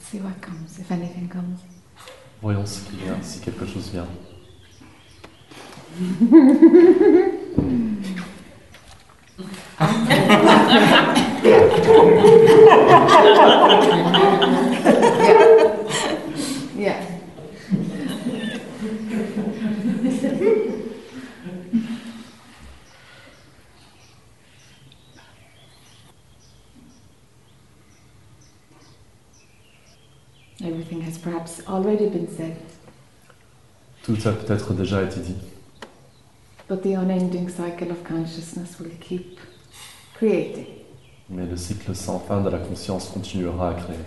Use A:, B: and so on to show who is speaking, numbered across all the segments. A: See what comes, if anything comes.
B: Voyons ce qu'il y a, si quelque chose vient.
A: Yeah. Everything has perhaps already been said,
B: Tout a peut-être déjà été dit,
A: but the unending cycle of consciousness will keep creating.
B: mais le cycle sans fin de la conscience continuera à créer.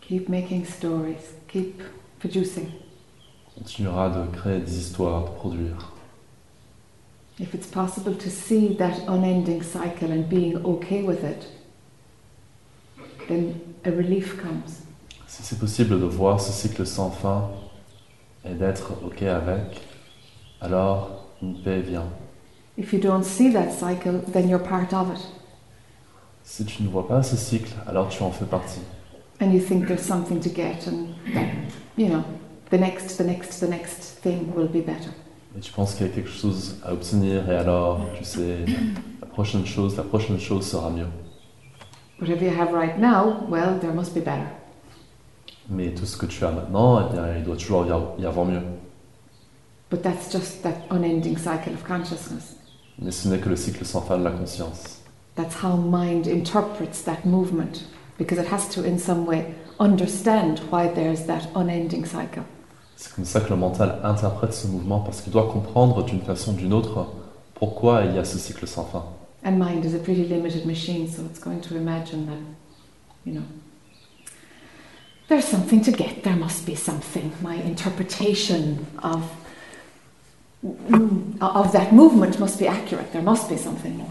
A: Keep making stories, keep producing.
B: Continuera de créer des histoires, de produire.
A: If it's possible to see that unending cycle and being okay with it, then a relief comes.
B: Si c'est possible de voir ce cycle sans fin et d'être OK avec, alors une paix vient.
A: If you don't see that cycle, then you're part of it
B: Si tu ne vois pas ce cycle, alors tu en fais partie.
A: and you think there's something to get and that, you know, the next, the next, the next thing will be better.
B: Et tu penses qu'il y a quelque chose à obtenir et alors, tu sais, la prochaine chose, la prochaine chose sera mieux.
A: Whatever you have right now, well, there must be better.
B: Mais tout ce que tu as maintenant, eh bien, il doit toujours y av- y avoir mieux.
A: But that's just that unending cycle of consciousness.
B: Mais ce n'est que le cycle sans fin de la conscience.
A: That's how mind interprets that movement because it has to, in some way, understand why there's that unending cycle.
B: C'est comme ça que le mental interprète ce mouvement parce qu'il doit comprendre d'une façon ou d'une autre pourquoi il y a ce cycle sans fin.
A: And mind is a pretty limited machine, so it's going to imagine that, you know, there's something to get, there must be something. My interpretation of, mm, of that movement must be accurate, there must be something more.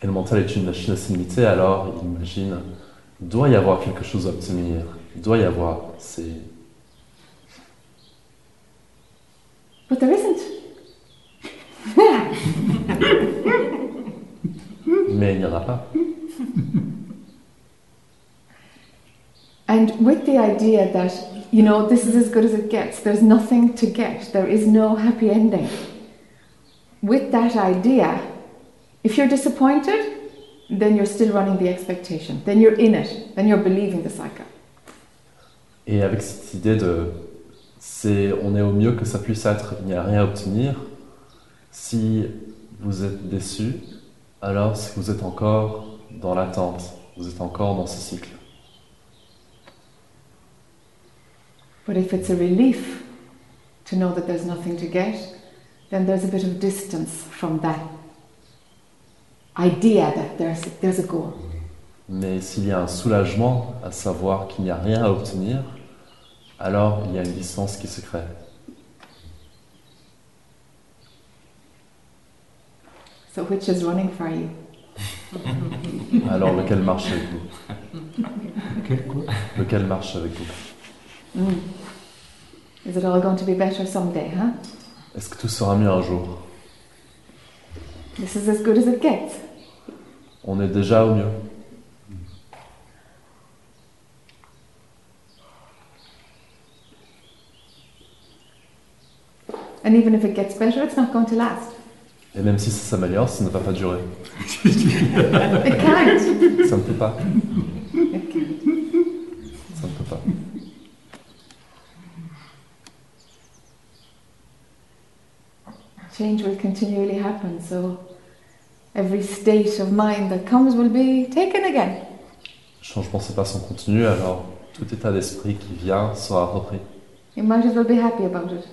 B: Et le mental est une machine assez limitée, alors il imagine il doit y avoir quelque chose à obtenir, il doit y avoir. C'est...
A: But there isn't.
B: Mais il n'y en a pas.
A: And with the idea that, you know, this is as good as it gets, there's nothing to get, there is no happy ending. With that idea, if you're disappointed, then you're still running the expectation, then you're in it, then you're believing the cycle.
B: Et avec cette idée de c'est on est au mieux que ça puisse être, il n'y a rien à obtenir. Si vous êtes déçu, alors c'est que vous êtes encore dans l'attente, vous êtes encore dans ce cycle.
A: But if it's a relief to know that there's nothing to get, then there's a bit of distance from that idea that there's, there's a goal.
B: Mais s'il y a un soulagement à savoir qu'il n'y a rien à obtenir, alors il y a une distance qui se crée.
A: So, which is running for you?
B: Alors lequel marche avec vous
C: Quel quoi
B: Lequel marche avec vous
A: Mm. Is it all going to be better someday, huh?
B: Est-ce que tout sera mieux un jour
A: This is as good as it gets.
B: On est déjà au mieux.
A: And even if it gets better, it's not going to last.
B: Et même si ça s'améliore, ça ne va pas durer.
A: It can't.
B: Ça ne peut pas.
A: It can't.
B: Ça ne peut pas.
A: Change will continually happen, so every state of mind that comes will be taken again.
B: Le changement se passe en continu, alors tout état d'esprit qui vient sera repris.
A: You might as well be happy about it.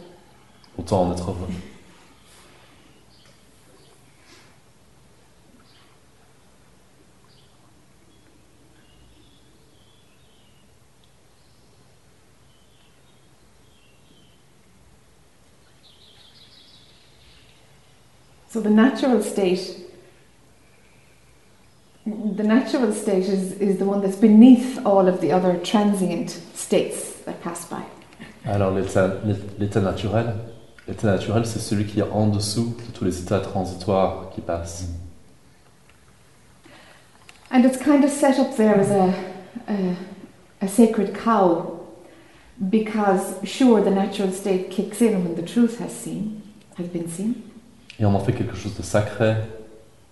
B: Autant en être heureux.
A: So the natural state, the natural state is, is the one that's beneath all of the other transient states that pass by.
B: Alors l'état l'état naturel, l'état naturel, c'est celui qui est en dessous de tous les états transitoires qui passent.
A: And it's kind of set up there as a, a, a sacred cow because, sure, the natural state kicks in when the truth has seen, has been seen.
B: Et on en fait quelque chose de sacré,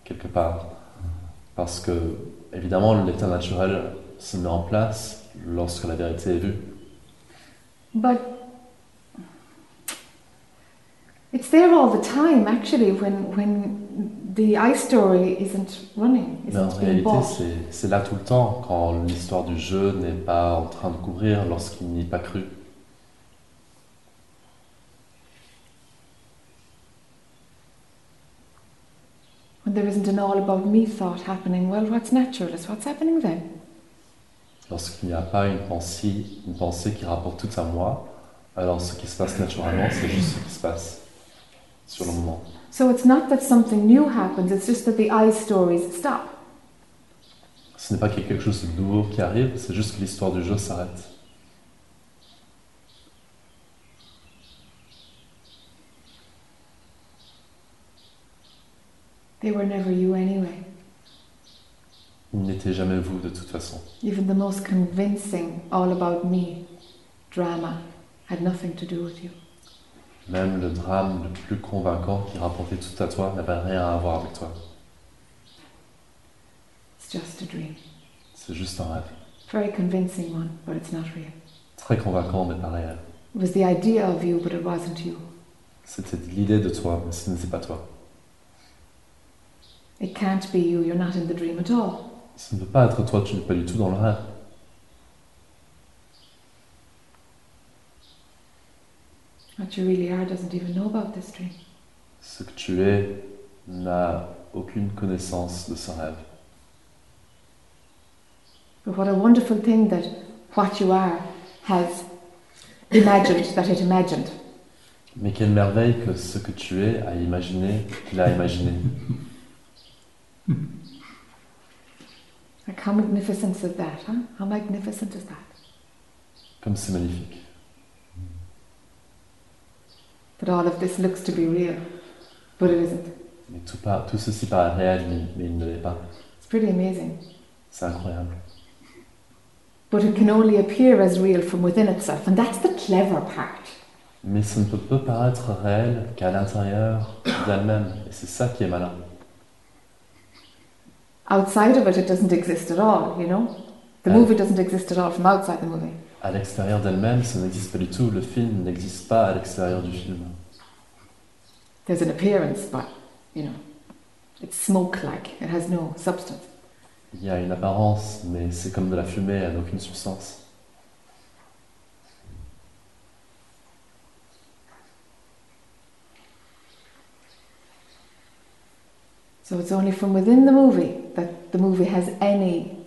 B: quelque part. Parce que, évidemment, l'état naturel se met en place lorsque la vérité est vue.
A: But it's there all the time, actually, when, when the I story isn't running,
B: Mais en
A: isn't being
B: réalité,
A: bought.
B: c'est- c'est là tout le temps, quand l'histoire du jeu n'est pas en train de courir, lorsqu'il n'y est pas cru.
A: When there isn't an all about me thought happening, well, what's natural is what's happening then.
B: Lorsqu'il n'y a pas une pensée, une pensée qui rapporte tout à moi, alors ce qui se passe naturellement, c'est juste ce qui se passe sur le moment.
A: So it's not that something new happens, it's just that the I stories stop.
B: Ce n'est pas qu'il y ait quelque chose de nouveau qui arrive, c'est juste que l'histoire du jeu s'arrête.
A: They were never you anyway.
B: Il n'était jamais vous de toute façon.
A: Even the most convincing all about me drama had nothing to do with you.
B: Même le drame le plus convaincant qui rapportait tout à toi n'avait rien à voir avec toi.
A: It's just a dream.
B: C'est juste un rêve.
A: Very convincing one, but it's not real.
B: Très convaincant mais pas réel.
A: It was the idea of you, but it wasn't you.
B: C'était l'idée de toi, mais ce n'était pas toi.
A: It can't be you, you're not in the dream at all.
B: Ce ne peut pas être toi, tu n'es pas du tout dans le rêve.
A: What you really are doesn't even know about this dream.
B: Ce que tu es n'a aucune connaissance de ce rêve.
A: But what a wonderful thing that what you are has imagined, that it imagined.
B: Mais quelle merveille que ce que tu es a imaginé qu'il a imaginé.
A: Like, how magnificent is that, huh? How magnificent is that?
B: Comme c'est magnifique.
A: That all of this looks to be real, but it isn't.
B: Mais tout, par- tout ceci paraît réel, mais, mais il ne l'est pas.
A: It's pretty amazing.
B: C'est incroyable.
A: But it can only appear as real from within itself, and that's the clever part.
B: Mais ça ne peut pas paraître réel qu'à l'intérieur d'elle-même. Et c'est ça qui est malin.
A: Outside of it, it doesn't exist at all, you know? The
B: Uh,
A: movie doesn't exist at all from outside the movie.
B: À l'extérieur d'elle-même, ça n'existe pas du tout. Le film n'existe pas à l'extérieur du film.
A: There's an appearance, but, you know, it's smoke like, it has no substance.
B: Il y a une apparence, mais c'est comme de la fumée, elle n'a aucune substance.
A: So it's only from within the movie that the movie has any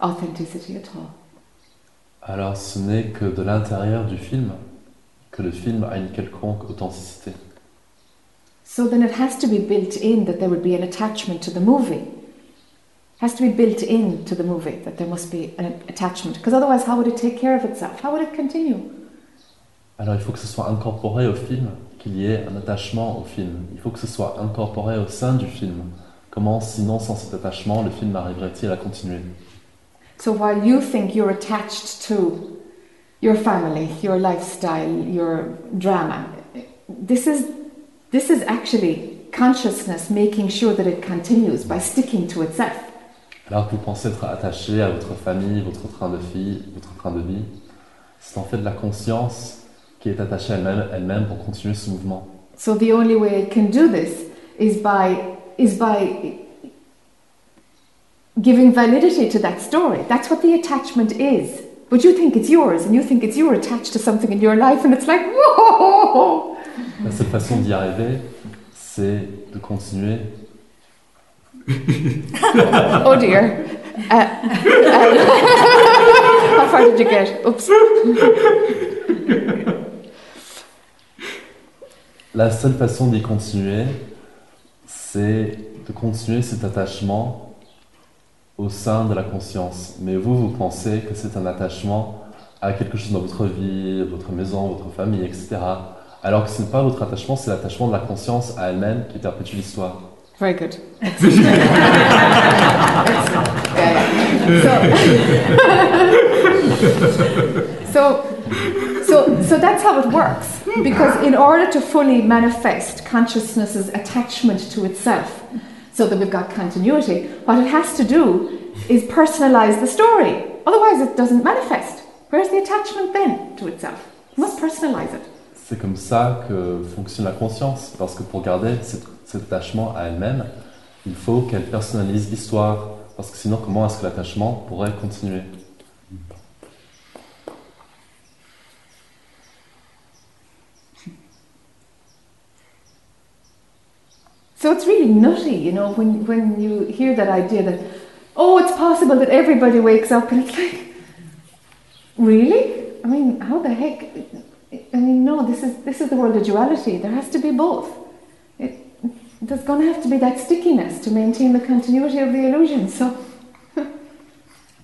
A: authenticity at all.
B: Alors ce n'est que de l'intérieur du film que le film a une quelconque authenticité.
A: So then it has to be built in that there would be an attachment to the movie. has to be built in to the movie that there must be an attachment. Because otherwise, how would it take care of itself? How would it continue?
B: Alors il faut que ce soit incorporé au film, qu'il y ait un attachement au film. Il faut que ce soit incorporé au sein du film. Comment sinon sans cet attachement le film arriverait-il à continuer
A: So while you think you're attached to your family, your lifestyle, your drama, this is this is actually consciousness making sure that it continues by sticking to itself.
B: Alors que vous pensez être attaché à votre famille, votre train de vie, votre train de vie, c'est en fait la conscience qui est attachée à elle-même elle-même pour continuer ce mouvement.
A: So the only way it can do this is by is by giving validity to that story. That's what the attachment is. But you think it's yours, and you think it's you're attached to something in your life, and it's like whoa.
B: La seule façon d'y arriver, c'est de continuer.
A: Oh dear. Uh, uh, how far did you get? Oops.
B: La seule façon d'y continuer, c'est de continuer cet attachement au sein de la conscience. Mais vous, vous pensez que c'est un attachement à quelque chose dans votre vie, votre maison, votre famille, etc. Alors que ce n'est pas votre attachement, c'est l'attachement de la conscience à elle-même qui perpétue l'histoire.
A: Very good. so, so, so that's how it works. Because in order to fully manifest consciousness's attachment to itself, so that we've got continuity, what it has to do is personalize the story. Otherwise, it doesn't manifest. Where's the attachment then to itself? You must personalize it.
B: C'est comme ça que fonctionne la conscience, parce que pour garder cet, cet attachement à elle-même, il faut qu'elle personnalise l'histoire, parce que sinon comment est-ce que l'attachement pourrait continuer
A: So it's really nutty, you know, when, when you hear that idea that, oh, it's possible that everybody wakes up, and it's like, really? I mean, how the heck? I mean, no, this is, this is the world of duality. There has to be both. It, there's going to have to be that stickiness to maintain the continuity of the illusion. So,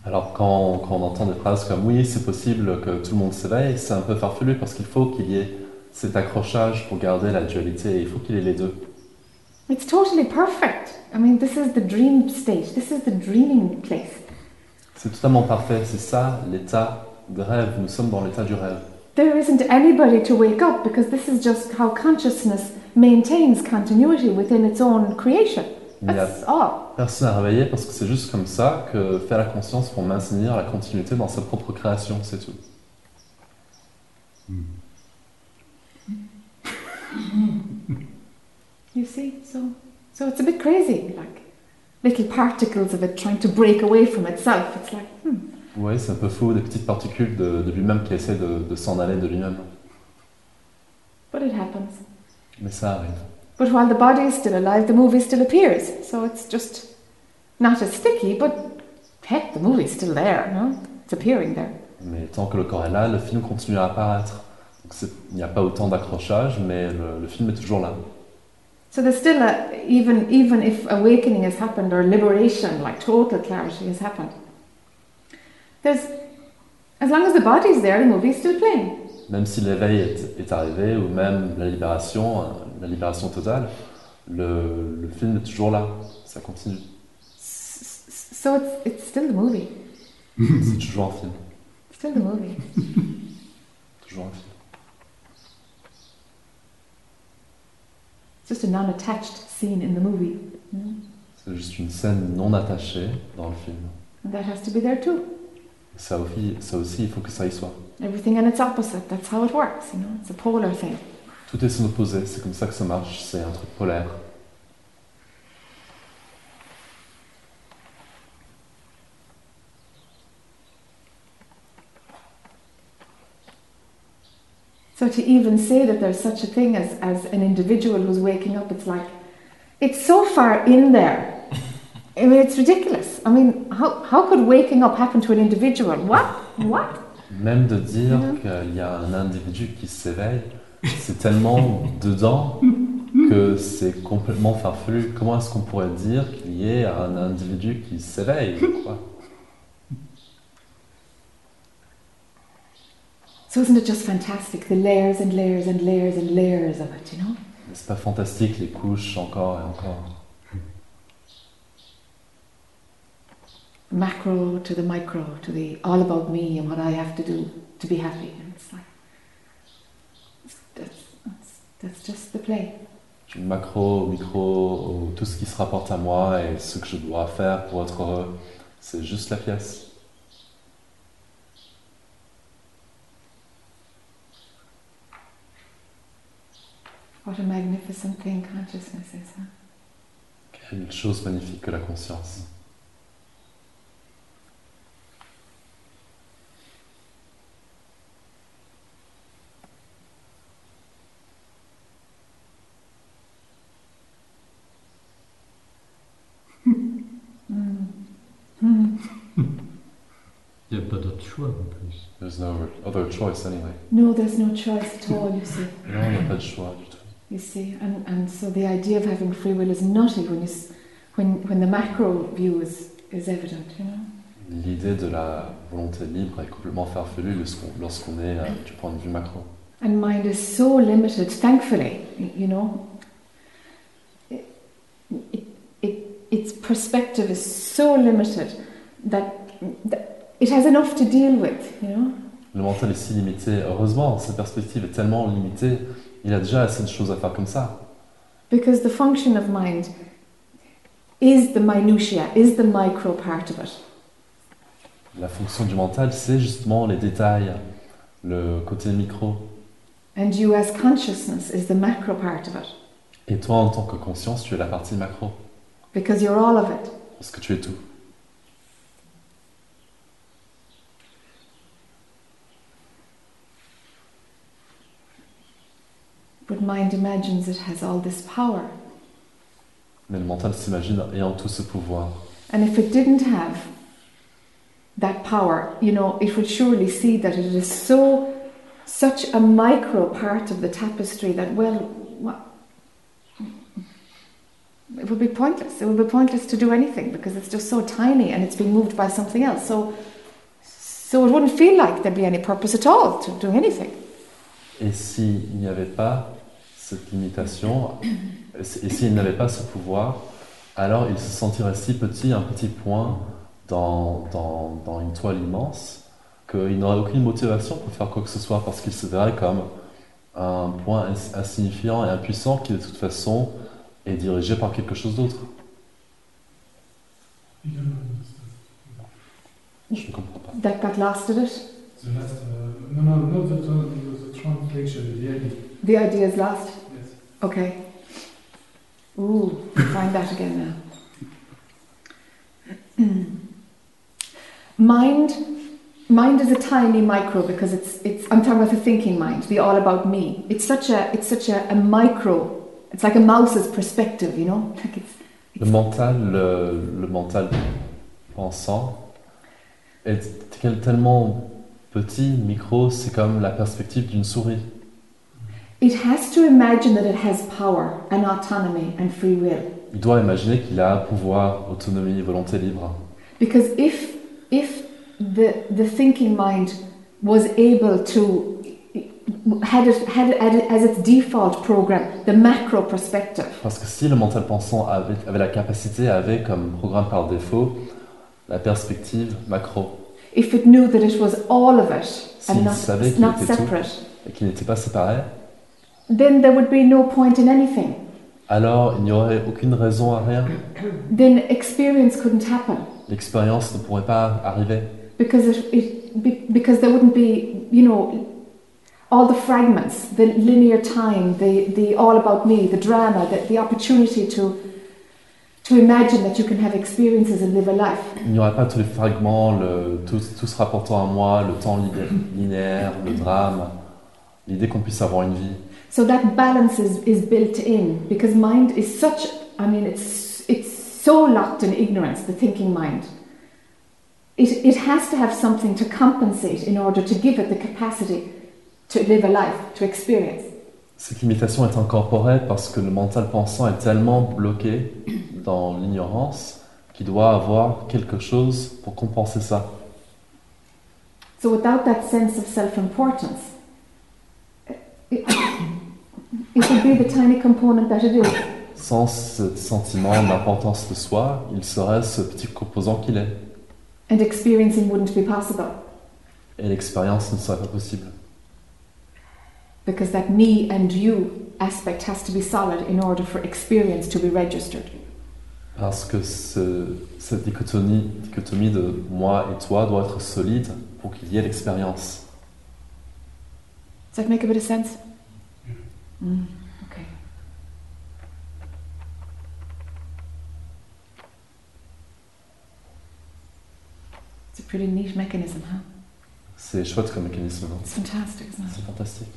B: Alors quand, quand on entend des phrases comme oui, c'est possible que tout le monde s'éveille, c'est un peu farfelu parce qu'il faut qu'il y ait cet accrochage pour garder la dualité et il faut qu'il y ait les deux.
A: It's totally perfect. I mean, this is the dream stage. This is the dreaming place.
B: C'est totalement parfait, c'est ça l'état de rêve, nous sommes dans l'état du rêve.
A: There isn't anybody to wake up because this is just how consciousness maintains continuity within its own creation.
B: Il n'y a
A: That's all.
B: personne à réveiller parce que c'est juste comme ça que fait la conscience pour maintenir la continuité dans sa propre création, c'est tout.
A: You see? So, so it's a bit crazy, like little particles of it trying to break away from itself. It's like, hmm.
B: Vous voyez, c'est un peu fou, des petites particules de, de lui-même qui essaient de, de s'en aller de lui-même.
A: But it happens.
B: Mais ça arrive.
A: But while the body is still alive, the movie still appears. So it's just not as sticky, but heck, the movie's still there, no? It's appearing there.
B: Mais tant que le corps est là, le film continue à apparaître. Donc c'est- il n'y a pas autant d'accrochage, mais le, le film est toujours là.
A: So there's still a, even even if awakening has happened or liberation, like total clarity has happened. There's as long as the body's there, the movie's still playing.
B: Même si l'éveil est, est arrivé, ou même la libération, euh, la libération totale, le, le film est toujours là. Ça continue.
A: S- s- So it's it's still the movie,
B: C'est toujours un film.
A: still the movie.
B: Toujours un film.
A: It's just a non-attached scene in the movie, you know?
B: C'est juste une scène non attachée dans le film.
A: and that has to be there too.
B: Ça aussi, ça aussi, il faut que ça y soit.
A: Everything and its opposite. That's how it works, you know. It's a polar thing.
B: Tout est son opposé, c'est comme ça que ça marche, c'est un truc polaire.
A: So to even say that there's such a thing as, as an individual who's waking up, it's like, it's so far in there. I mean, it's ridiculous. I mean, how, how could waking up happen to an individual? What? What?
B: Même de dire
A: Mhm.
B: qu'il y a un individu qui s'éveille, c'est tellement dedans que c'est complètement farfelu. Comment est-ce qu'on pourrait dire qu'il y ait un individu qui s'éveille quoi
A: So isn't it just fantastic, the layers and layers and layers and layers of it, you know?
B: Mais C'est pas fantastique les couches encore et encore.
A: Macro to the micro, to the all about me and what I have to do to be happy. And it's like, that's, that's, that's just the play.
B: Du macro au micro, au tout ce qui se rapporte à moi et ce que je dois faire pour être heureux, c'est juste la pièce.
A: What a magnificent thing consciousness is, huh?
B: Quelle chose magnifique que la conscience.
A: Mm. Mm.
C: Il n'y a pas d'autre choix en plus.
B: There's no other choice anyway.
A: No, there's no choice at all, you see.
B: Non, on n'a pas de choix du tout.
A: You see, and, and so the idea of having free will is nutty when you, s- when when the macro view is, is evident, you know.
B: L'idée de la volonté libre est complètement farfelue lorsqu'on lorsqu'on est euh, du point de vue macro.
A: And mind is so limited, thankfully, y- you know. It, it, it, its perspective is so limited that th- it has enough to deal with, you know?
B: Le mental est si limité. Heureusement, cette perspective est tellement limitée. Il a déjà assez de choses à faire comme ça.
A: Because the function of mind is the minutiae, is the micro part of it.
B: La fonction du mental, c'est justement les détails, le côté micro.
A: And you, as consciousness, is the macro part of it.
B: Et toi, en tant que conscience, tu es la partie macro,
A: Because you're all of it.
B: parce que tu es tout.
A: But mind imagines it has all this power.
B: Mais le mental s'imagine ayant tout ce pouvoir.
A: And if it didn't have that power, you know, it would surely see that it is so, such a micro part of the tapestry that, well, what, it would be pointless. It would be pointless to do anything because it's just so tiny and it's being moved by something else. So, so it wouldn't feel like there'd be any purpose at all to do anything.
B: Et s'il n'y avait pas cette limitation, et si- et s'il n'avait pas ce pouvoir, alors il se sentirait si petit, un petit point dans, dans- dans une toile immense, qu'il n'aurait aucune motivation pour faire quoi que ce soit, parce qu'il se verrait comme un point ins- insignifiant et impuissant qui, de toute façon, est dirigé par quelque chose d'autre.
D: You don't understand.
B: Je ne comprends pas.
A: That got lost, did it?
D: The last, uh, no, no, not the, the, the translation, the idea.
A: The idea is lost.
D: Yes.
A: Okay. Ooh, find that again now. mind, mind is a tiny micro because it's it's. I'm talking about the thinking mind, the all about me. It's such a it's such a, a micro. It's like a mouse's perspective, you know. Like it's
B: Le mental, le, le mental pensant est tel- tellement petit, micro, c'est comme la perspective d'une souris.
A: it has to imagine that it has power and autonomy and free will.
B: Il doit imaginer qu'il a pouvoir, autonomie, volonté libre.
A: Because if if the the thinking mind was able to had it had it, had it as its default program the macro perspective,
B: Parce que si le mental pensant avait, avait la capacité, avait comme programme par défaut la perspective macro,
A: if it knew that it was all of it
B: S'il
A: and not
B: savait qu'il
A: not
B: était tout.
A: separate,
B: et qui n'était pas séparé,
A: then there would be no point in anything.
B: alors il n'y aurait aucune raison à rien.
A: Then experience couldn't happen
B: L'expérience ne pourrait pas arriver.
A: because it, it be- because there wouldn't be you know. All the fragments, the linear time, the, the all about me, the drama, the, the opportunity to to imagine that you can have experiences and live a life.
B: Il n'y aurait pas tous les fragments, le, tout, tout se rapportant à moi, le temps li- linéaire, le drame, l'idée qu'on puisse avoir une vie.
A: So that balance is, is built in because mind is such I mean it's it's so locked in ignorance, the thinking mind. It it has to have something to compensate in order to give it the capacity to live a life, to experience.
B: Cette limitation est incorporelle parce que le mental pensant est tellement bloqué dans l'ignorance qu'il doit avoir quelque chose pour compenser ça.
A: So without that sense of self-importance, it, it would be the tiny component that it is.
B: Sans ce sentiment d'importance de soi, il serait ce petit composant qu'il est.
A: And experiencing wouldn't be possible.
B: Et l'expérience ne serait pas possible.
A: because that me and you aspect has to be solid in order for experience to be registered.
B: Parce que ce- cette dichotomie, dichotomie de moi et toi doit être solide pour qu'il y ait l'expérience.
A: Does that make a bit of sense?
D: Yeah.
A: Mm, okay. It's a pretty neat mechanism, huh?
B: C'est chouette comme mécanisme, non
A: It's fantastic, isn't it?
B: C'est fantastique.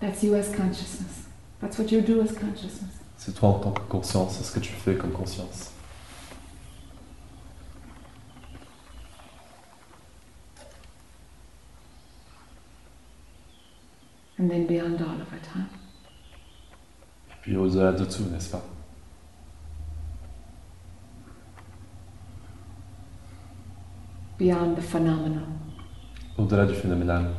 A: That's you as consciousness. That's what you do as consciousness.
B: C'est toi en tant que conscience, c'est ce que tu fais comme conscience.
A: And then beyond all of it, huh?
B: Et puis au-delà de tout, n'est-ce pas
A: Beyond the phenomenal.
B: Au-delà du phénoménal.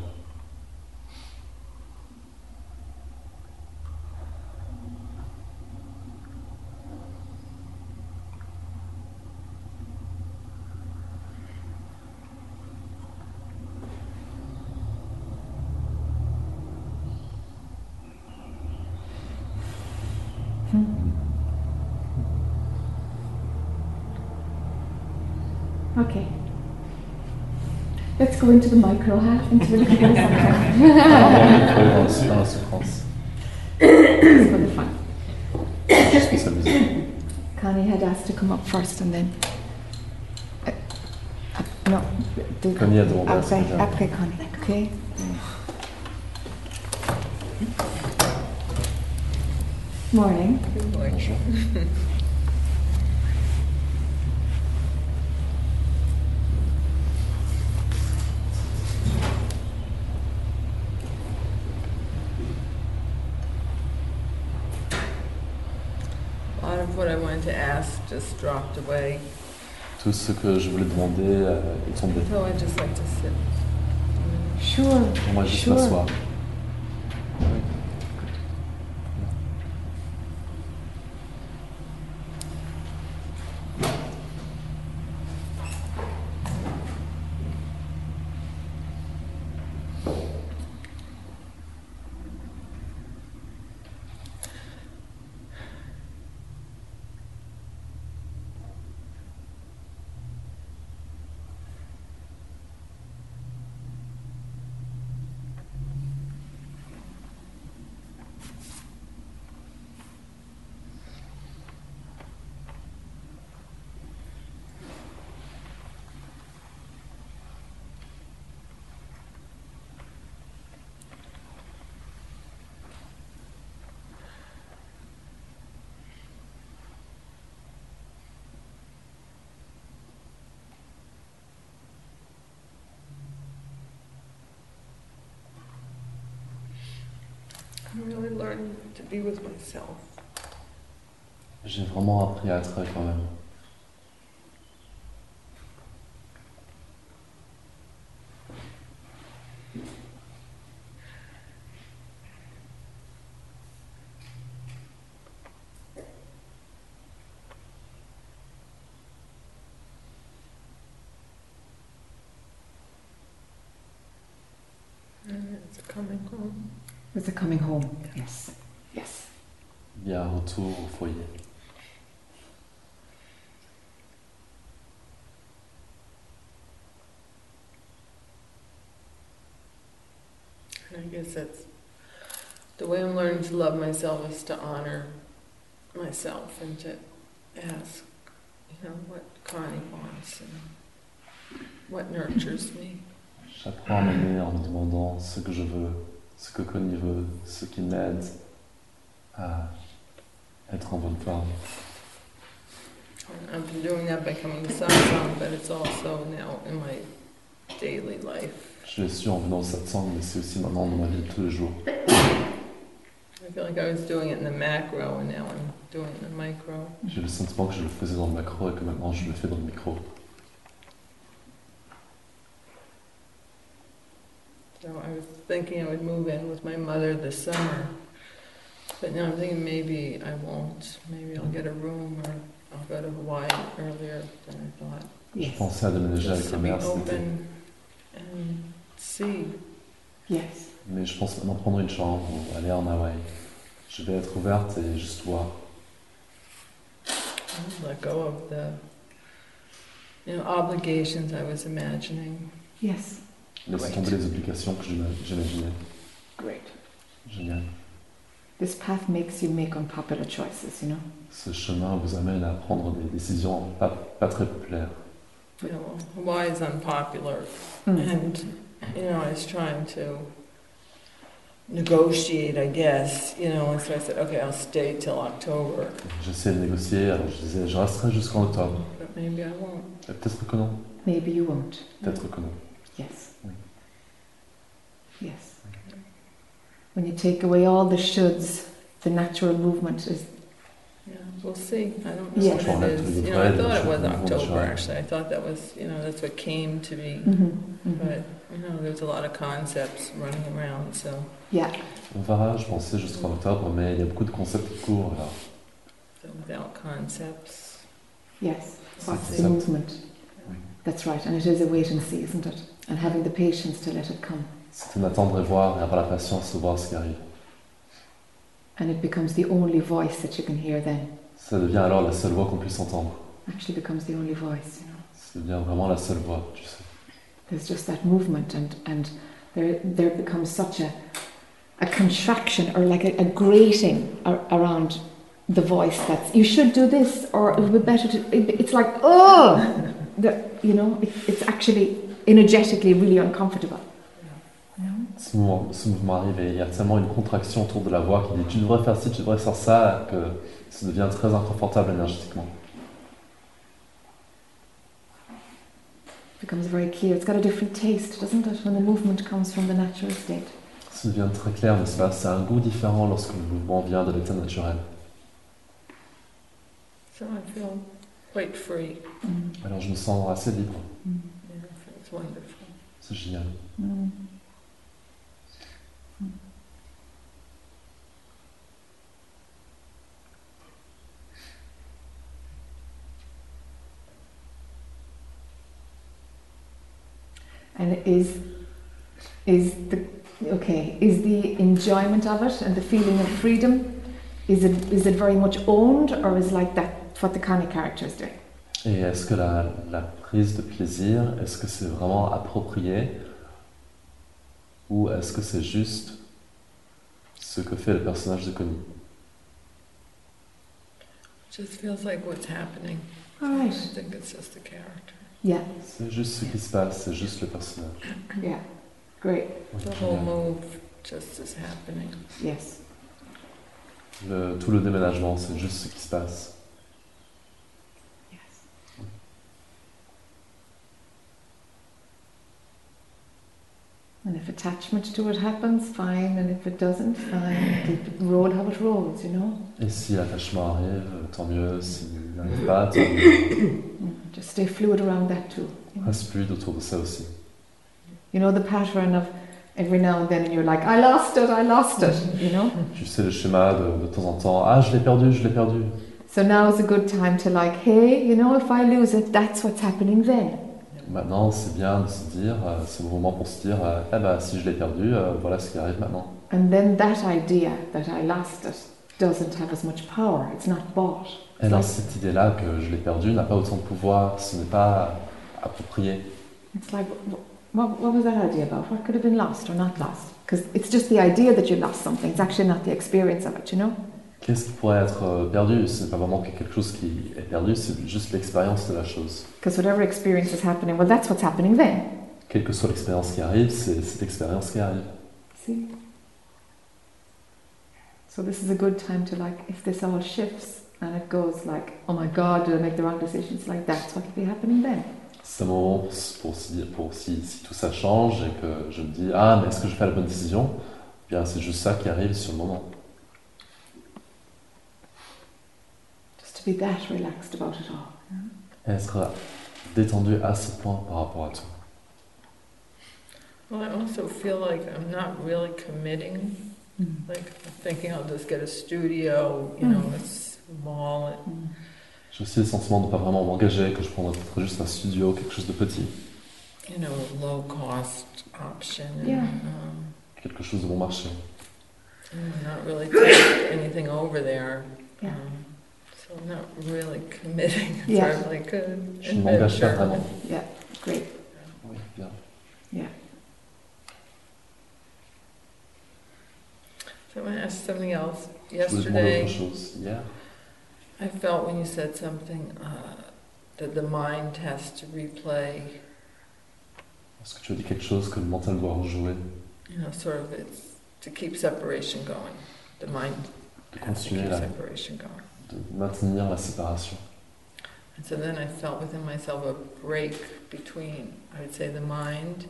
A: Okay. Let's go into the micro, huh? Into the micro section.
B: Dans la dans la souffrance.
A: It's gonna be fun.
B: Je trouve ça bizarre.
A: Connie had asked to come up first and then. Uh, uh, no. the-
B: Connie a demandé à ce
A: Après,
B: que j'aille.
A: après Connie. Okay. Morning.
B: Bonjour.
E: A lot of what I wanted to ask just dropped away,
B: Tout ce que je voulais demander euh, est tombé.
E: so I'd just like to sit.
A: Sure.
B: On va juste
A: Sure.
B: m'asseoir.
E: I really learned to be with myself.
B: J'ai vraiment appris à être quand même.
E: And it's coming home.
A: With the coming home. Yes. Yes.
B: Il y a un retour au foyer.
E: And I guess that's the way I'm learning to love myself is to honor myself and to ask, you know, what Connie wants and what nurtures me.
B: J'apprends à m'aimer en me demandant ce que je veux, ce que Connie veut, ce qui m'aide à être en bonne forme.
E: I've been doing that by coming to Satsang, but it's also now in my daily life.
B: Je l'ai su en venant au satsang, mais c'est aussi maintenant dans ma vie de tous les jours.
E: I feel like I was doing it in the macro and now I'm doing it in the micro.
B: J'ai le sentiment que je le faisais dans le macro et que maintenant je le fais dans le micro.
E: So I was thinking I would move in with my mother this summer, but now I'm thinking maybe I won't. Maybe I'll get a room or I'll go to Hawaii earlier than I thought.
B: Je pensais à déménager
E: Just
B: avec ma
E: to be
B: mère cet été,
E: open and see.
A: Yes.
B: mais je pense maintenant prendre une chambre ou aller en Hawaï. Je vais être ouverte et juste voir.
E: Let go of the you know obligations I was imagining.
A: Yes.
B: Laisse
E: Great.
B: tomber les obligations que j'ima- j'imaginais.
A: Great.
B: Génial.
A: This path makes you make unpopular choices, you know?
B: Ce chemin vous amène à prendre des décisions pas, pas très populaires.
E: you know, Hawaii is unpopular,
A: Hmm.
E: and you know, I was trying to negotiate, I guess, you know, and so I said, okay, I'll stay till October,
B: J'essayais de négocier, alors je disais je resterai jusqu'en octobre.
E: but maybe I won't.
B: Et Peut-être que non.
A: Maybe you won't.
B: Peut-être que non.
A: Yes.
B: Oui.
A: Yes. When you take away all the shoulds, the natural movement is
E: Yeah, we'll see. I don't know
A: Yeah.
E: what it is. You know, I thought it was October. Actually, I thought that was, you know, that's what came to be.
A: Hmm. mm-hmm,
E: But you know, there's a lot of concepts running around, so
A: yeah.
B: On verra, je pensais jusqu'en octobre, mais il y a beaucoup de concepts qui courent, alors
E: so without concepts.
A: Yes.
E: we'll
A: What's
E: see.
A: the movement?
B: Oui.
A: That's right, and it is a wait and see, isn't it? And having the patience to let it come,
B: c'était d'attendre et voir, et avoir la patience de voir ce qui arrive.
A: and it becomes the only voice that you can hear. Then
B: Ça devient alors la seule voix qu'on puisse entendre.
A: actually becomes the only voice. You know.
B: Ça devient vraiment la seule voie, tu sais.
A: There's just that movement, and, and there, there becomes such a, a contraction or like a, a grating ar- around the voice that's, you should do this, or it would be better to. It, it's like, oh! The, you know, it, it's actually energetically really uncomfortable. You know?
B: Ce mouvement, ce mouvement arrive et il y a tellement une contraction autour de la voix qui dit tu devrais faire ci, tu devrais faire ça, que ça devient très inconfortable énergétiquement.
A: It becomes very clear. It's got a different taste, doesn't it, when the movement comes from the natural state?
B: Ça devient très clair, n'est-ce pas C'est un goût différent lorsque le mouvement vient de l'état naturel.
E: So I feel quite free.
A: Mm.
B: Alors je me sens assez libre,
A: Mm.
E: Yeah, it's wonderful.
B: c'est génial.
A: Mm. And is is the okay? Is the enjoyment of it and the feeling of freedom? Is it is it very much owned, or is like that what the Kani character is doing?
B: Et est-ce que la, la prise de plaisir, est-ce que c'est vraiment approprié Ou est-ce que c'est juste ce que fait le personnage de Connie
E: Just feels like what's happening.
A: All
E: I
A: right.
E: think it's just the character.
A: Yeah.
B: C'est juste ce qui se passe, c'est juste le personnage.
A: Yeah. Great.
B: Oui,
E: The whole
B: génial.
E: move just is happening.
A: Yes.
B: Le- tout le déménagement, c'est juste ce qui se passe.
A: Yes. And if attachment to it happens, fine, and if it doesn't, fine. Keep it roll how it rolls, you know?
B: Et si l'attachement arrive, tant mieux. S'il n'arrive pas, tant mieux.
A: Mm, Just stay fluid around that too. you know?
B: Reste fluide autour de ça aussi.
A: You know the pattern of every now and then you're like, I lost it, I lost it, you know?
B: Tu sais le schéma de, de temps en temps. Ah, je l'ai perdu, je l'ai perdu.
A: So now is a good time to like, hey, you know, if I lose it, that's what's happening then.
B: Maintenant, c'est bien de se dire, euh, c'est le moment pour se dire, euh, eh ben, si je l'ai perdu, euh, voilà ce qui arrive maintenant.
A: And then that idea that I lost it doesn't have as much power. It's not bought.
B: Et alors, cette idée-là que je l'ai perdu n'a pas autant de pouvoir, ce n'est pas approprié.
A: It's like, wh- what, what was that idea about? What could have been lost or not lost? Because it's just the idea that you lost something. It's actually not the experience of it, you know?
B: Qu'est-ce qui pourrait être euh, perdu Ce n'est pas vraiment que quelque chose qui est perdu, c'est juste l'expérience de la chose.
A: Because whatever experience is happening, well, that's what's happening then.
B: Quelle que soit l'expérience qui arrive, c'est cette expérience qui arrive.
A: See? So this is a good time to like, if this all shifts and it goes like, oh my God, did I make the wrong decisions? Like, that's what could be happening then.
B: C'est un moment pour, pour se dire, pour si, si tout ça change et que je me dis, ah, mais est-ce que je fais la bonne décision Eh Bien, c'est juste ça qui arrive sur le moment.
A: Just to be that relaxed about it all. you know?
B: Être détendu à ce point par rapport à tout.
E: Well, I also feel like I'm not really committing. Like I'm thinking I'll just get a studio, you
A: Hmm.
E: know, a small.
A: Mm.
B: J'ai aussi le sentiment de ne pas vraiment m'engager, que je prendrais peut-être juste un studio, quelque chose de petit,
E: you know, low cost option.
A: Yeah.
E: Um,
B: quelque chose de bon marché.
E: I'm not really taking anything over there.
A: Yeah.
E: Um, so I'm not really committing as
A: Yeah.
E: hard as I could.
B: Je ne m'engage pas vraiment.
A: Great.
B: Euh, Oui, bien.
E: So I'm gonna ask something else.
B: Je voulais demander
E: Yesterday,
B: autre chose hier.
E: I felt when you said something uh, that the mind has to replay,
B: Est-ce que tu as dit quelque chose que le mental doit rejouer
E: you know, sort of it's to keep separation going. The mind
B: De
E: has to
B: continuer
E: keep
B: la,
E: separation going.
B: de maintenir la séparation.
E: And so then I felt within myself a break between, I would say, the mind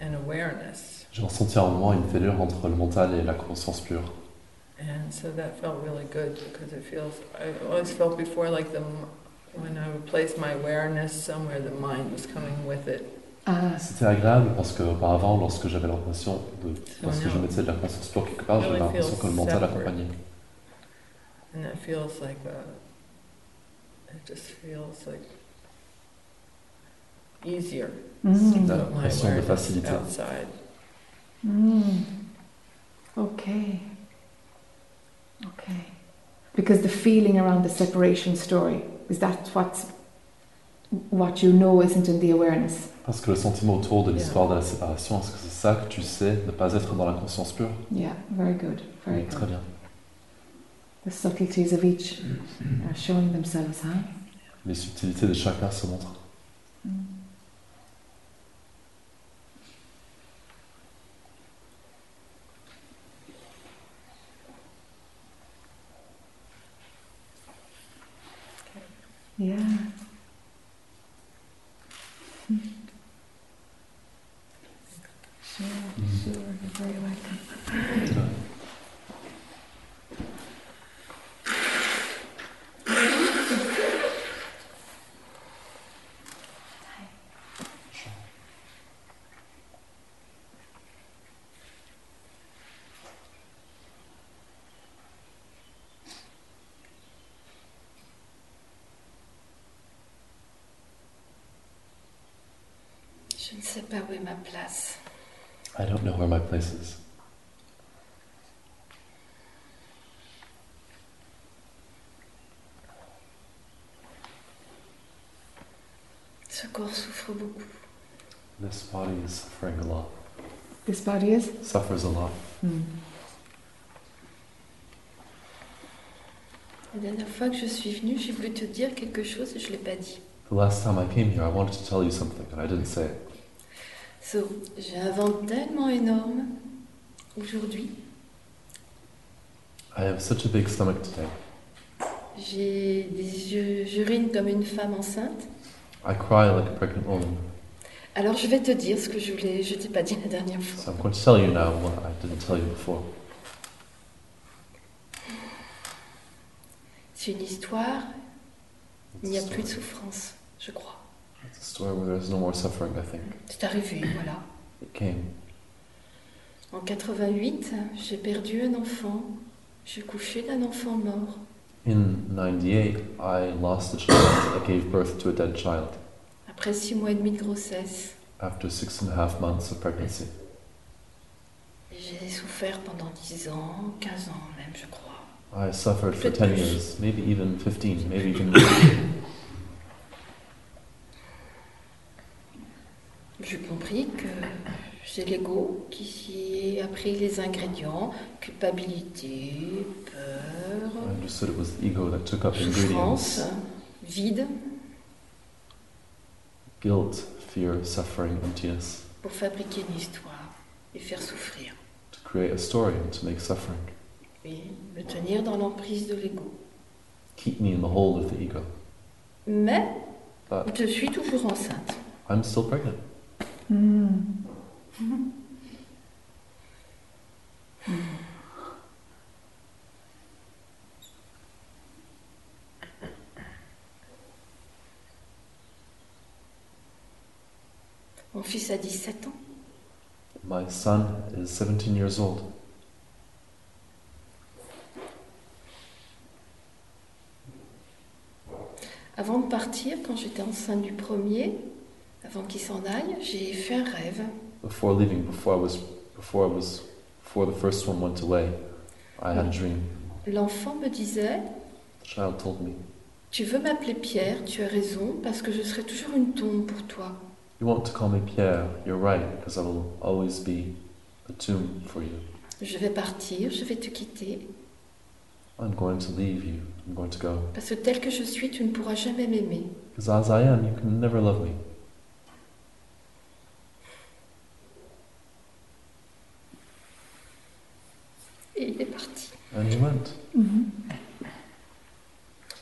E: and awareness.
B: J'ai ressenti à un moment une fêlure entre le mental et la conscience pure.
E: And so that felt really good because it feels, I always felt before like the, m- when I would place my awareness somewhere, the mind was coming with it.
A: Ah,
B: C'était agréable parce que auparavant, lorsque j'avais l'impression de,
E: So
B: lorsque je
E: now,
B: mettais de la conscience pure quelque part, j'avais
E: Really
B: l'impression
E: feels
B: que le mental
E: separate.
B: accompagnait.
E: and that feels like a, it just feels like easier.
A: mm.
B: That
E: Put my
B: has some of the
E: awareness
B: facility.
E: Outside.
A: Mm. Okay. Okay. Because the feeling around the separation story is that what's what you know isn't in the awareness.
B: Parce que le sentiment autour de l'histoire de la séparation, est-ce que c'est ça que tu sais, ne pas être dans la conscience pure
A: Yeah, very good, very
B: Oui,
A: good.
B: Très bien.
A: The subtleties of each are showing themselves, huh? Mm.
B: Les subtilités de chacun se montrent.
A: Yeah. Sure, sure, you're very welcome.
F: Je ne sais pas où est ma place.
B: I don't know where my place is.
F: Ce corps souffre beaucoup.
B: This body is suffering a lot.
A: This body is?
B: Suffers a lot.
A: Mm.
F: La dernière fois que je suis venue, j'ai voulu te dire quelque chose et je ne l'ai pas dit.
B: The last time I came here, I wanted to tell you something, and I didn't say it.
F: So, j'ai un vent tellement énorme aujourd'hui.
B: I have such a big stomach today.
F: J'ai des yeux, j'urine comme une femme enceinte.
B: I cry like a pregnant woman.
F: Alors, je vais te dire ce que je voulais, je t'ai pas dit la dernière fois.
B: So I'm going to tell you now what I didn't tell you before.
F: C'est une histoire,
B: It's a
F: il n'y a
B: story.
F: plus de souffrance, je crois.
B: It's a story where there's no more suffering, I think.
F: C'est arrivé, voilà.
B: It came.
F: En 88, j'ai perdu un enfant. Je suis couchée d'un enfant mort.
B: In 98, I lost a child. I gave birth to a dead child
F: Après six mois et demi de grossesse,
B: after six and a half months of pregnancy.
F: j'ai souffert pendant 10 ans, 15 ans même, je crois.
B: I suffered for
F: Good
B: 10
F: grief.
B: years, maybe even 15, maybe even more.
F: J'ai compris que c'est l'ego qui a pris les ingrédients, culpabilité,
B: I
F: peur,
B: understood it was the ego that took up
F: souffrance,
B: ingredients
F: vide,
B: guilt, fear, suffering, emptiness
F: pour fabriquer une histoire et faire souffrir.
B: to create a story and to make suffering.
F: Et me tenir dans l'emprise de l'ego.
B: Keep me in the hold of the ego.
F: Mais
B: Ah.
F: je suis toujours enceinte.
B: I'm still pregnant.
A: Mm.
F: Mon fils a 17 ans.
B: My son is 17 years old.
F: Avant de partir, quand j'étais enceinte du premier, avant qu'il s'en aille, j'ai fait un rêve.
B: Before leaving, before I was, before I was, before the first one went away, I had a dream.
F: L'enfant me disait
B: The child told me,
F: Tu veux m'appeler Pierre, tu as raison, parce que je serai toujours une tombe pour toi.
B: "You want to call me Pierre? You're right, because I will always be a tomb for you.
F: Je vais partir, je vais te quitter,
B: I'm going to leave you. I'm going to go,
F: parce que tel que je suis, tu ne pourras jamais m'aimer.
B: because as I am, you can never love me."
F: Et il est parti.
B: And he went.
A: Mhm.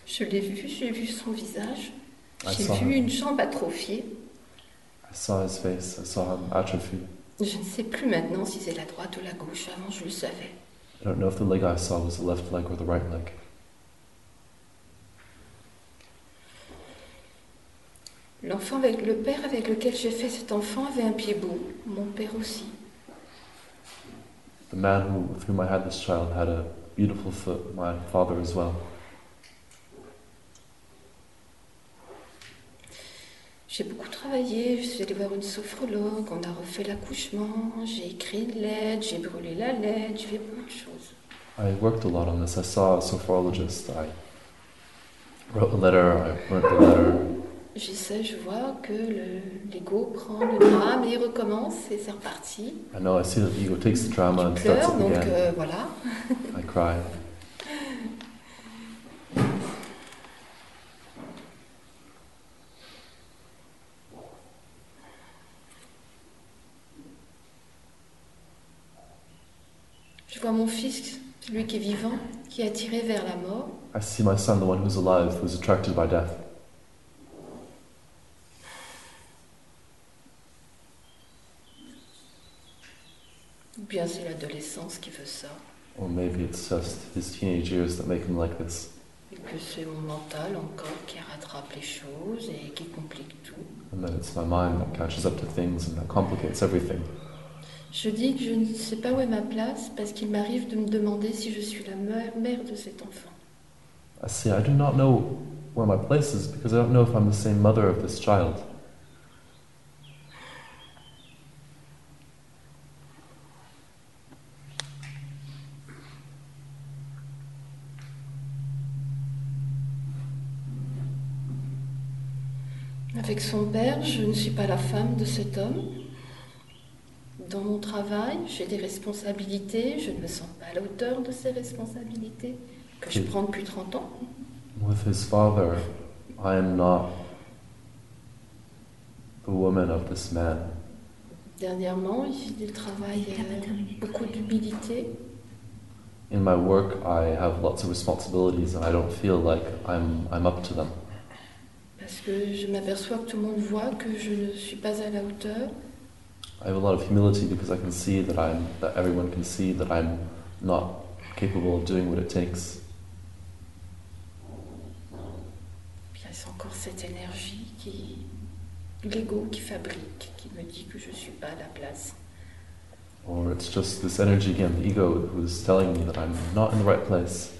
F: Je l'ai vu, j'ai vu son visage,
B: I
F: j'ai
B: saw
F: vu
B: him.
F: une jambe atrophiée.
B: I saw his face. I saw him atrophy.
F: Je ne sais plus maintenant si c'est la droite ou la gauche, avant je le savais.
B: I don't know if the leg I saw was the left leg or the right leg.
F: L'enfant avec le père avec lequel j'ai fait cet enfant avait un pied beau, mon père aussi.
B: The man who, with whom I had this child had a beautiful foot. My father as well.
F: J'ai beaucoup travaillé, je suis allée voir une sophrologue, on a refait l'accouchement, j'ai écrit une lettre, j'ai brûlé la lettre, j'ai fait beaucoup de choses.
B: I worked a lot on this. I saw a sophrologist. I wrote a letter. I burnt the letter.
F: J'essaie, je vois que le- l'ego prend le drame et recommence et c'est reparti.
B: I know, I see that ego takes the drama and starts
F: Pleure,
B: it
F: donc
B: again.
F: euh, voilà.
B: I cry.
F: Je vois mon fils, celui qui est vivant, qui est attiré vers la mort.
B: I see my son, the one who's alive, who's attracted by death.
F: Ou bien c'est l'adolescence qui veut ça.
B: Or maybe it's just his teenage years that make him like this.
F: Et que c'est mon mental encore qui rattrape les choses et qui complique tout.
B: And then it's my mind that catches up to things and that complicates everything.
F: Je dis que je ne sais pas où est ma place parce qu'il m'arrive de me demander si je suis la mère, mère de cet enfant.
B: I see, I do not know where my place is because I don't know if I'm the same mother of this child.
F: Avec son père, je ne suis pas la femme de cet homme. Dans mon travail, j'ai des responsabilités, je ne me sens pas à la hauteur de ces responsabilités que je
B: Oui.
F: prends depuis 30 ans.
B: With his father, I am not the woman of this man.
F: Dernièrement, il travaille euh, beaucoup d'humilité.
B: In my work, I have lots of responsibilities and I don't feel like I'm, I'm up to them.
F: Parce que je m'aperçois que tout le monde voit que je ne suis pas à la hauteur.
B: I have a lot of humility because I can see that I'm, that everyone can see that I'm not capable of doing what it takes.
F: Puis là, c'est encore cette énergie qui. l'ego qui fabrique, qui me dit que je ne suis pas à la place.
B: Or it's just this energy again, the ego, who's telling me that I'm not in the right place.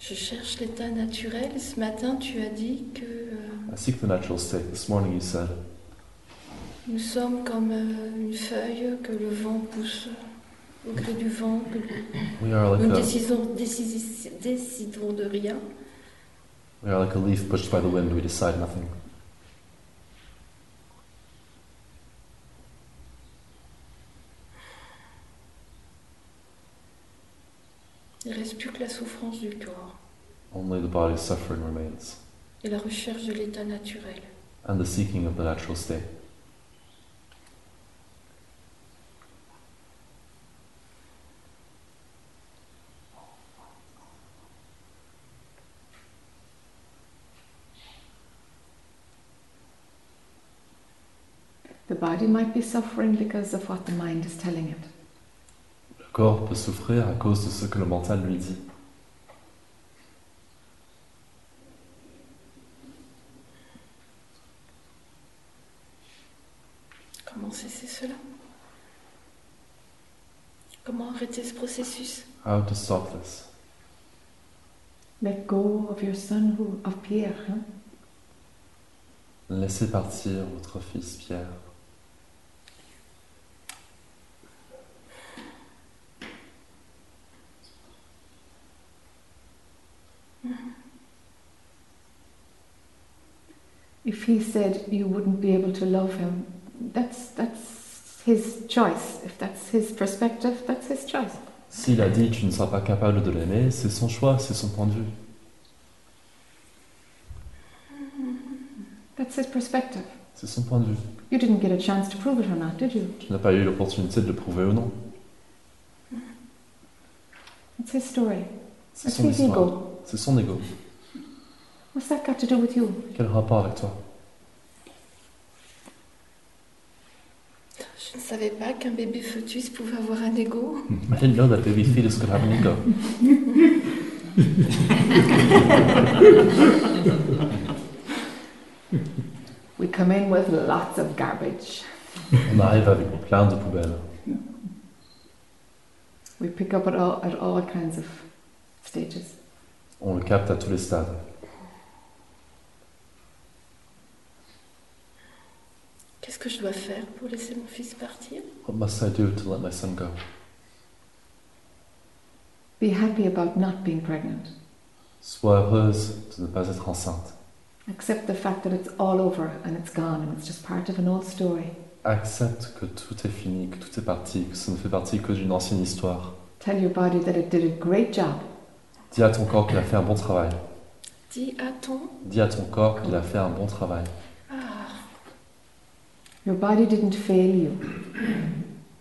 F: Je cherche l'état naturel. Ce matin, tu as dit que euh,
B: I seek the natural state. This morning you said,
F: nous sommes comme euh, une feuille que le vent pousse au gré du vent, que
B: we are like
F: nous ne
B: a,
F: décidons, décidis- décidons de rien.
B: we are like a leaf pushed by the wind, we decide nothing.
F: Il ne reste plus que la souffrance du corps
B: Only the body's suffering remains,
F: et la recherche de l'état naturel.
B: and the seeking of the natural state.
A: The body might be suffering because of what the mind is telling it.
B: Le corps peut souffrir à cause de ce que le mental lui dit.
F: Comment cesser cela Comment arrêter ce processus
B: How to stop this?
A: Let go of your son, who, of Pierre. Huh?
B: Laissez partir votre fils Pierre.
A: If he said you wouldn't be able to love him, that's that's his choice. If that's his perspective, that's his choice.
B: S'il a dit tu ne seras pas capable de l'aimer, c'est son choix, c'est son point de vue.
A: That's his perspective.
B: C'est son point de vue.
A: You didn't get a chance to prove it or not, did you?
B: Tu n'as pas eu l'opportunité de le prouver ou non.
A: It's his story.
B: C'est
A: That's
B: son
A: his
B: histoire.
A: ego.
B: C'est son ego.
A: What's that got to do with you?
B: Quel rapport avec toi
F: Je ne savais pas qu'un bébé fœtus pouvait avoir un ego.
B: I didn't know that baby fetus could have an ego.
A: We come in with lots of garbage.
B: On arrive avec plein de poubelles.
A: We pick up at all at all kinds of stages.
B: On le capte à tous les stades.
F: Qu'est-ce que je dois faire pour laisser mon fils partir
B: What must I do to let my son go?
A: Be happy about not being pregnant.
B: Sois heureuse de ne pas être enceinte.
A: Accept the fact that it's all over and it's gone and it's just part of an old story.
B: Accepte que tout est fini, que tout est parti, que ça ne fait partie que d'une ancienne histoire.
A: Tell your body that it did a great job.
B: Dis à ton corps qu'il a fait un bon travail.
F: Dis attends.
B: Dis à ton corps qu'il a fait un bon travail.
F: Ah,
A: Your body didn't fail you.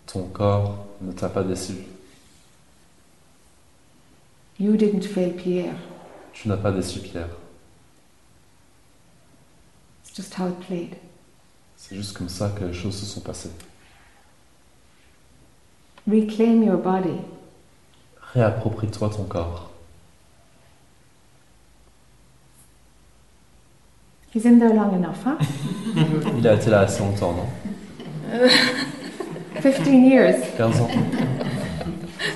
B: Ton corps ne t'a pas déçu.
A: You didn't fail Pierre.
B: Tu n'as pas déçu Pierre.
A: It's just how it played.
B: C'est juste comme ça que les choses se sont passées.
A: Reclaim your body.
B: Réapproprie-toi ton corps.
A: He's in there long enough, huh?
B: Il a été là assez longtemps, non
A: 15 years.
B: 15 ans.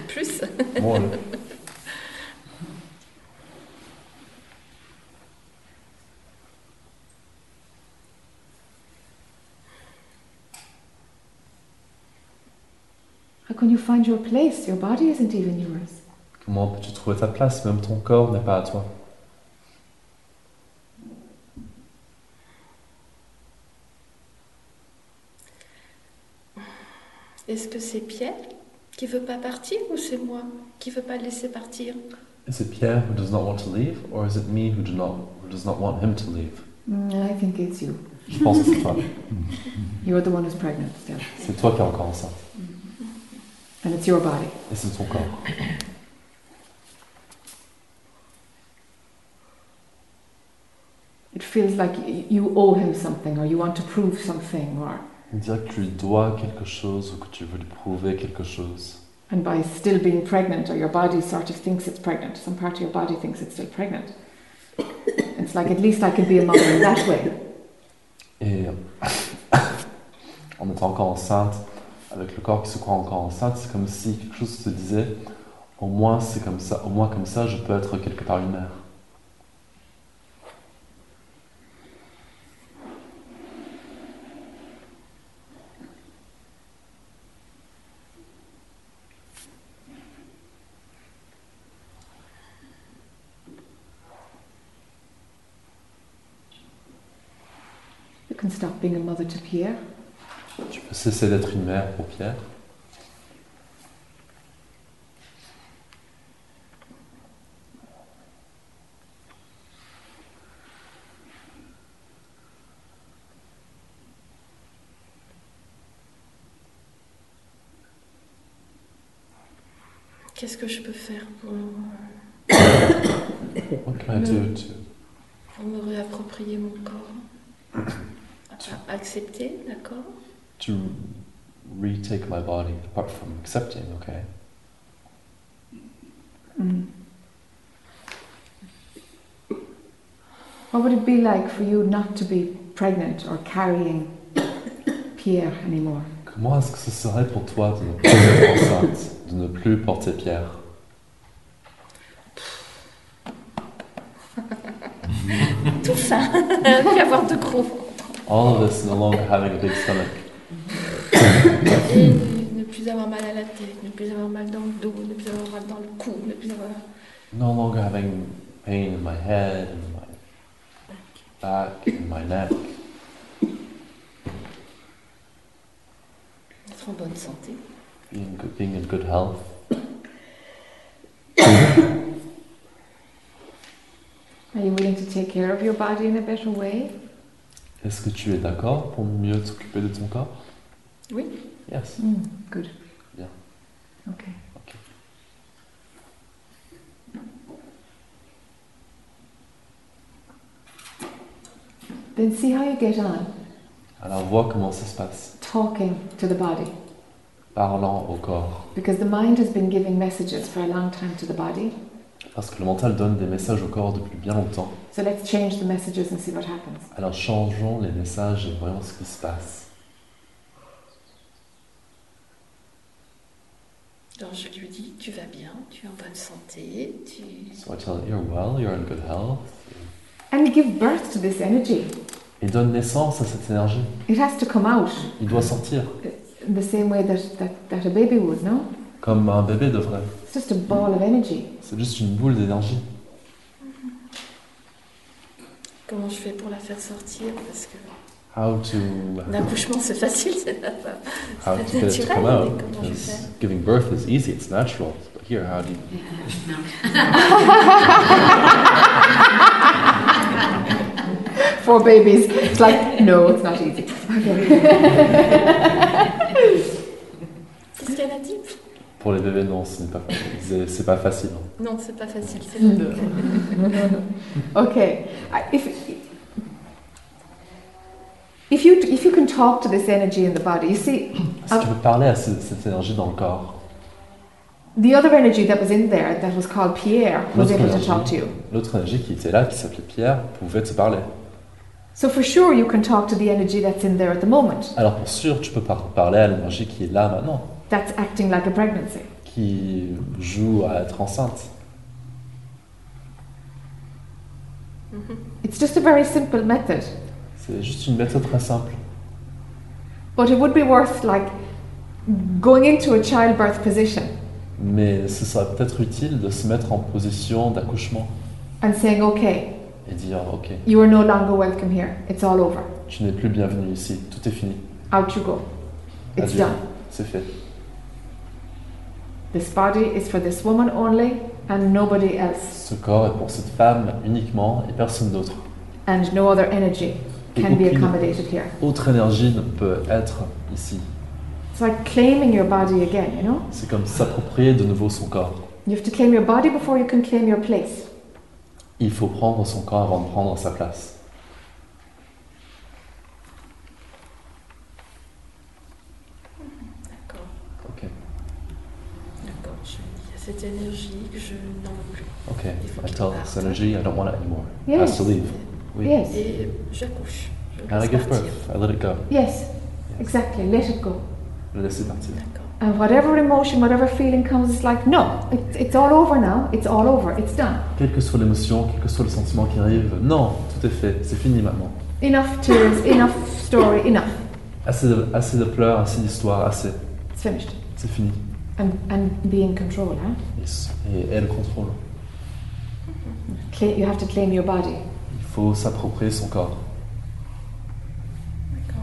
F: plus.
B: Bon, euh,
A: How can you find your place? Your body isn't even yours.
B: comment peux-tu trouver ta place Même ton corps n'est pas à toi.
F: Est-ce que c'est Pierre qui veut pas partir ou c'est moi qui veut pas le laisser partir
B: Is it Pierre who does not want to leave, or is it me who, do not, who does not want him to leave
A: Mm, I think it's you.
B: Je pense que c'est toi.
A: You're the one who's pregnant still.
B: C'est toi qui es encore enceinte.
A: And it's your body.
B: Et c'est ton corps.
A: It feels like y- you owe him something or you want to prove something or
B: On dirait que tu lui dois quelque chose ou que tu veux lui prouver quelque chose.
A: and by still being pregnant or your body sort of thinks it's pregnant. Some part of your body thinks it's still pregnant. It's like at least I can be a mother in that way.
B: Et en étant encore enceinte, avec le corps qui se croit encore enceinte, c'est comme si quelque chose se disait au moins c'est comme ça, au moins comme ça, je peux être quelque part une mère.
A: You can stop being a mother to Pierre.
B: Tu peux cesser d'être une mère pour Pierre.
F: Qu'est-ce que je peux faire pour,
B: What can I do to-
F: pour me réapproprier mon corps Ah, Accepter, d'accord
B: to retake my body apart from accepting, okay?
A: Mm. What would it be like for you not to be pregnant or carrying Pierre anymore?
B: Comment est-ce que ce serait pour toi de ne plus être enceinte, de ne plus porter Pierre
F: Tout ça Plus avoir de gros
B: All of this no longer having a big stomach.
F: Et ne plus avoir mal à la tête, ne plus avoir mal dans le dos, ne plus avoir mal dans le cou, ne plus avoir...
B: No longer having pain in my head, in my back, in my neck.
F: Être en bonne santé.
B: Being, good, being in good health.
A: Are you willing to take care of your body in a better way?
B: Est-ce que tu es d'accord pour mieux t'occuper de ton corps
F: Oui.
B: Yes.
A: Mm, good.
B: Yeah.
A: Okay.
B: Okay.
A: Then see how you get on
B: Alors vois comment ça se passe.
A: talking to the body
B: Parlant au corps.
A: because the mind has been giving messages for a long time to the body.
B: Parce que le mental donne des messages au corps depuis bien longtemps.
A: So let's change the messages and see what happens.
B: Alors changeons les messages et voyons ce qui se passe.
F: Alors je lui dis, tu vas bien, tu es en bonne santé, tu...
B: So I tell it, you're well, you're in good health.
A: And give birth to this energy.
B: Et donne naissance à cette énergie.
A: It has to come out
B: Il doit sortir.
A: the same way that, that, that a baby would, no?
B: Comme un bébé devrait.
A: It's just a ball of energy.
B: C'est juste une boule d'énergie.
F: Comment je fais pour la faire sortir Parce que
B: How to
F: l'accouchement c'est facile, c'est la femme.
B: how to
F: C'est
B: get it to
F: naturel,
B: come
F: mais
B: out.
F: comment je fais
B: Because giving birth is easy, it's natural. But here, how do you?
G: Non.
A: For babies, it's like, no, it's not easy.
F: Qu'est-ce qu'elle a dit
B: Pour les bébés, non, ce n'est pas facile. C'est- C'est pas facile. hein.
F: Non, c'est pas facile. C'est
A: No.
F: vrai.
A: okay. I- If, if, you, if you can talk to this energy in the body, you see,
F: Ah.
B: Si tu peux parler à ce- cette énergie dans le corps,
A: the other energy that was in there, that was called Pierre, was
B: Notre
A: able to
B: énergie.
A: talk to you.
B: l'autre énergie qui était là, qui s'appelait Pierre, pouvait te parler.
A: So for sure, you can talk to the energy that's in there at the moment,
B: Alors pour sûr, tu peux par- parler à l'énergie qui est là maintenant,
A: that's acting like a pregnancy.
B: qui joue à être enceinte.
A: It's just a very simple method,
B: C'est juste une méthode très simple.
A: but it would be worth like going into a childbirth position
B: Mais ce serait peut-être utile de se mettre en position d'accouchement
A: and saying, okay,
B: et dire Ok,
A: you are no longer welcome here. It's all over.
B: tu n'es plus bienvenu ici, tout est fini.
A: Out you go. It's
B: Adieu.
A: done.
B: C'est fait.
A: This body is for this woman only and nobody else,
B: Ce corps est pour cette femme uniquement et personne d'autre.
A: and no other energy
B: Et
A: can be
B: aucune
A: accommodated here.
B: autre énergie ne peut être ici.
A: It's like claiming your body again, you know?
B: C'est comme s'approprier de nouveau son corps.
A: You have to claim your body before you can claim your place.
B: Il faut prendre son corps avant de prendre sa place.
F: D'accord,
B: Ok,
F: d'accord. je- Il y a cette énergie que je n'en veux plus.
B: ok. I tell this energy I don't want it anymore. I have
A: Yes.
B: to leave. Oui.
A: Yes.
F: Et j'accouche. Je le
B: And I
F: laisse
B: give
F: partir.
B: birth. I let it go.
A: Yes. Exactly. Let it go.
B: Le laisser partir.
F: D'accord.
A: And whatever emotion, whatever feeling comes, it's like, no, it's, it's all over now. It's all over. It's done.
B: Quelle que soit l'émotion, quel que soit le sentiment qui arrive, non, tout est fait. C'est fini maintenant.
A: Enough tears, enough story, enough.
B: Assez de, assez de pleurs, assez d'histoires, assez.
A: It's finished.
B: C'est fini.
A: And, and be in control, huh?
B: Et, s- et elle contrôle.
A: Cla- you have to claim your body.
B: Il faut s'approprier son corps.
F: D'accord.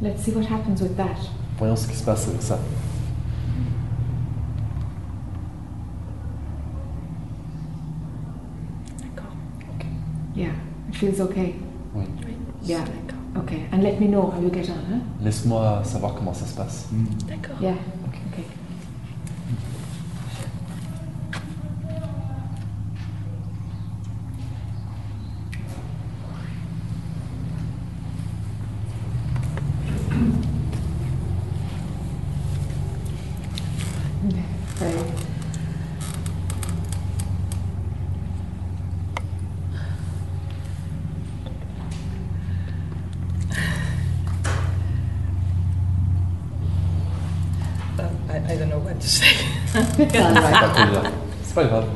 A: Let's see what happens with that.
B: Voyons ce qui se passe avec ça.
F: D'accord.
A: Yeah. It feels okay.
F: Oui.
A: Yeah.
F: D'accord.
A: Okay. And let me know how you get on, huh?
B: Laisse-moi savoir comment ça se passe.
F: D'accord.
A: Yeah.
B: Okay.
A: Okay. Very-
E: Uh, I, I don't know what to say.
A: All right.
B: C'est pas très grave. C'est pas grave.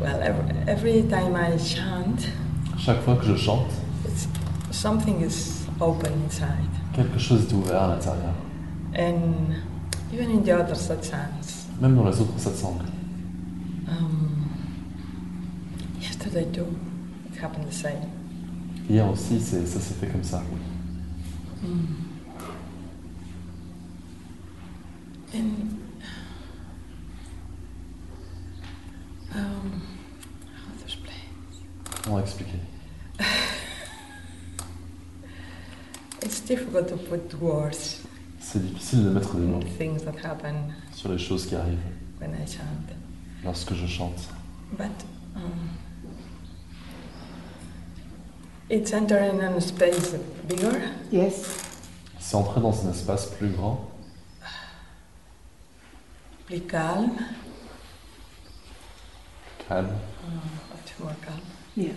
E: Well, every, every time I chant,
B: Chaque fois que je chante,
E: it's, something is open inside.
B: quelque chose est ouvert à l'intérieur.
E: And even in the other satsangs,
B: Même dans les autres satsangs.
E: um, yesterday too, it happened the same.
B: Hier aussi, c'est- ça s'est fait comme ça.
E: Mm. And um, how to explain?
B: On va expliquer.
E: It's difficult to put words
B: C'est difficile de mettre des mots
E: things that happen
B: sur les choses qui arrivent
E: when I chant.
B: lorsque je chante.
E: But um, it's entering in a space bigger,
A: Yes.
B: C'est entrer dans un espace plus grand,
E: be calm,
B: calme,
E: Uh, much more calm.
A: Yeah.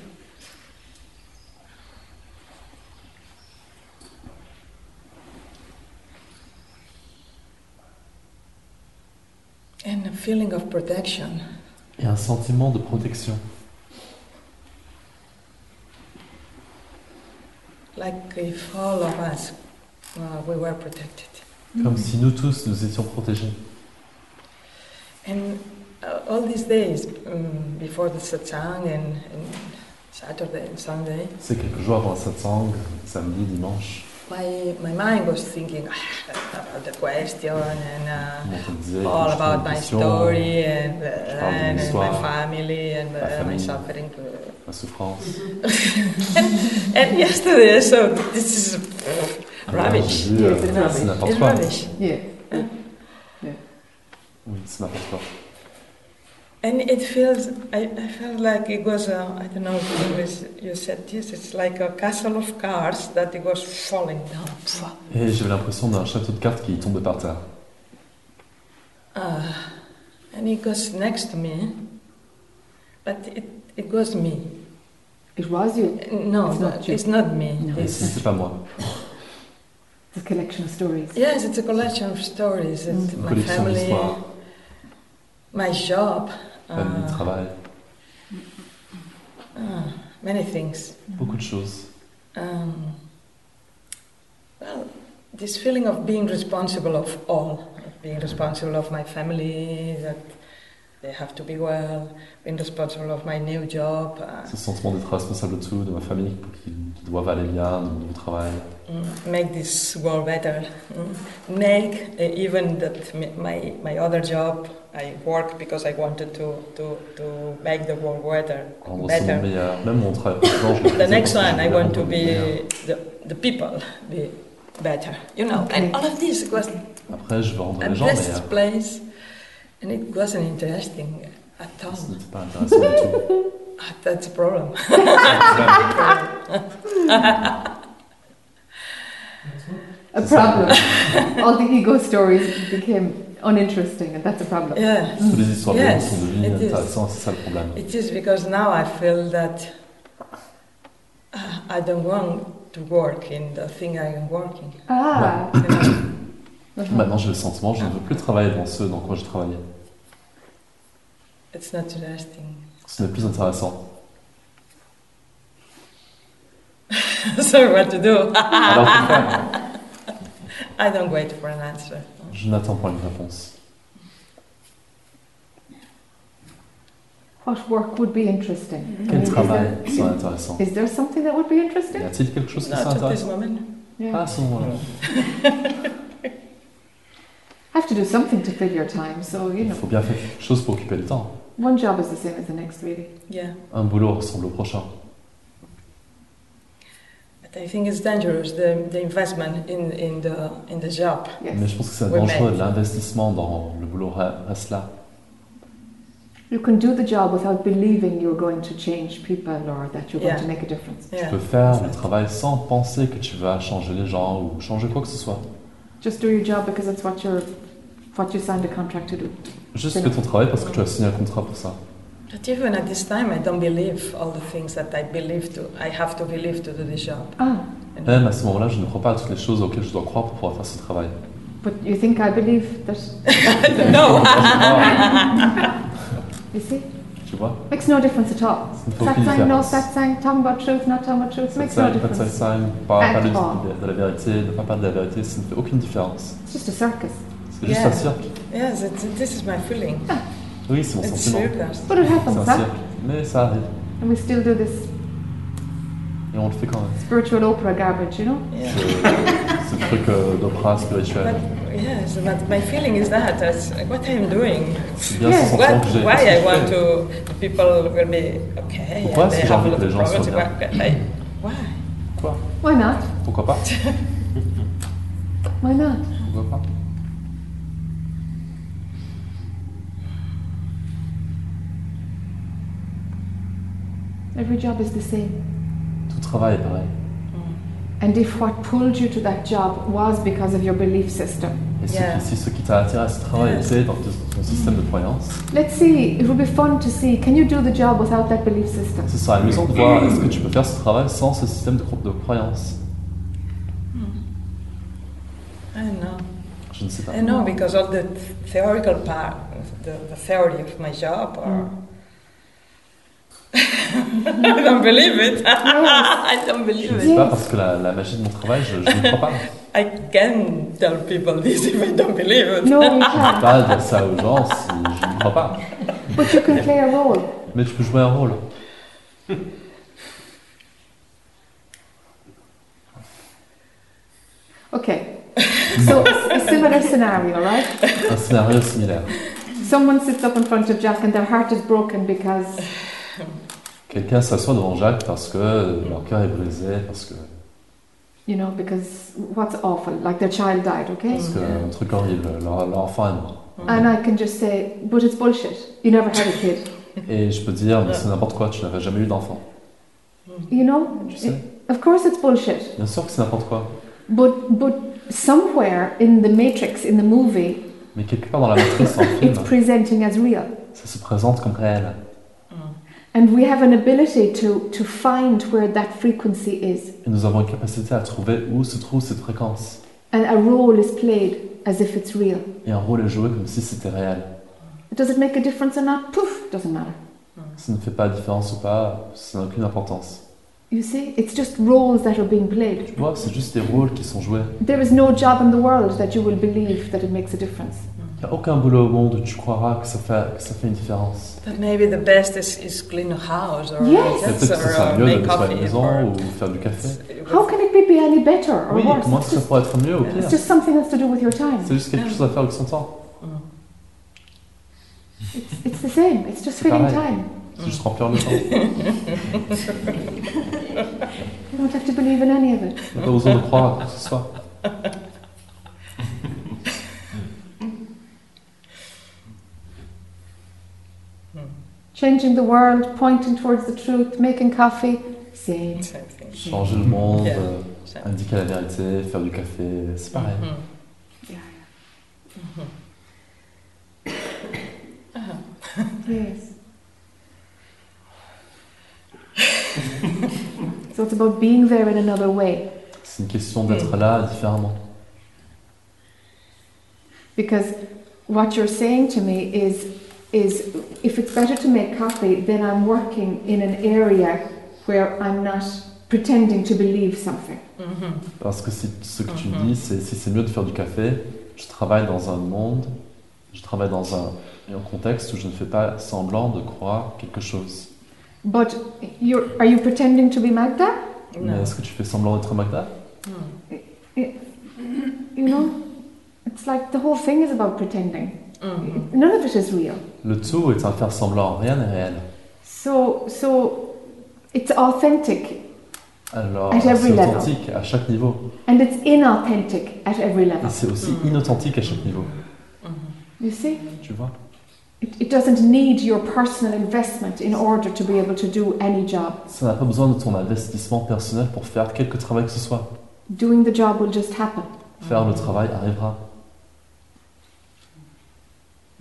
E: And a feeling of protection.
B: et un sentiment de protection.
E: Like if all of us, well, we were protected.
B: Comme si nous tous nous étions protégés.
E: And uh, all these days um, before the satsang and, and Saturday and Sunday,
B: C'est quelques jours avant le satsang, samedi, dimanche.
E: my, my mind was thinking "Ah, about the question and uh,
B: Comment on disait,
E: all
B: je fais
E: about
B: une
E: my
B: question,
E: story and, uh,
B: je parle de mon
E: and, and my
B: histoire,
E: family and
B: ma
E: uh, my
B: famille.
E: suffering.
B: ma souffrance.
E: And yesterday, so this is
B: Alors,
E: Rubbish.
B: j'ai dit, euh,
E: It's rubbish.
B: c'est n'importe
E: It's
B: quoi.
E: rubbish.
A: Yeah.
B: Oui, c'est n'importe quoi.
E: And it feels, I, I felt like it was, a, I don't know if in English you said this, it's like a castle of cards that it was falling down. Pfft.
B: Et j'avais l'impression d'un château de cartes qui tombait par terre.
E: Uh, and it goes next to me, but it, it goes me.
A: It was you.
E: No,
A: It's not
E: it's not,
A: you.
E: it's not me.
A: No.
B: Et si
E: It's,
B: c'est pas moi.
A: The collection of stories.
E: yes, it's a collection of stories. It's
B: Une
E: my
B: collection
E: family,
B: d'histoires,
E: my job,
B: la vie, le
E: uh,
B: travail,
E: uh, many things.
B: beaucoup de choses.
E: Um, well, this feeling of being responsible of all, of being responsible of my family, that they have to be well, being responsible of my new job. Uh,
B: Ce sentiment d'être responsable de tout, de ma famille, qui, qui doivent aller bien, de mon nouveau travail.
E: mm, make this world better. mm, Make uh, even that m- my, my other job, I work because I wanted to, to, to make the world better.
B: Rendre ce monde
E: better.
B: meilleur. Même mon travail précédent, je le
E: The
B: faisais
E: next
B: parce que
E: one,
B: je
E: I
B: voulais
E: want
B: rendre le
E: to
B: monde
E: be
B: meilleur.
E: the, the people be better, you know.
A: Okay.
E: And all of this was
B: Après, je veux rendre
E: a
B: les gens
E: blessed
B: meilleurs.
E: place, and it wasn't interesting at
B: Ce
E: all.
B: n'était pas intéressant du tout.
E: Ah, That's a problem.
A: A problem. All the ego stories became uninteresting, and that's a problem.
E: Yeah,
B: Toutes les histoires
E: Yes,
B: yes, sont devenues
E: it is.
B: intéressantes, c'est ça le problème.
E: it is because now I feel that uh, I don't want to work in the thing I am working.
A: Ah.
E: you know.
A: Uh-huh.
B: Maintenant, j'ai le sentiment, je ne veux plus travailler dans ce dans quoi je travaillais.
E: It's not interesting.
B: Ce n'est plus intéressant.
E: so what to do?
B: Alors, que faire
E: I don't wait for an answer.
B: je n'attends pas une réponse.
A: What work would be interesting? I mean,
B: Quel
A: is
B: travail
A: there-
B: serait intéressant
A: Is there something that would be
B: Y
A: interesting?
B: a-t-il quelque chose qui Ah, serait
E: Not at this
B: intéressant
E: moment.
A: Yeah.
B: Pas à ce moment-là.
A: Have to do something to fill your time, so you
B: Il
A: know,
B: faut bien faire quelque chose pour occuper le temps.
A: one job is the same as the next, really.
E: Yeah,
B: Un boulot ressemble au prochain.
E: but I think it's dangerous the, the investment in, in the in the job.
B: Mais
A: Yes.
B: je pense que c'est
E: Ouais,
B: dangereux,
E: mais-
B: l'investissement dans le boulot re- reste là.
A: You can do the job without believing you're going to change people or that you're going
E: Yeah.
A: to make a difference.
B: Tu
E: Yeah.
B: peux faire le travail sans penser que tu vas changer les gens ou changer quoi que ce soit.
A: Just do your job because it's what you're, what you signed a contract to do.
B: Juste
A: C'est
B: fais
A: là.
B: ton travail parce que tu as signé un contrat pour ça.
E: But even at this time, I don't believe all the things that I believe to. I have to believe to do this job.
A: Ah,
E: And
B: Même à ce moment-là, je ne crois pas à toutes les choses auxquelles je dois croire pour pouvoir faire ce travail.
A: but you think I believe that?
E: no,
A: You see,
B: Tu vois
A: makes no difference at all.
B: Ça ne fait aucune
A: Satsang, no
B: différence.
A: satsang, talking about truth, not talking about truth,
B: Cette
A: makes no
B: scène, pas de
A: difference.
B: satsang, pas, pas de,
A: Attends.
B: de la vérité, ne pas parler de la vérité, ça ne fait aucune différence.
A: It's just a circus,
B: C'est juste
E: Yeah.
B: un cirque.
E: yes, it's, this is my feeling.
B: Oui, c'est mon
E: It's
B: sentiment.
E: circus.
A: but it
B: C'est un
A: happens, huh?
B: cirque. Mais ça arrive.
A: And we still do this
B: Et on le fait quand même.
A: spiritual Oprah garbage, you know.
E: Yeah.
B: Ce, ce truc euh, d'opéra
E: But
B: spirituel.
E: yes, but my feeling is that that's what I'm doing.
B: C'est bien ce
A: Yes.
B: sentiment
E: What,
B: que j'ai.
E: why
B: Qu'est-ce que
E: I
B: je
E: want
B: fais
E: to? People will be okay.
B: Pourquoi
E: and
B: est-ce
E: they
B: que j'ai
E: have
B: envie
E: a lot
B: que
E: of
B: les gens soient
E: problems,
B: bien?
E: but I- Why?
B: Quoi
A: Why not?
B: Pourquoi pas
A: Why not?
B: Pourquoi pas
A: Every job is the same.
B: Tout travail est pareil.
A: And if what pulled you to that job was because of your belief system,
B: Et ce
E: Yeah.
B: qui- si ce qui t'a attiré à ce travail
E: Yeah.
B: était dans ton ton système de croyance,
A: let's see, it would be fun to see can you do the job without that belief system?
B: ce sera amusant de voir est-ce que tu peux faire ce travail sans ce système de, cro- de croyance.
E: I don't know.
B: Je ne sais pas.
E: I know Uh, because all the theoretical part, the, the theory of my job, or
A: Mm.
E: I don't believe it. I don't
B: Je
E: believe
B: ne
E: it.
B: sais pas parce que la, la magie de mon travail, je, je ne crois pas.
E: I can tell people this if I don't believe it.
A: No, you
B: Je ne
A: can't.
B: peux pas dire ça aux gens si je ne crois pas.
A: But you can play a role.
B: Mais tu peux jouer un rôle.
A: Okay. So a similar scenario, right?
B: Un scénario similaire.
A: Someone sits up in front of Jack and their heart is broken because
B: Quelqu'un s'assoit devant Jacques parce que euh, leur cœur est brisé, parce que
A: you know, because what's awful, like their child died, okay?
B: parce que un truc horrible, leur, leur enfant est mort.
A: And I can just say, but it's bullshit. You never had a kid.
B: Et je peux dire, mais c'est n'importe quoi, tu n'avais jamais eu d'enfant.
A: You know?
B: Tu sais,
A: Of course it's bullshit.
B: bien sûr que c'est n'importe quoi.
A: But but somewhere in the matrix in the movie
B: Mais quelque part dans la matrice, en film,
A: it's presenting as real.
B: ça se présente comme réel.
A: And we have an ability to, to find where that frequency is.
B: Et nous avons une capacité à trouver où se trouve cette fréquence.
A: And a role is played as if it's real.
B: Et un rôle est joué comme si c'était réel.
A: Does it make a difference or not? Poof, doesn't matter.
B: Ça ne fait pas la différence ou pas, ça n'a aucune importance.
A: You see, it's just roles that are being played.
B: Tu vois, c'est juste des rôles qui sont joués.
A: There is no job in the world that you will believe that it makes a difference.
B: Il n'y a aucun boulot au monde où tu croiras que ça fait, que ça fait une différence.
E: But maybe the best is, is clean a house or
A: Yes.
B: Et
E: that's
B: Peut-être que ça
E: or,
B: sera
E: uh,
B: mieux de
E: make
B: faire à la
E: coffee.
B: maison
E: or-
B: ou faire du café.
E: it's- it
A: How
E: was-
A: can it be, be any better or
B: Oui,
A: worse?
B: comment
A: it's,
B: est-ce que ça
A: just,
B: pourrait être mieux au pire
A: it's just something that's to do with your time.
B: C'est juste quelque chose à faire avec son temps.
E: mm,
A: It's, it's the same. It's just
B: C'est
A: filling
B: pareil.
A: time.
B: C'est juste remplir le temps.
A: You don't have to believe in any of it.
B: Il n'y a pas besoin de croire à quoi que ce soit.
A: Changing the world, pointing towards the truth, making coffee, same.
E: Same thing.
B: Changer le monde,
E: Yeah.
B: euh,
E: Same.
B: indiquer la vérité, faire du café, c'est pareil.
E: Mhm.
A: Yeah. Mm-hmm.
E: Mhm.
A: Yes. so it's about being there in another way.
B: C'est une question d'être là différemment.
A: Because what you're saying to me is, is if it's better to make coffee, then I'm working in an area where I'm not pretending to believe something.
E: Mhm.
B: Parce que si- ce que tu
E: Mhm.
B: dis, c'est si c'est mieux de faire du café, je travaille dans un monde, je travaille dans un, un contexte où je ne fais pas semblant de croire quelque chose.
A: But you're, are you pretending to be Magda?
B: Mais
E: No.
B: est-ce que tu fais semblant d'être Magda
E: Mm.
A: You know, it's like the whole thing is about pretending.
E: Mhm.
A: None of it is real.
B: Le tout est un faire semblant, rien n'est réel.
A: So, so it's authentic
B: Alors,
E: Ah,
A: At every
B: c'est
A: level.
B: authentique à chaque niveau.
A: and it's inauthentic at every
B: Et
A: level.
B: c'est aussi
E: Mhm.
B: inauthentique à chaque niveau.
E: Mm-hmm.
A: You see?
B: Tu vois
A: It, it doesn't need your personal investment in order to be able to do any job.
B: Ça n'a pas besoin de ton investissement personnel pour faire quelque travail que ce soit.
A: Doing the job will just happen.
B: Faire
E: Mm.
B: le travail arrivera.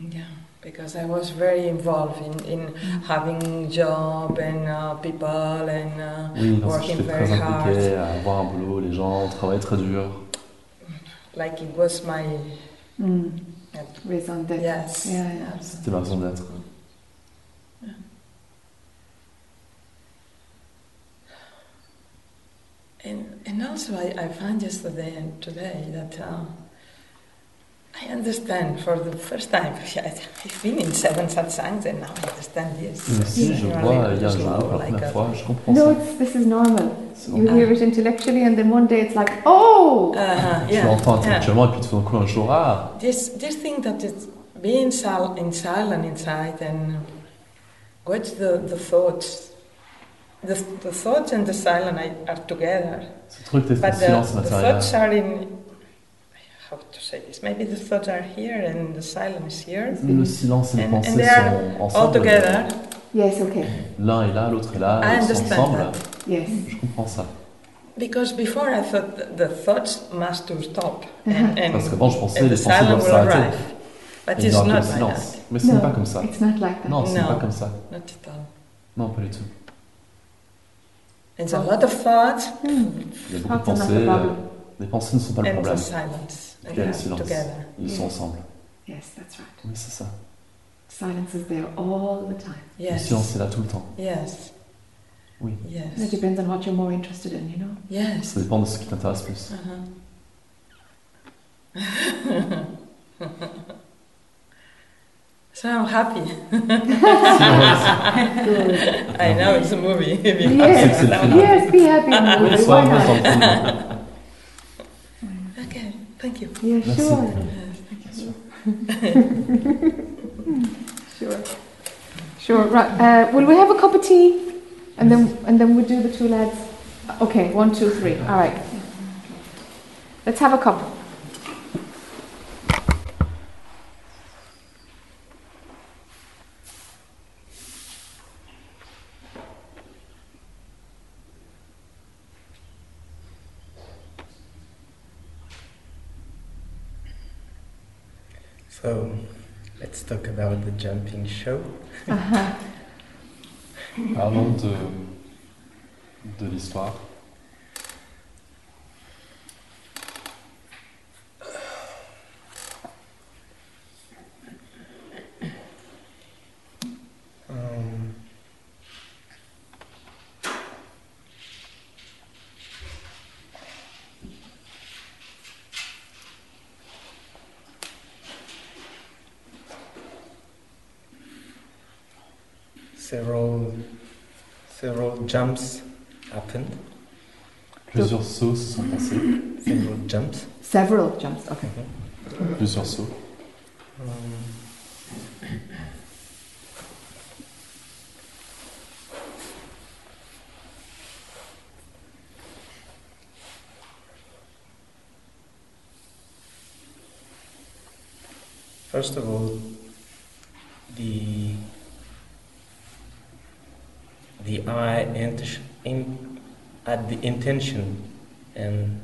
E: Yeah, because I was very involved in, in having job and uh, people and uh,
B: Oui, parce que
E: Working
B: j'étais
E: very
B: très impliqué à avoir un boulot, les gens travaillent très dur.
E: like it was my
A: Mm.
E: Yeah.
A: Raison d'être.
E: yes.
A: Yeah, yeah.
B: C'était ma raison d'être.
E: And, and also I, I found yesterday and today that uh, I understand for the first time. I- I've been in seven satsangs and now I understand this.
B: Mais aussi, je
E: You are
B: vois
E: really
B: hier je
E: slow,
B: vois pour la
E: like
B: première
E: a-
B: fois, je comprends
A: No,
B: ça.
A: it's, this is normal.
B: C'est
A: You
B: bon.
A: hear it intellectually, and then one day it's like, oh!
E: Uh-huh,
B: Tu
E: yeah,
B: l'entends
E: yeah.
B: intellectuellement et puis tout d'un coup un jour, ah,
E: This this thing that it's being sil- in silent inside and watch the, the thoughts. The, the thoughts and the silent are- are together,
B: ce truc d'être
E: but
B: en
E: the,
B: silence
E: the
B: matériel.
E: thoughts are in. How to say this? Maybe the thoughts are here and the silent is here,
B: Le silence et les
E: And- and
B: pensées
E: they are
B: sont
E: all
B: ensemble.
E: together.
A: Yes, okay.
B: L'un est là, l'autre est là,
E: I
B: ils sont
E: understand
B: ensemble.
E: that.
A: Yes.
B: Je comprends ça.
E: Because before I thought th- the thoughts must to stop and, and,
B: Parce qu'avant je pensais
E: and
B: les
E: the
B: pensées
E: silent
B: doivent
E: will
B: s'arrêter.
E: arrive. But
B: Et il n'y
E: it's
B: aura que le
E: not like
B: silence.
E: that.
B: Mais ce n'est
A: No.
B: pas comme ça.
A: It's not like that.
B: Non, ce n'est
E: No.
B: pas comme ça.
E: Not at all.
B: Non, pas du tout.
E: It's a lot of thoughts
A: Hmm.
B: Il y a beaucoup de
A: That's not
B: pensées.
A: the
B: euh,
A: problem.
B: Les pensées ne sont pas le
E: and the
B: problème.
E: silence.
B: Il y a le
E: Yeah,
B: silence.
E: Together.
B: Ils sont ensemble.
A: Yes, that's right.
B: Oui, c'est ça.
A: Silence is there all the time.
B: Le
E: Yes.
B: silence est là tout le temps.
E: Yes.
B: Oui.
A: It
E: Yes.
A: depends on what you're more interested in, you know?
E: Yes.
B: Ça dépend de ce qui t'intéresse plus.
E: Uh-huh. so I'm happy.
A: Good.
E: I know it's a movie. If you
A: Yes.
B: C'est- c'est le film.
A: yes, be happy.
B: Ah, Oui,
A: Mary,
B: sois
A: Why
B: heureuse dans le
A: not?
B: film.
E: Okay. Thank you.
A: Yeah,
B: Merci.
A: sure.
E: Yes.
B: Bien sûr.
A: Sure. Sure. Right. Uh, will we have a cup of tea? And then and then we do the two lads. Okay, one, two, three. All right. Let's have a cup.
G: So, let's talk about the jumping show.
A: Uh-huh.
B: Parlons de, de l'histoire.
G: Um, several several jumps happened.
B: Plusieurs sauts se sont passés.
G: Several jumps.
A: Several jumps. Okay.
B: Plusieurs sauts.
G: Um, First of all, the the eye int- in, at the intention and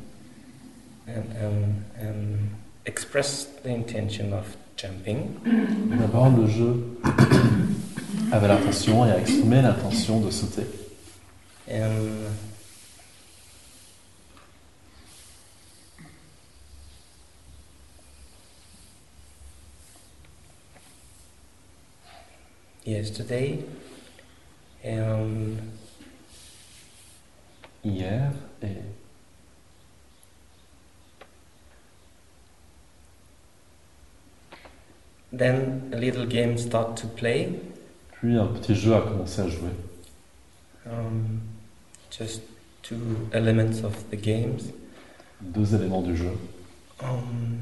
G: and, and, and express the intention of jumping.
B: D'abord, le jeu avait l'intention et a exprimé l'intention de sauter.
G: And yesterday, um,
B: Hier et
G: then a little game start to play.
B: puis un petit jeu a commencé à jouer.
G: Um, just two elements of the games.
B: Deux éléments du jeu.
G: Um,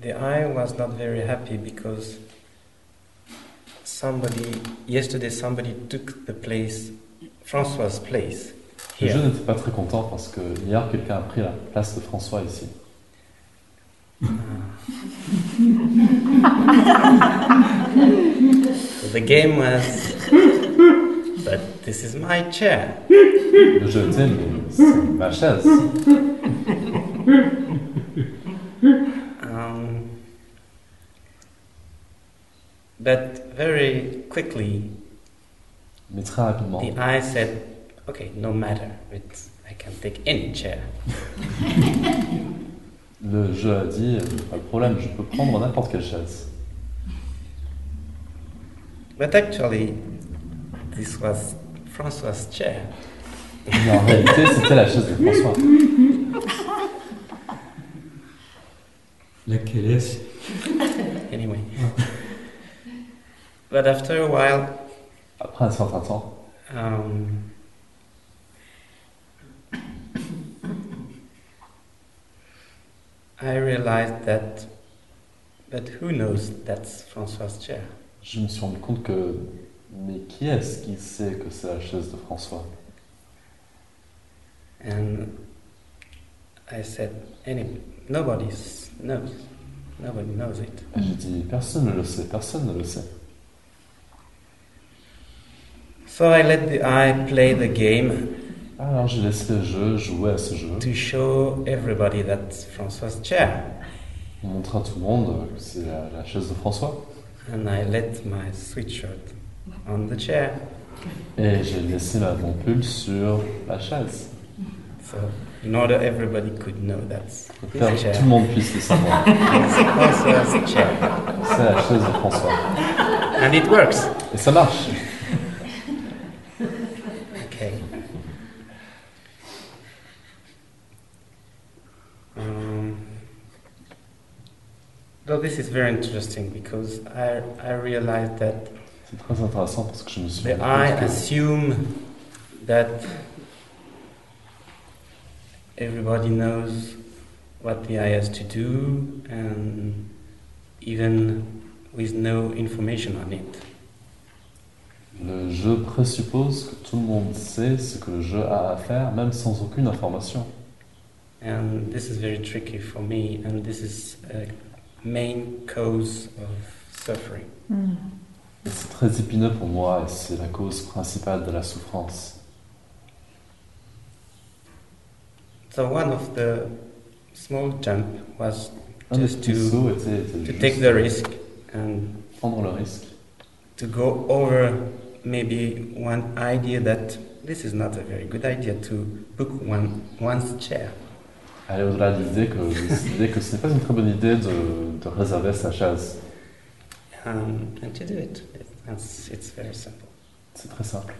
G: the eye was not very happy because somebody yesterday somebody took the place, Francois's place
B: Le jeu
G: here,
B: n'était pas très content parce que hier quelqu'un a pris la place de François ici.
G: so the game was. but this is my chair.
B: Le jeu était mais c'est ma chaise.
G: Um, but very quickly,
B: Mais très rapidement,
G: the eye said, "Okay, no matter. It's, I can take any chair."
B: le jeu a dit euh, pas de problème, je peux prendre n'importe quelle chaise.
G: But actually, this was Francois's chair.
B: Mais en réalité, c'était la chaise de François.
C: Laquelle est-ce
G: Anyway. but after a while,
B: Après un certain temps,
G: um, I realized that. But who knows that's Francois's chair?
B: je me suis rendu compte que. Mais qui est-ce qui sait que c'est la chaise de François
G: And I said, any, nobody s- knows. Nobody knows it.
B: Et J'ai dit personne ne le sait, personne ne le sait.
G: So I let the eye play the game
B: Alors j'ai laissé le jeu jouer à ce jeu,
G: to show everybody that's Francois's chair.
B: en montrant à tout le monde que c'est la, la chaise de François.
G: And I let my sweatshirt on the chair.
B: Et j'ai laissé ma pompule sur la chaise.
G: So, in order everybody could know that's
B: Pour faire que
G: his
B: tout le
G: chair.
B: monde puisse le savoir.
G: That's his chair.
B: C'est la chaise de François.
G: And it works.
B: Et ça marche.
G: Okay. Um, well, this is very interesting because I, I realized that
B: C'est très intéressant parce que je me suis
G: the
B: rendu
G: I
B: compte que
G: assume that everybody knows what the eye has to do and even with no information on it.
B: le jeu présuppose que tout le monde sait ce que le jeu a à faire, même sans aucune information.
G: And Um, this is very tricky for me, and this is a main cause of suffering.
A: Mm.
B: Et C'est très épineux pour moi et c'est la cause principale de la souffrance.
G: So one of the small jump was
B: Un des
G: Just
B: petits
G: to-
B: sauts était, était
G: to
B: juste
G: take the risk and
B: prendre le risque.
G: to go over maybe one idea that this is not a very good idea to book one one's chair.
B: Aller au-delà de l'idée que, l'idée que ce n'est pas une très bonne idée de, de réserver sa chaise.
G: Um, and to do it. It's, it's very simple.
B: C'est très simple.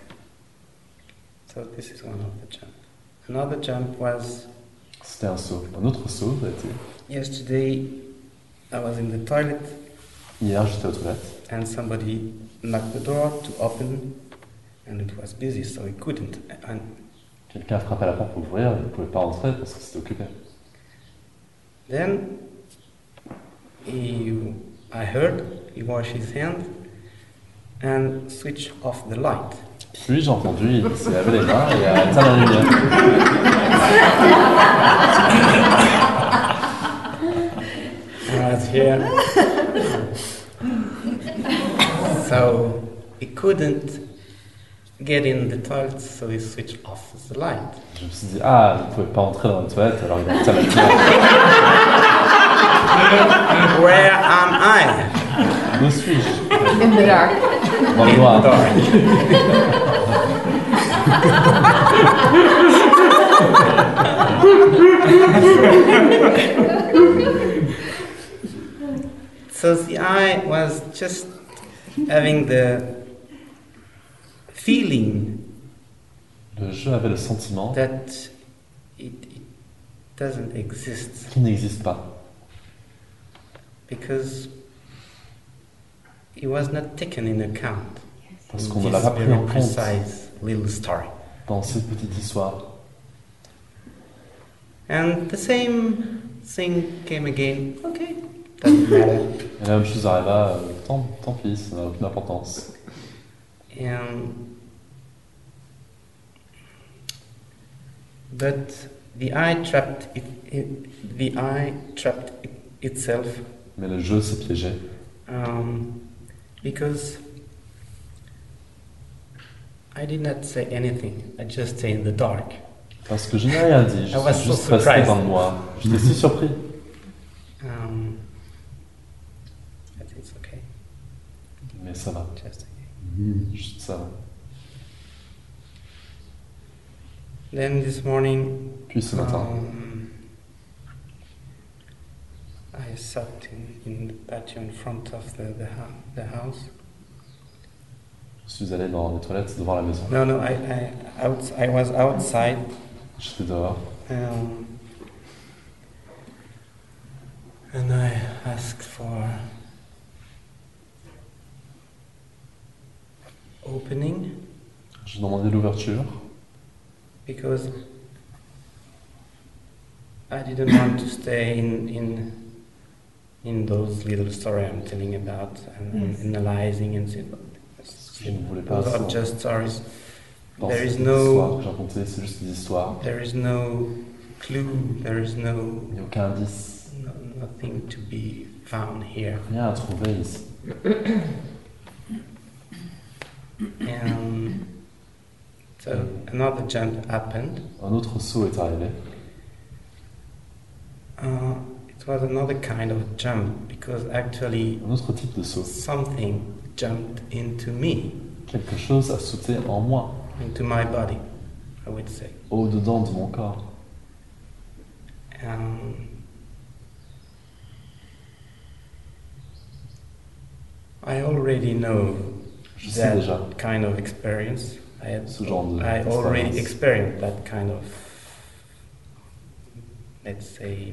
G: So this is one of the jump. Another jump was
B: C'était un saut. Un autre saut a été.
G: yesterday I was in the toilet
B: Hier, j'étais aux toilettes
G: and somebody knocked the door to open and it was busy so he couldn't and
B: Quelqu'un a frappé à la porte pour ouvrir, il ne pouvait pas entrer parce que c'était occupé.
G: then he, i heard he washed his hand and switched off the light
B: Puis j'ai entendu, il s'est lavé les mains et a éteint la lumière.
G: and i was here so he couldn't get in the toilet so he switched off the light
B: Je me suis dit, ah, il ne pouvait pas entrer dans la toilette, alors il a éteint la lumière.
G: where am i
B: Où suis-je
A: In the dark.
B: Dans le noir.
G: Dark. so the eye was just having the feeling
B: Le jeu avait le sentiment
G: that it, it doesn't exist
B: qu'il n'existe pas.
G: because it was not taken in account
B: Parce
G: in
B: qu'on ne l'a
G: this
B: pas pris
G: very
B: en compte
G: precise little story.
B: dans cette petite histoire.
G: And the same thing came again. Okay, doesn't matter.
B: Et la même chose arriva, euh, tant, tant pis, ça n'a aucune importance.
G: Um, but the eye trapped it, it, the eye trapped it, itself
B: Mais le jeu s'est piégé.
G: um, because I did not say anything. I just stay in the dark.
B: Parce que je n'ai rien dit, je
G: I was
B: suis juste
G: so
B: resté
G: surprised.
B: dans le noir. J'étais si surpris.
G: Um, but it's okay.
B: Mais ça va,
G: Just okay.
B: juste ça va.
G: Then this morning
B: Puis ce matin,
G: Um, I sat in, in the patio in front of the, the, hou- the house.
B: je suis allé dans les toilettes devant la maison.
G: No, no, I, I, out, I was outside.
B: J'étais dehors
G: Um, and I asked for opening
B: J'ai demandé l'ouverture
G: because I didn't want to stay in, in, in those little story I'm telling about and, and
A: Yes.
G: analyzing and saying,
B: parce que je ne voulais pas
G: Those are
B: penser
G: just stories.
B: dans
G: there is
B: cette
G: no-
B: histoire que j'ai racontée, c'est juste des histoires.
G: There is no clue. There is no,
B: Il n'y a aucun indice,
G: no nothing to be found here.
B: rien à trouver ici.
G: And so another jump happened.
B: Un autre saut est arrivé.
G: Uh, it was another kind of jump because actually
B: Un autre type de saut.
G: something jumped into me.
B: quelque chose a sauté en moi,
G: into my body, I would say.
B: au-dedans de mon corps.
G: Um, I already know
B: Je sais
G: that
B: déjà
G: kind of experience. I have
B: ce genre de
G: I
B: expérience.
G: already experienced that kind of, let's say,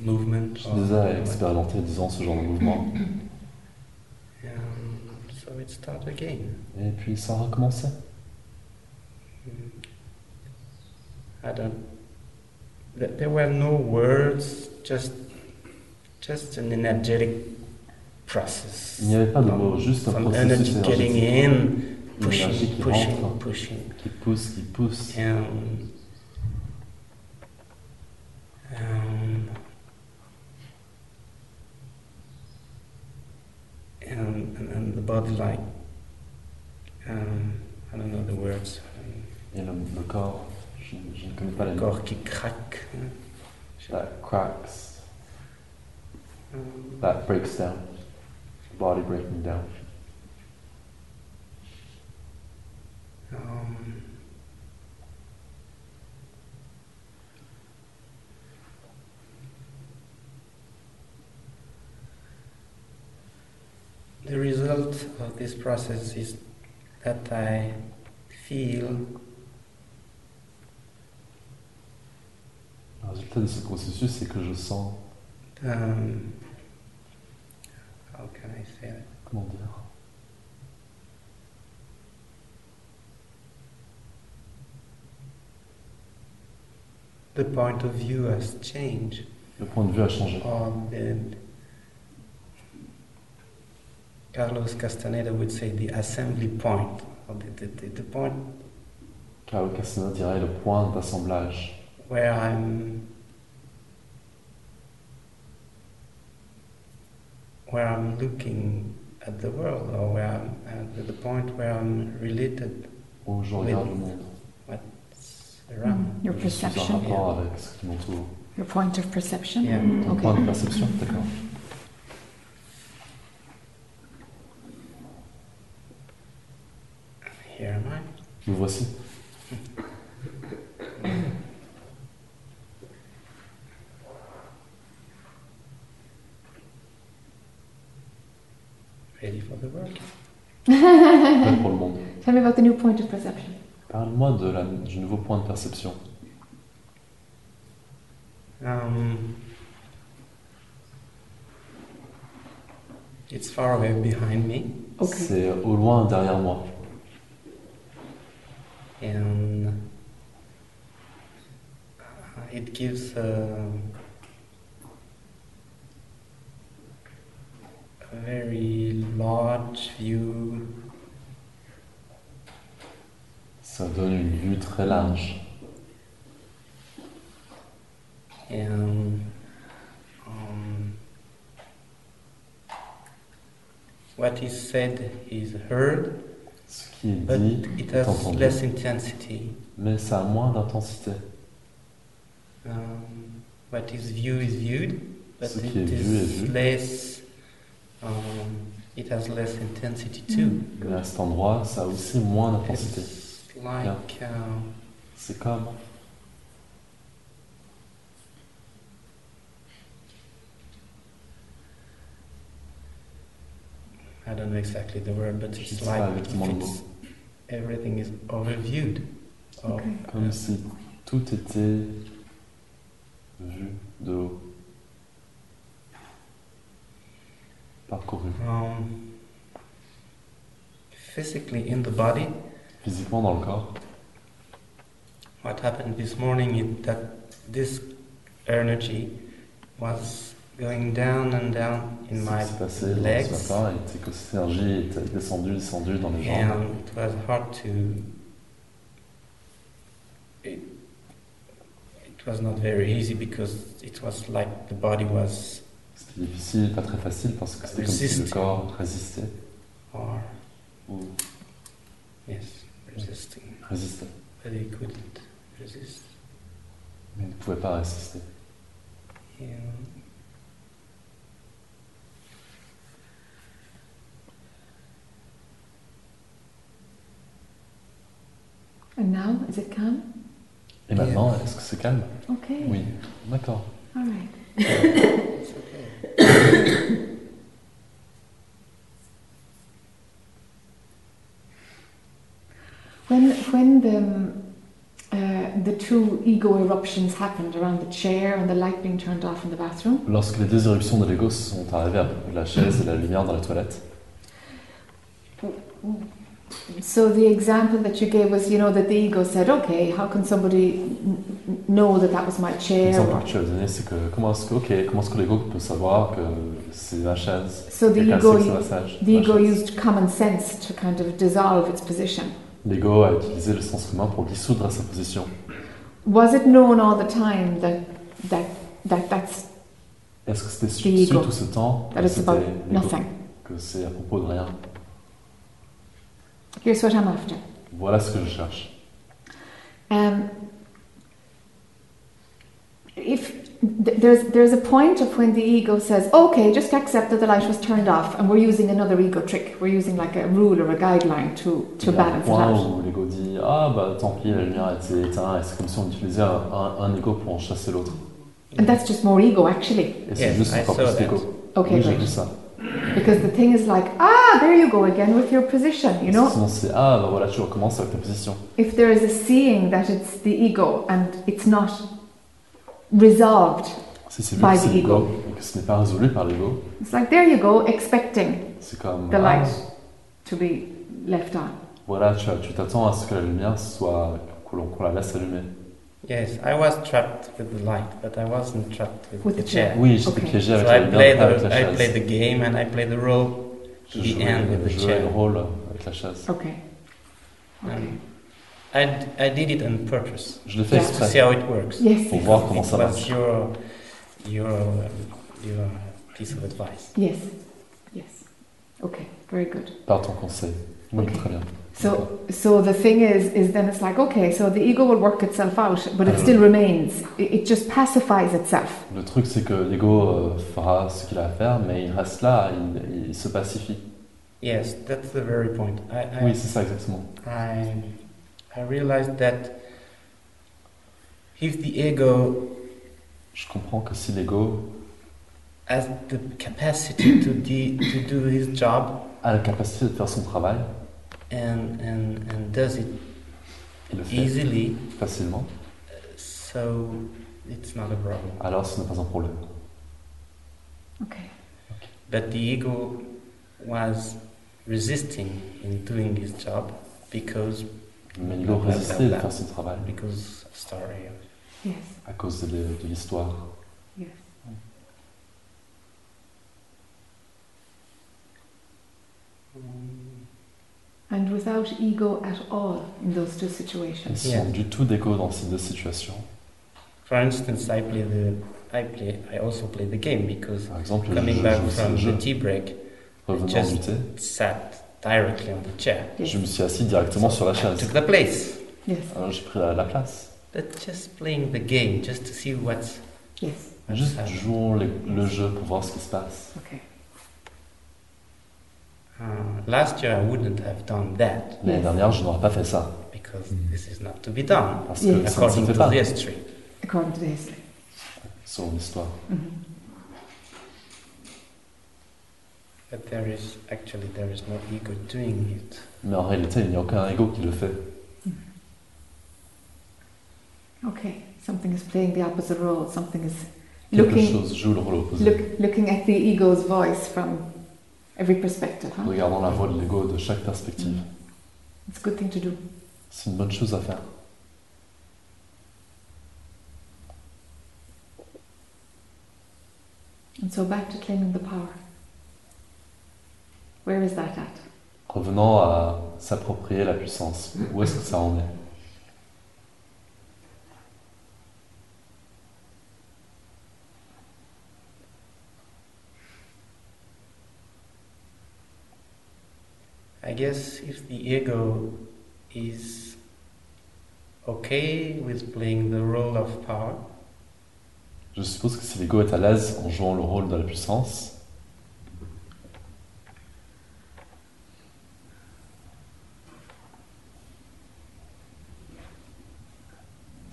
G: movement.
B: J'ai
G: or-
B: déjà expérimenté, disons, ce genre de mouvement.
G: Um, so it starts again.
B: Et puis ça a recommencé.
G: Mm. I don't. th- There were no words, just, just an energetic process.
B: Il n'y avait pas de mots,
G: Um,
B: juste un
G: some
B: processus
G: energy getting
B: énergétique.
G: in,
B: Une énergie
G: pushing,
B: qui
G: pushing,
B: rentre,
G: pushing.
B: qui pousse, qui pousse.
G: Um, um, and, and, and the body like um, I don't know the words
B: Et le, le corps, je, je ne connais pas les
G: um,
B: mots.
G: corps qui craque hein.
B: That cracks,
G: Um,
B: that breaks down. Body breaking down.
G: um, The result of this process is that I feel
B: Le résultat de ce processus, c'est que je sens,
G: um, how can I say that?
B: comment dire,
G: The point of view has changed,
B: le point de vue a changé.
G: or the Carlos Castaneda would say the assembly point, or the, the, the, the point
B: Carlo Castaneda dirait le point d'assemblage.
G: where I'm where I'm looking at the world, or where I'm at the point where I'm related
B: où je regarde le monde.
G: what's around.
A: Your
B: Je suis en
A: perception,
B: rapport avec ce qui m'entoure.
A: your point of perception.
G: Yeah.
B: Mon
A: Ok.
B: point de perception, d'accord.
G: Here am I.
B: Nous voici.
G: ready for the work.
B: Prêt pour le monde.
A: Tell me about the new point of perception.
B: Parle-moi de la- du nouveau point de perception.
G: Um, it's far away behind me,
A: Okay.
B: C'est au loin derrière moi.
G: and uh, it gives uh, a, a very large view
B: Ça donne une vue très large.
G: and um, what is said is heard,
B: Ce qui est
G: but
B: dit
G: it
B: est
G: has
B: entendu,
G: less intensity.
B: mais ça a moins d'intensité.
G: Um, what is viewed is viewed, but
B: Ce
G: it
B: qui est vu est
G: is
B: vu.
G: less. Um, it has less intensity too.
B: Mais à cet endroit, ça a aussi moins d'intensité.
G: It's like um,
B: C'est comme
G: I don't know exactly the word, but it's
B: sais pas
G: like if
B: exactement le
G: it's, everything is overviewed. Or,
A: Okay.
B: Comme si tout était vu de haut, parcouru
G: um, physically in the body,
B: physiquement dans le corps.
G: what happened this morning is that this energy was going down and down
B: Ce
G: in
B: qui
G: my
B: s'est passé dans
G: legs.
B: ce matin était que cette énergie était descendue, descendue dans les jambes.
G: and it was hard to. It, it was not very easy because it was like the body was,
B: C'était difficile, pas très facile, parce que c'était comme si le
G: Résiste.
B: corps résistait.
G: or
B: Ou
G: yes, resisting,
B: résistait.
G: but it couldn't resist.
B: Mais il ne pouvait pas résister.
G: Yeah.
A: And now, is it calm?
B: Et maintenant, est-ce que c'est calme
A: Okay.
B: Oui. D'accord.
A: All right.
H: It's okay.
A: When when the um, uh, the two ego eruptions happened around the chair and the light being turned off in the bathroom,
B: Lorsque les deux éruptions de l'ego sont arrivées à propos de la chaise et la lumière dans la toilette,
A: so the example that you gave was, you know, that the ego said, "Okay, how can somebody n- n- know that that was my chair?"
B: l'exemple que tu as donné, c'est que comment est-ce que, ok, comment est-ce que l'ego peut savoir que c'est ma chaise
A: So the
B: qui a cassé,
A: ego
B: que c'est ma chaise
A: the ego
B: ma chaise.
A: used common sense to kind of dissolve its position.
B: L'ego a utilisé le sens commun pour dissoudre sa position.
A: Was it known all the time that that that that's
B: Est-ce que c'était
A: The
B: su su
A: ego.
B: tout ce temps
A: that
B: que
A: it's
B: c'était
A: about
B: l'ego,
A: nothing?
B: que c'est à propos de rien
A: Here's what I'm after.
B: Voilà ce que je cherche.
A: Um, if th- there's there's a point of when the ego says, "Okay, just accept that the light was turned off," and we're using another ego trick. We're using like a rule or a guideline to to
B: Il y a un
A: balance it
B: point
A: out.
B: où l'ego dit Ah bah tant pis, la lumière a été éteinte, et c'est comme si on utilisait un, un- un ego pour en chasser l'autre.
A: And that's just more ego, actually.
B: Et c'est
G: Yes,
B: juste
G: I
B: encore
G: saw
B: plus
G: that.
B: d'ego.
A: Okay,
B: oui, j'ai vu
A: great.
B: ça.
A: Because the thing is like, ah, there you go again with your position. You
B: Parce que
A: know,
B: Sinon c'est Ah bah voilà, tu recommences avec ta position.
A: if there is a seeing that it's the ego and it's not resolved,
B: Si c'est vu
A: By
B: que c'est
A: the
B: l'ego et que ce n'est pas résolu par l'ego,
A: it's like there you go, expecting
B: c'est comme
A: the
B: Ah,
A: light to be left on.
B: Voilà, tu tu t'attends à ce que la lumière soit. que l'on qu'on la laisse allumer.
G: Yes, I was trapped with the light, but I wasn't trapped with,
A: With
G: the
A: the
G: chair.
B: Oui, j'étais
A: Ok.
B: piégé
G: So
B: avec
G: I
B: la
G: played
B: lumière, pas avec
G: the,
B: la
G: I
B: chaise.
G: played the game and I played the role.
B: Je
G: the
B: jouais,
G: end with the
B: je jouais le
G: chair.
B: rôle avec la chaise.
A: Okay. Okay.
G: And I, d- I did it on purpose,
B: Je l'ai fait
A: Yeah.
G: just to see
B: exprès
G: how it works.
A: Yes.
B: pour voir comment
G: It
B: ça
G: was
B: marche.
G: your, your, um, your piece of advice.
A: Yes. Yes. Okay. Very good.
B: Par ton conseil. Oui,
A: Ok.
B: très bien. D'accord.
A: So, so the thing is, is then it's like okay, so the ego will work itself out, but it
B: Ah.
A: still remains. It, it just pacifies itself.
B: Le truc, c'est que l'ego euh, fera ce qu'il a à faire, mais il reste là, il, il se pacifie.
G: Yes, that's the very point. I, I,
B: Oui, c'est ça exactement.
G: I, I realized that if the ego
B: Je comprends que si l'ego
G: has the capacity to, de- to do his job
B: a la capacité de faire son travail,
G: and, and, and does it
B: il le fait
G: easily,
B: facilement,
G: so it's not a problem.
B: alors ce n'est pas un problème.
A: Okay.
G: But the ego was resisting in doing his job because
B: Mais l'ego
G: Blablabla.
B: résistait de faire son travail
G: because of story.
A: Yes.
B: à cause de l'e- de l'histoire.
A: Yes. And without ego at all in those two
B: Ils
A: situations.
B: sont
G: Yeah.
B: du tout d'ego dans ces deux situations.
G: For instance, I play the I play I also play the game because
B: Par exemple, je
G: coming
B: joue
G: back
B: aussi
G: from
B: le
G: the
B: jeu,
G: tea break,
B: revenant
G: Just-
B: du thé,
G: sat directly on the chair.
A: Yes.
B: je me suis assis directement sur la
G: I took
B: chaise.
G: the place.
A: Yes.
B: Alors j'ai pris la, la place.
G: But just playing the game, just to see what's
A: Yes.
G: what's
B: Juste
G: happening.
B: jouons le, le jeu pour voir ce qui se passe.
A: Okay.
G: Uh, last year I wouldn't have done that
B: L'année
A: Yes.
B: dernière, je n'aurais pas fait ça.
G: because
C: Mm.
G: this is not to be done
B: Parce
A: Yes.
B: que ça ne se
G: according to
B: fait pas,
G: the history.
A: According to the history. Mm-hmm.
B: selon l'histoire.
G: But there is actually there is no ego doing it.
B: Mais en réalité, il n'y a aucun ego qui le fait.
A: Okay. Something is playing the opposite role. Something is
B: Quelque
A: looking
B: chose joue le rôle opposé.
A: Look, looking at the ego's voice from every perspective, huh?
B: Regardant la voix de l'ego de chaque perspective.
A: It's a good thing to do.
B: C'est une bonne chose à faire.
A: And so back to claiming the power. Where is that at?
B: Revenant à s'approprier la puissance. Où est-ce que ça en est
G: I guess if the ego is okay with playing the role of power,
B: Je suppose que si l'ego est à l'aise en jouant le rôle de la puissance,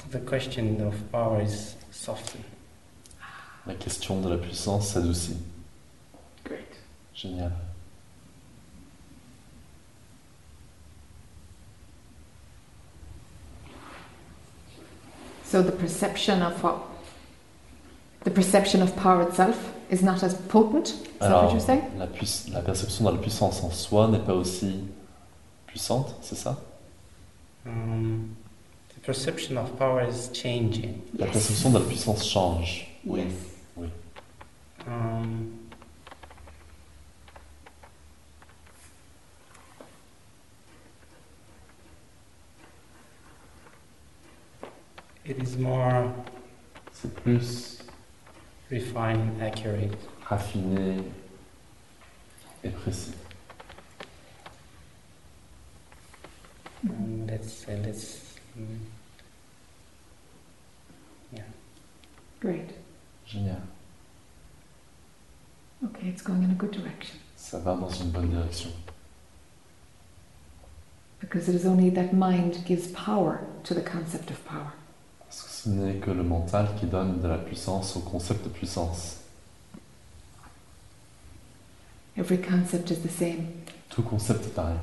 G: the question of power is softened.
B: La question de la puissance s'adoucit.
A: Great.
B: Génial.
A: So the perception of what? The perception of power itself is not as potent? Is that what
B: Alors,
A: you're saying?
B: la, pui- la perception de la puissance en soi n'est pas aussi puissante, c'est ça
G: Um, the perception of power is changing.
B: La perception de la puissance change. Oui.
A: Yes.
G: Um, it is more
B: C'est plus
G: refined, accurate.
B: raffiné et précis.
A: Mm-hmm.
G: Um, let's say, let's. mm,
A: Great.
B: Génial.
A: Okay, it's going in a good direction.
B: Ça va dans une bonne direction.
A: Because it is only that mind gives power to the concept of power.
B: Parce que ce n'est que le mental qui donne de la puissance au concept de puissance.
A: Every concept is the same,
B: Tout concept est pareil.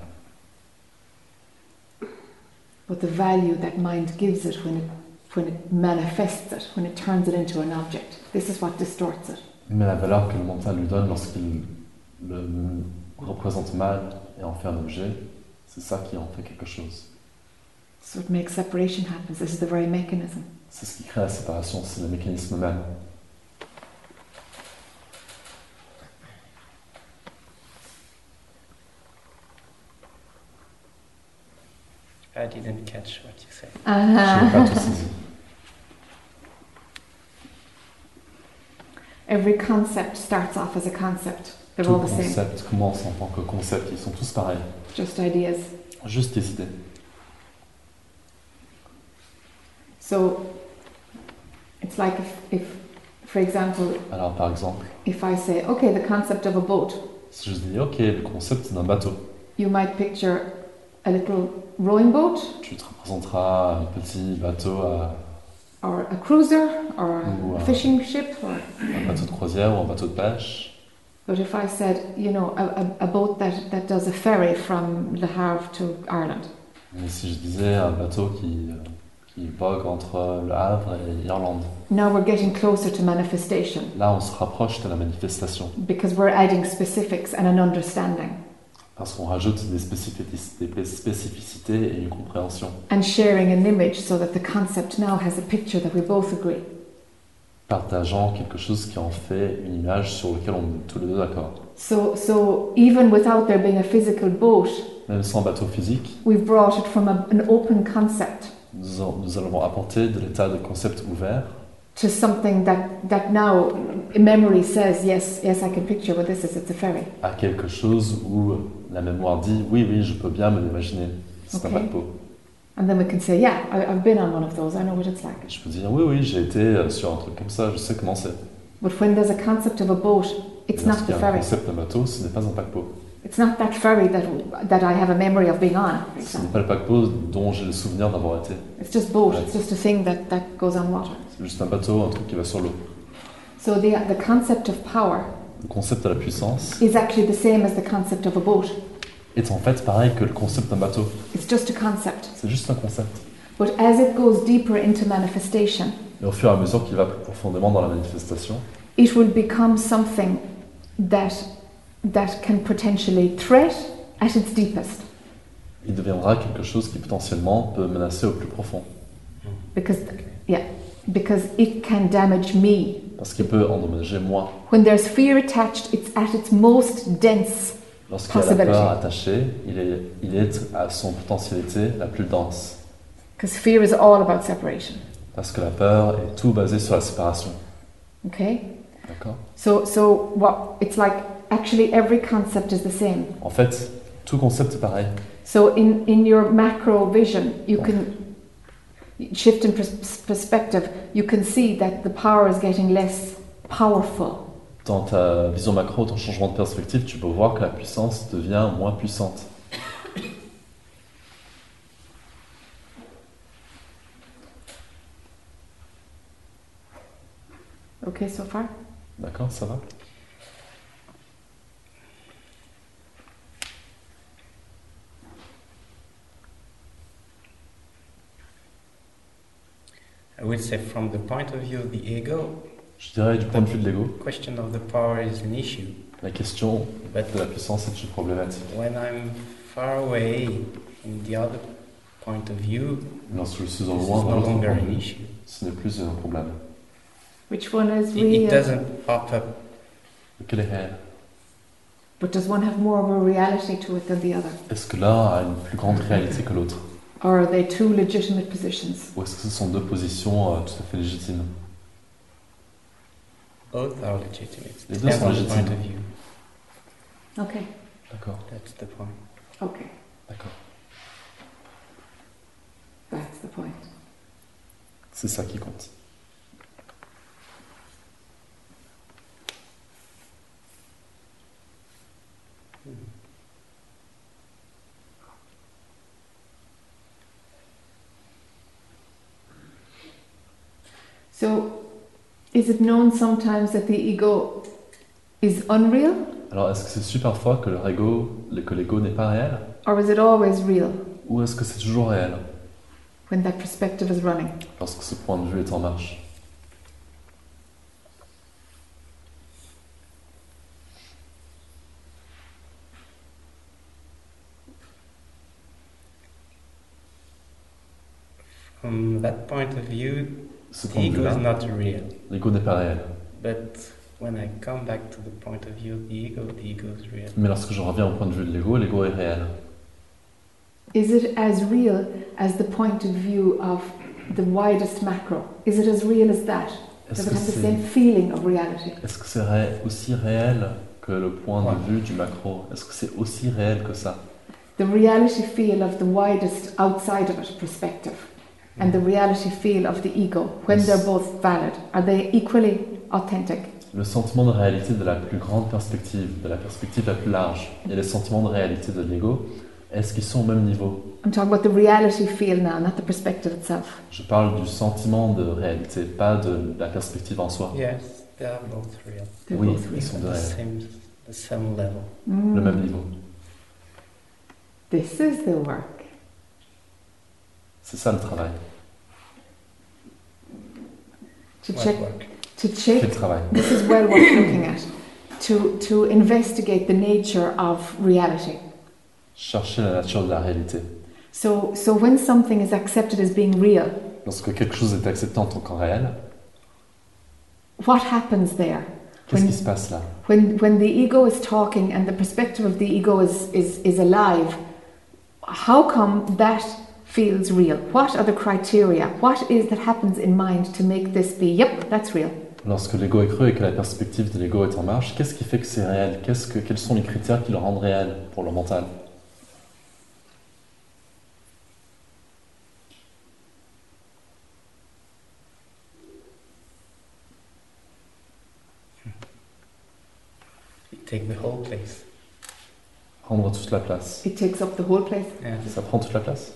A: but the value that mind gives it when it when it manifests it, when it turns it into an object, this is what distorts it.
B: Mais la valeur que le mental lui donne lorsqu'il le représente mal et en fait un objet, c'est ça qui en fait quelque chose.
A: This is what makes separation happens. This is the very mechanism.
B: C'est ce qui crée la séparation, c'est le mécanisme même.
G: I didn't catch what you said.
B: Je n'ai
A: Ah.
B: pas tout saisi.
A: Every concept starts off as a concept. They're
B: Tout
A: all the same,
B: concept commence en tant que concept, ils sont tous pareils.
A: just ideas.
B: Juste des idées.
A: So it's like if, if for example,
B: Alors par exemple,
A: if I say, okay, the concept of a boat,
B: si je dis ok, le concept d'un bateau,
A: you might picture a little rowing boat
B: tu te représenteras un petit bateau à
A: or a cruiser or a
B: Wow.
A: fishing ship. Or,
B: un bateau de croisière ou un bateau de pêche.
A: but if I said, you know, a, a, a boat that, that does a ferry from Le Havre to Ireland,
B: Mais si je disais un bateau qui, euh, qui vogue entre le Havre et l'Irlande,
A: now we're getting closer to manifestation
B: là on se rapproche de la manifestation
A: because we're adding specifics and an understanding
B: parce qu'on rajoute des spécificités, des spécificités et une compréhension.
A: and sharing an image so that the concept now has a picture that we both agree.
B: Partageant quelque chose qui en fait une image sur laquelle on est tous les deux d'accord.
A: So, so even without there being a physical boat,
B: Même sans bateau physique,
A: we've brought it from a, an open concept
B: nous, en- nous allons apporter de l'état de concept ouvert
A: to something that, that now memory says, yes, yes, I can picture what this is, it's a ferry.
B: à quelque chose où la mémoire dit oui, oui, je peux bien me l'imaginer. C'est
A: Ok.
B: un paquebot.
A: And then we can say, yeah, I, I've been on one of those, I know what it's like.
B: Je peux dire oui, oui, j'ai été euh, sur un truc comme ça, je sais comment c'est.
A: But when there's a concept of a boat, it's not
B: Lorsqu'il y
A: the
B: a un
A: ferry.
B: concept d'un bateau, ce n'est pas un paquebot.
A: It's not that ferry that, that I have a memory of being on, for
B: Ce n'est
A: example.
B: pas le paquebot dont j'ai le souvenir d'avoir été.
A: It's just boat, it's just a thing that, that goes on water.
B: C'est juste un bateau, un truc qui va sur l'eau.
A: So the, the concept of power
B: Le concept de la puissance
A: is actually the same as the concept of a boat.
B: est en fait pareil que le concept d'un bateau.
A: It's just a concept.
B: C'est juste un concept.
A: But as it goes deeper into manifestation,
B: Et au fur et à mesure qu'il va plus profondément dans la manifestation,
A: it will become something that that can potentially threat at its deepest
B: il deviendra quelque chose qui potentiellement peut menacer au plus profond.
A: because yeah because it can damage me
B: Parce qu'il peut endommager moi.
A: when there's fear attached it's at its most dense
B: Lorsqu'il y a la peur
A: Possibility.
B: attachée, il est, il est à son potentialité la plus dense.
A: because fear is all about separation
B: Parce que la peur est tout basée sur la séparation.
A: okay
B: D'accord
A: so so what it's like actually every concept is the same
B: En fait, tout concept est pareil.
A: so in in your macro vision you can shift in pers- perspective you can see that the power is getting less powerful
B: Dans ta vision macro, ton changement de perspective, tu peux voir que la puissance devient moins puissante.
A: okay so far?
B: D'accord, ça va
G: I would say, from the point of view of the ego,
B: Je dirais du point de vue de l'ego,
G: the question of the power is an issue.
B: la question
G: But
B: de la puissance est toujours problématique.
G: when I'm far away, in the other point of view,
B: Lorsque je suis
G: this
B: au
G: is
B: loin, dans
G: no
B: l'autre point
G: longer
B: de
G: an
B: vue,
G: issue.
B: ce n'est plus un problème.
A: Which one is
G: It,
A: real?
G: it doesn't pop up
B: Lequel est réel
A: But does one have more of a reality to it than the other?
B: Est-ce que l'un a une plus grande réalité que l'autre
A: Or are they two legitimate positions?
B: Ou est-ce que ce sont deux positions euh, tout à fait légitimes
G: Both are legitimate. It
B: Les deux
G: Depends
B: sont
G: on the point
B: légitimes.
G: of view.
A: Okay,
B: D'accord,
G: That's the point.
A: okay,
B: d'accord.
A: that's the point.
B: C'est ça qui compte.
A: So, is it known sometimes that the ego is unreal,
B: Alors, est-ce que c'est su parfois que leur ego, le- que l'ego n'est pas réel
A: or is it always real
B: Ou est-ce que c'est toujours réel
A: when that perspective is running?
B: lorsque ce point de vue est en marche
G: From that point of view,
B: Ce
G: the
B: point de
G: ego is
B: vue-là,
G: not real.
B: l'ego n'est pas réel.
G: But when I come back to the point of view of the ego, the ego is real.
B: Mais lorsque je reviens au point de vue de l'ego, l'ego est réel.
A: Is it as real as the point of view of the widest macro? Is it as real as that? Does
B: Est-ce
A: it
B: que
A: have the
B: c'est
A: same feeling of reality?
B: est-ce que c'est ré- aussi réel que le point de
G: Ouais.
B: vue du macro Est-ce que c'est aussi réel que ça
A: The reality feel of the widest outside of it perspective and the reality feel of the ego, when
B: Yes.
A: they're both valid, are they equally authentic?
B: Le sentiment de réalité de la plus grande perspective, de la perspective la plus large, et le sentiment de réalité de l'ego, est-ce qu'ils sont au même niveau
A: I'm talking about the reality feel now, not the perspective itself.
B: Je parle du sentiment de réalité, pas de la perspective en soi.
G: Yes, they are both real.
A: They're
B: Oui,
A: both real.
B: ils sont
G: At
B: de
G: the
B: réel,
G: same, the same level.
A: Mm.
B: le même niveau.
A: This is the work.
B: C'est ça le travail.
A: To
G: What
A: check,
G: work?
A: to
B: Quel
A: check,
B: travail
A: this is well worth looking at. To, to investigate the nature of reality.
B: Chercher la nature de la réalité.
A: So, so when something is accepted as being real,
B: Lorsque quelque chose est accepté en tant qu'en réel,
A: what happens there?
B: qu'est-ce
A: When-
B: qui se passe là
A: When, when the ego is talking and the perspective of the ego is, is, is alive, how come that feels real? What are the criteria? What is that happens in mind to make this be, yep, that's real?
B: Lorsque l'ego est creux et que la perspective de l'ego est en marche, qu'est-ce qui fait que c'est réel Qu'est-ce que, Quels sont les critères qui le rendent réel pour le mental
G: You take the whole place.
B: Prendre toute la place.
A: It takes up the whole place.
G: Yeah.
B: Ça prend toute la place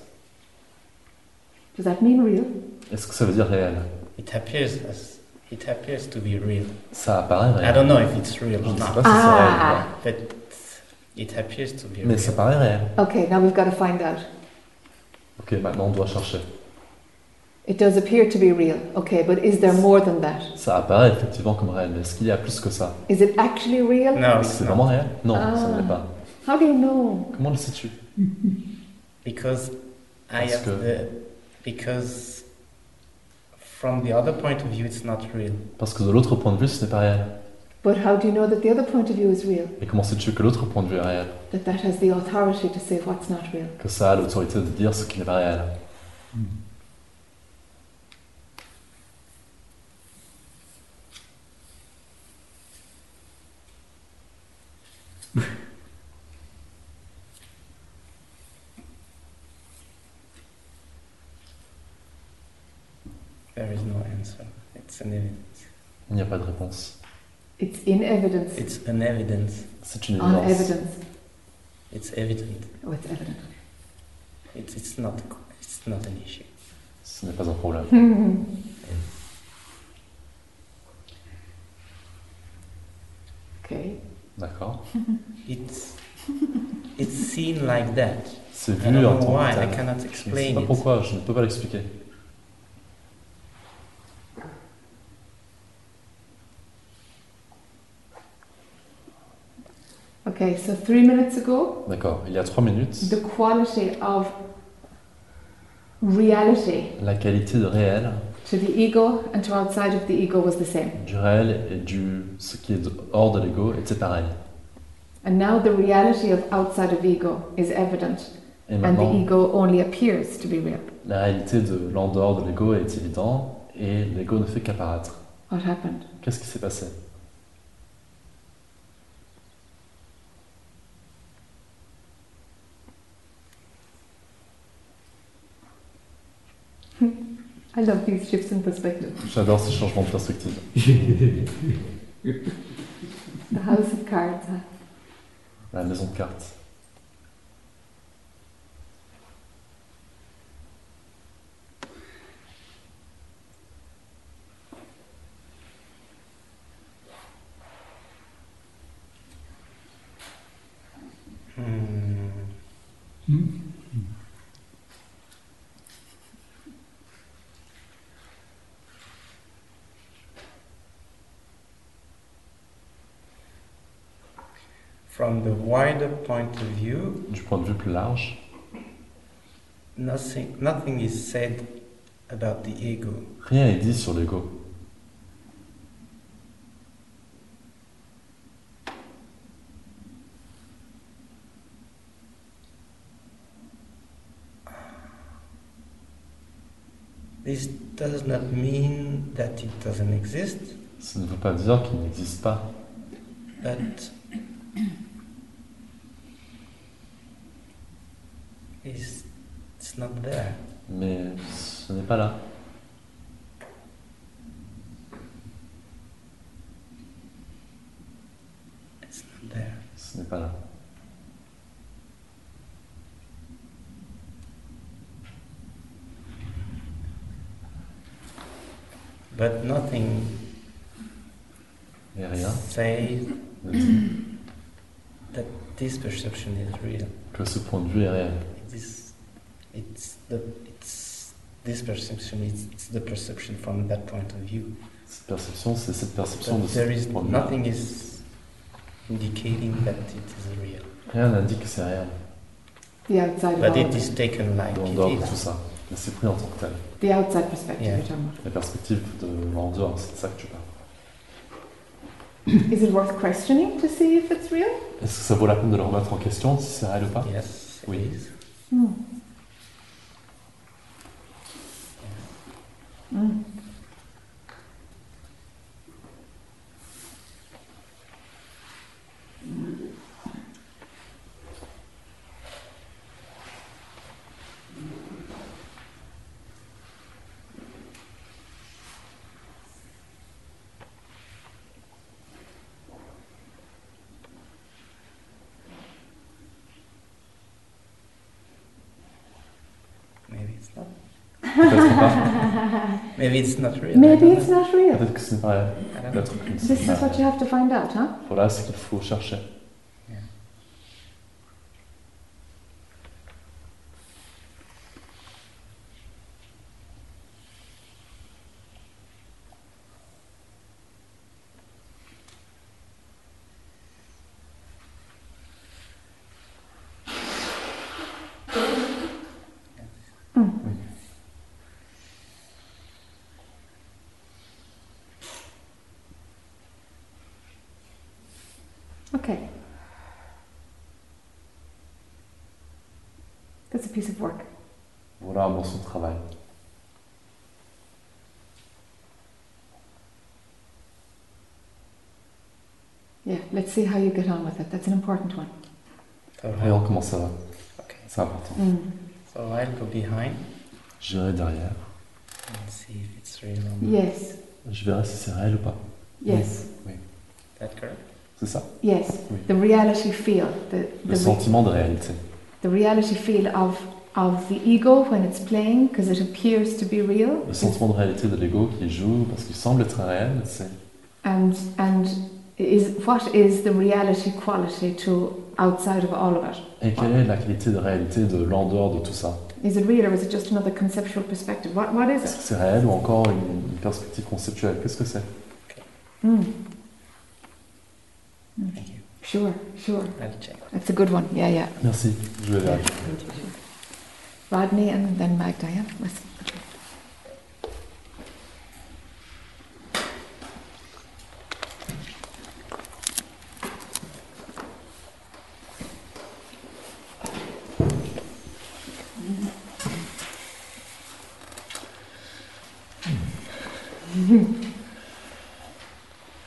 A: Does that mean real?
B: Est-ce que ça veut dire réel
G: It appears as it appears to be real.
B: Ça apparaît
G: I
B: réel.
G: don't know if it's
B: Je
G: real or
B: ne sais
G: not,
B: pas si c'est réel
A: Ah.
B: ou pas.
G: but it appears to be
B: Mais ça
G: real.
B: paraît réel.
A: Okay, now we've got to find out.
B: Ok, maintenant on doit chercher.
A: It does appear to be real, okay, but is there more than that?
B: Ça apparaît effectivement comme réel, mais est-ce qu'il y a plus que ça
A: Is it actually real?
G: No, it's
B: C'est
G: not.
B: vraiment réel Non, ça ne
A: Ah.
B: l'est pas.
A: How do you know?
B: Comment le sais-tu
G: Because I
B: Parce
G: have
B: que-
G: the because from the other point of view it's not real.
B: Parce que de l'autre point de vue, ce n'est pas réel.
A: But how do you know that the other point of view is real?
B: Et comment sais-tu que l'autre point de vue est réel
A: That that has the authority to say what's not real?
B: Que ça a l'autorité de dire ce qui n'est pas réel
G: There is no answer. It's an evidence.
B: Il n'y a pas de réponse.
A: It's in evidence,
G: It's an evidence.
B: C'est une
A: on
B: évidence.
A: evidence,
G: It's evident.
A: oh, it's evident.
G: It's it's not a qu- it's not an issue.
B: Ce n'est pas un problème.
A: Hmm. Okay.
B: D'accord.
G: It's it's seen like that.
B: C'est
G: I don't
B: vu en
G: know
B: tant
G: why.
B: que
G: I
B: tel. Je
G: cannot
B: ne sais
G: explain
B: pas
G: it.
B: pourquoi, je ne peux pas l'expliquer.
A: Okay, so three minutes ago,
B: D'accord, il y a trois minutes,
A: the quality of reality
B: la qualité de réel,
A: to the ego and to outside of the ego was the same.
B: du réel et du ce qui est de- hors de l'ego était pareil.
A: And now the reality of outside of ego is evident,
B: Et
G: Mm-hmm.
A: and the
B: maintenant,
A: ego only appears to be real.
B: la réalité de l'en dehors de l'ego est évidente et l'ego ne fait qu'apparaître.
A: What happened?
B: Qu'est-ce qui s'est passé
A: I love these shifts in perspective.
B: J'adore ces changements de perspective.
A: The house of cards. uh, huh?
B: La maison de cartes.
G: Hmm. From the wider point of view,
B: Du point de vue plus large,
G: nothing, nothing is said about the ego.
B: rien n'est dit sur l'ego.
G: This does not mean that it doesn't exist,
B: Ça ne veut pas dire qu'il n'existe pas,
G: but it's, it's not there.
B: mais ce n'est pas là.
G: It's not there.
B: Ce n'est pas là.
G: But nothing
B: Et rien
G: says
B: ne dit
G: this perception is real.
B: que ce point de vue est réel.
G: This, it's the, it's this perception. It's, it's the perception from that point of view.
B: Cette perception, c'est cette perception de
G: But
B: ce
G: there is
B: point de vue.
G: nothing is indicating that it is real.
B: Rien n'indique que c'est réel.
A: The outside
G: But
A: world.
G: it is taken like
B: En
G: it
B: dehors de tout
G: is.
B: ça, mais c'est pris en tant que tel.
A: The outside perspective
G: Yeah.
A: you're talking
B: La perspective de l'en dehors, c'est de ça que tu parles.
A: about. Is it worth questioning to see if it's real?
B: Est-ce que ça vaut la peine de le remettre en question, si c'est réel ou pas
G: Yes, it
B: Oui.
G: is.
A: Hmm. Mm.
G: Maybe it's not.
B: Peut-être pas.
G: Maybe it's not real. I
A: Maybe
G: don't
A: it's not real.
B: Peut-être que ce n'est pas réel.
G: know. I don't know.
B: Peut-être que ce
A: This
B: n'est
A: is
B: pas
A: what
B: réel.
A: you have to find out, huh?
B: Voilà ce qu'il faut chercher.
A: Okay. That's a piece of work.
B: Voilà un morceau de travail.
A: Yeah, let's see how you get on with it. That's an important one.
G: So I-
B: Voyons comment ça va.
G: Okay.
B: C'est important.
A: Mm.
G: So I'll go behind
B: J'irai derrière.
G: and see if it's real or not.
A: Yes,
B: Je verrai si c'est réel ou pas.
A: yes,
G: Is that correct?
B: C'est ça.
A: yes.
B: Oui.
A: The reality feel, the,
B: Le
A: the, re-
B: sentiment de réalité.
A: the reality feel of, of the ego when it's playing because it appears to be real.
B: Le sentiment de réalité de l'ego qui joue parce qu'il semble être réel, c'est
A: And, and is what is the reality quality to outside of all of it?
B: Et quelle est la qualité de réalité de l'en dehors de tout ça
A: Is it real or is it just another conceptual perspective? What what is
B: Est-ce
A: it?
B: que c'est réel ou encore une, une perspective conceptuelle Qu'est-ce que c'est
A: Mm,
G: Thank you.
A: sure, sure.
G: I'll check.
A: That's a good one. Yeah, yeah.
B: Merci, je vais vérifier.
A: Rodney and then Magdaya. Let's-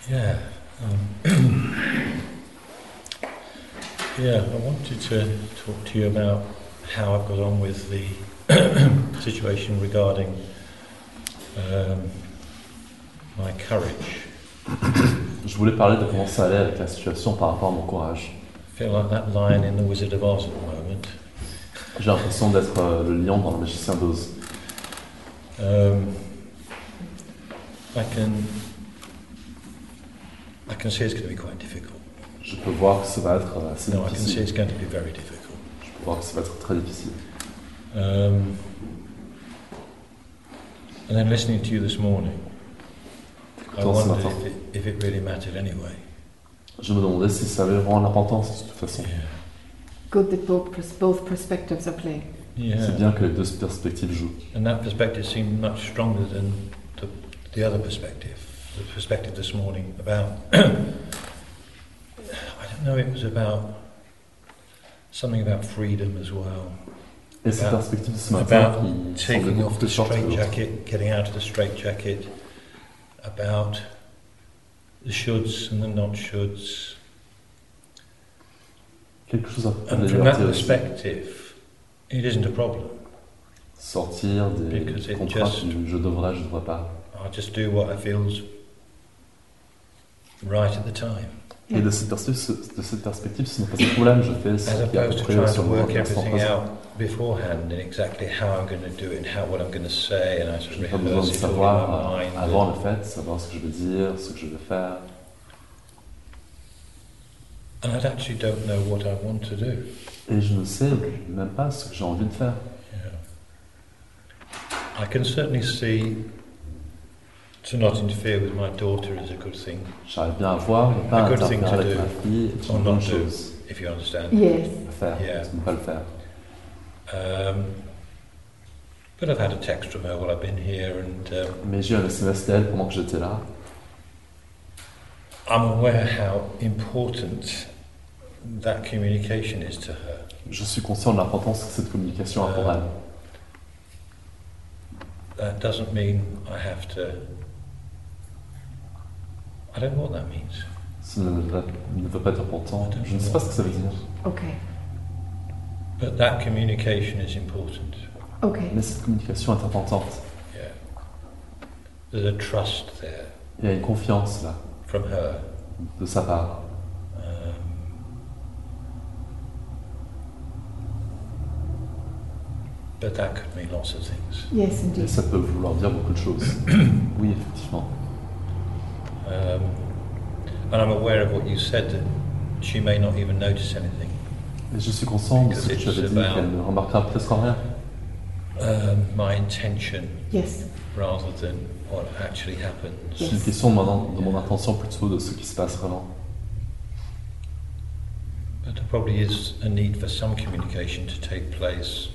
I: Yeah. um, yeah, I wanted to talk to you about how I've got on with the situation regarding um, my courage.
B: Je voulais parler de comment ça allait avec la situation par rapport à mon courage.
I: I feel like that lion in The Wizard of Oz at the moment.
B: J'ai l'impression d'être euh, le lion dans le magicien d'Oz.
I: Um, I can I can see it's going to be quite difficult.
B: Je peux voir que ça va être euh, assez
I: No, I can see
B: difficile.
I: it's going to be very difficult.
B: Je peux voir que ça va être très difficile.
I: Um, and then listening to you this morning, I
B: Dans ce
I: wondered
B: matin.
I: if it, if it really mattered anyway.
B: Je me demandais si ça avait vraiment l'importance de toute façon.
I: Yeah.
A: Good that both pers- both perspectives are playing.
B: C'est
I: yeah.
B: bien que les deux perspectives jouent.
I: And that perspective seemed much stronger than the, the other perspective. The perspective this morning about, I don't know, it was about something about freedom as well.
B: Et cette
I: About-
B: perspective de ce matin,
I: about
B: il semblait
I: taking
B: beaucoup
I: off the
B: plus forte que l'autre.
I: straitjacket, getting out of the straitjacket, about the shoulds and the not shoulds.
B: Quelque chose à propos de
I: And
B: la
I: from that
B: liberté aussi.
I: perspective, it isn't a problem.
B: Sortir
I: Because
B: des
I: it
B: contrats
I: just-
B: du je devrais, je devrais pas.
I: I'll just do what I feel's right at the time,
B: Et de cette perspective, de cette perspective ce n'est pas un problème, je fais
I: as
B: ce qui est à peu
I: opposed to
B: près
I: trying to
B: sur mon
I: work
B: instant
I: everything
B: présent.
I: out beforehand and exactly how I'm going to do it and how what I'm going to say, and I sort
B: Je
I: of
B: n'ai pas besoin de
I: rehearse it all in
B: savoir
I: my
B: euh,
I: mind.
B: avant le fait, savoir ce que je veux dire, ce que je veux faire.
I: And I actually don't know what I want to do.
B: Et je ne sais même pas ce que j'ai envie de faire.
I: Yeah. I can certainly see to not interfere with my daughter is a good thing,
B: J'arrive bien à voir, ne pas
I: A good thing
B: interférer avec
I: to do.
B: ma fille est
I: Or
B: une
I: not
B: bonne
I: do.
B: chose
I: if you understand.
A: Yes.
B: à faire,
I: Yeah.
B: de ne pas le faire.
I: Um, but I've had a text from her while I've been here, and um,
B: Mais j'ai eu un SMS d'elle pendant que j'étais là.
I: I'm aware how important that communication is to her.
B: Je suis conscient de l'importance que cette communication a pour
I: Euh,
B: elle.
I: That doesn't mean I have to. I don't know what that means.
B: Ça ne, ne veut pas dire pourtant. Je ne sais pas ce que ça veut dire.
A: Okay.
I: But that communication is important.
A: Okay.
B: Mais cette communication est importante.
I: Yeah. There's a trust there
B: Il y a une confiance là,
I: from her.
B: de sa part.
I: Um, but that could mean lots of things.
A: Yes,
B: Et
A: indeed.
B: ça peut vouloir dire beaucoup de choses. Oui, effectivement.
I: Um, and I'm aware of what you said that she may not even notice anything.
B: Et je suis conscient de ce que tu avais dit, qu'elle ne remarquera presque en rien.
I: Um, my intention
A: Yes.
I: rather than what actually happens.
B: C'est une question de mon, de mon intention plutôt de ce qui se passe vraiment.
I: But there probably is a need for some communication to take place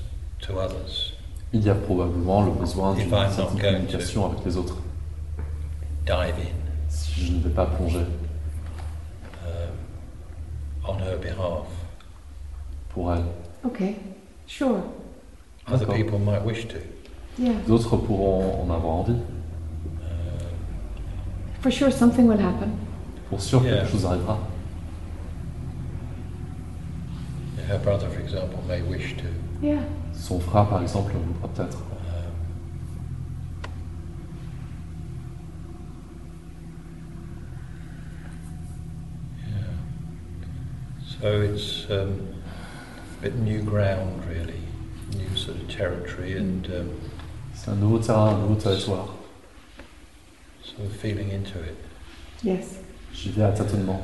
I: to others.
B: Il y a probablement le besoin d'une
I: If I'm not
B: certaine
I: going to-
B: communication avec les autres.
I: Dive in
B: Si je ne vais pas plonger
I: um, on her behalf.
B: pour elle.
A: Okay. Sure.
I: Other
B: D'accord.
I: people might wish to.
A: Yeah.
B: D'autres pourront en avoir envie.
I: Uh,
A: For sure something will happen.
B: Pour sûr,
I: Yeah.
B: quelque chose arrivera.
I: Her brother, for example, may wish to.
A: Yeah.
B: Son frère, par exemple, le voudra peut-être.
I: Um, So it's um, a bit new ground, really, new sort of territory, and um,
B: C'est un nouveau terrain, un nouveau territoire.
I: sort of feeling into it.
A: Yes.
B: J'y vais à tâtonnement.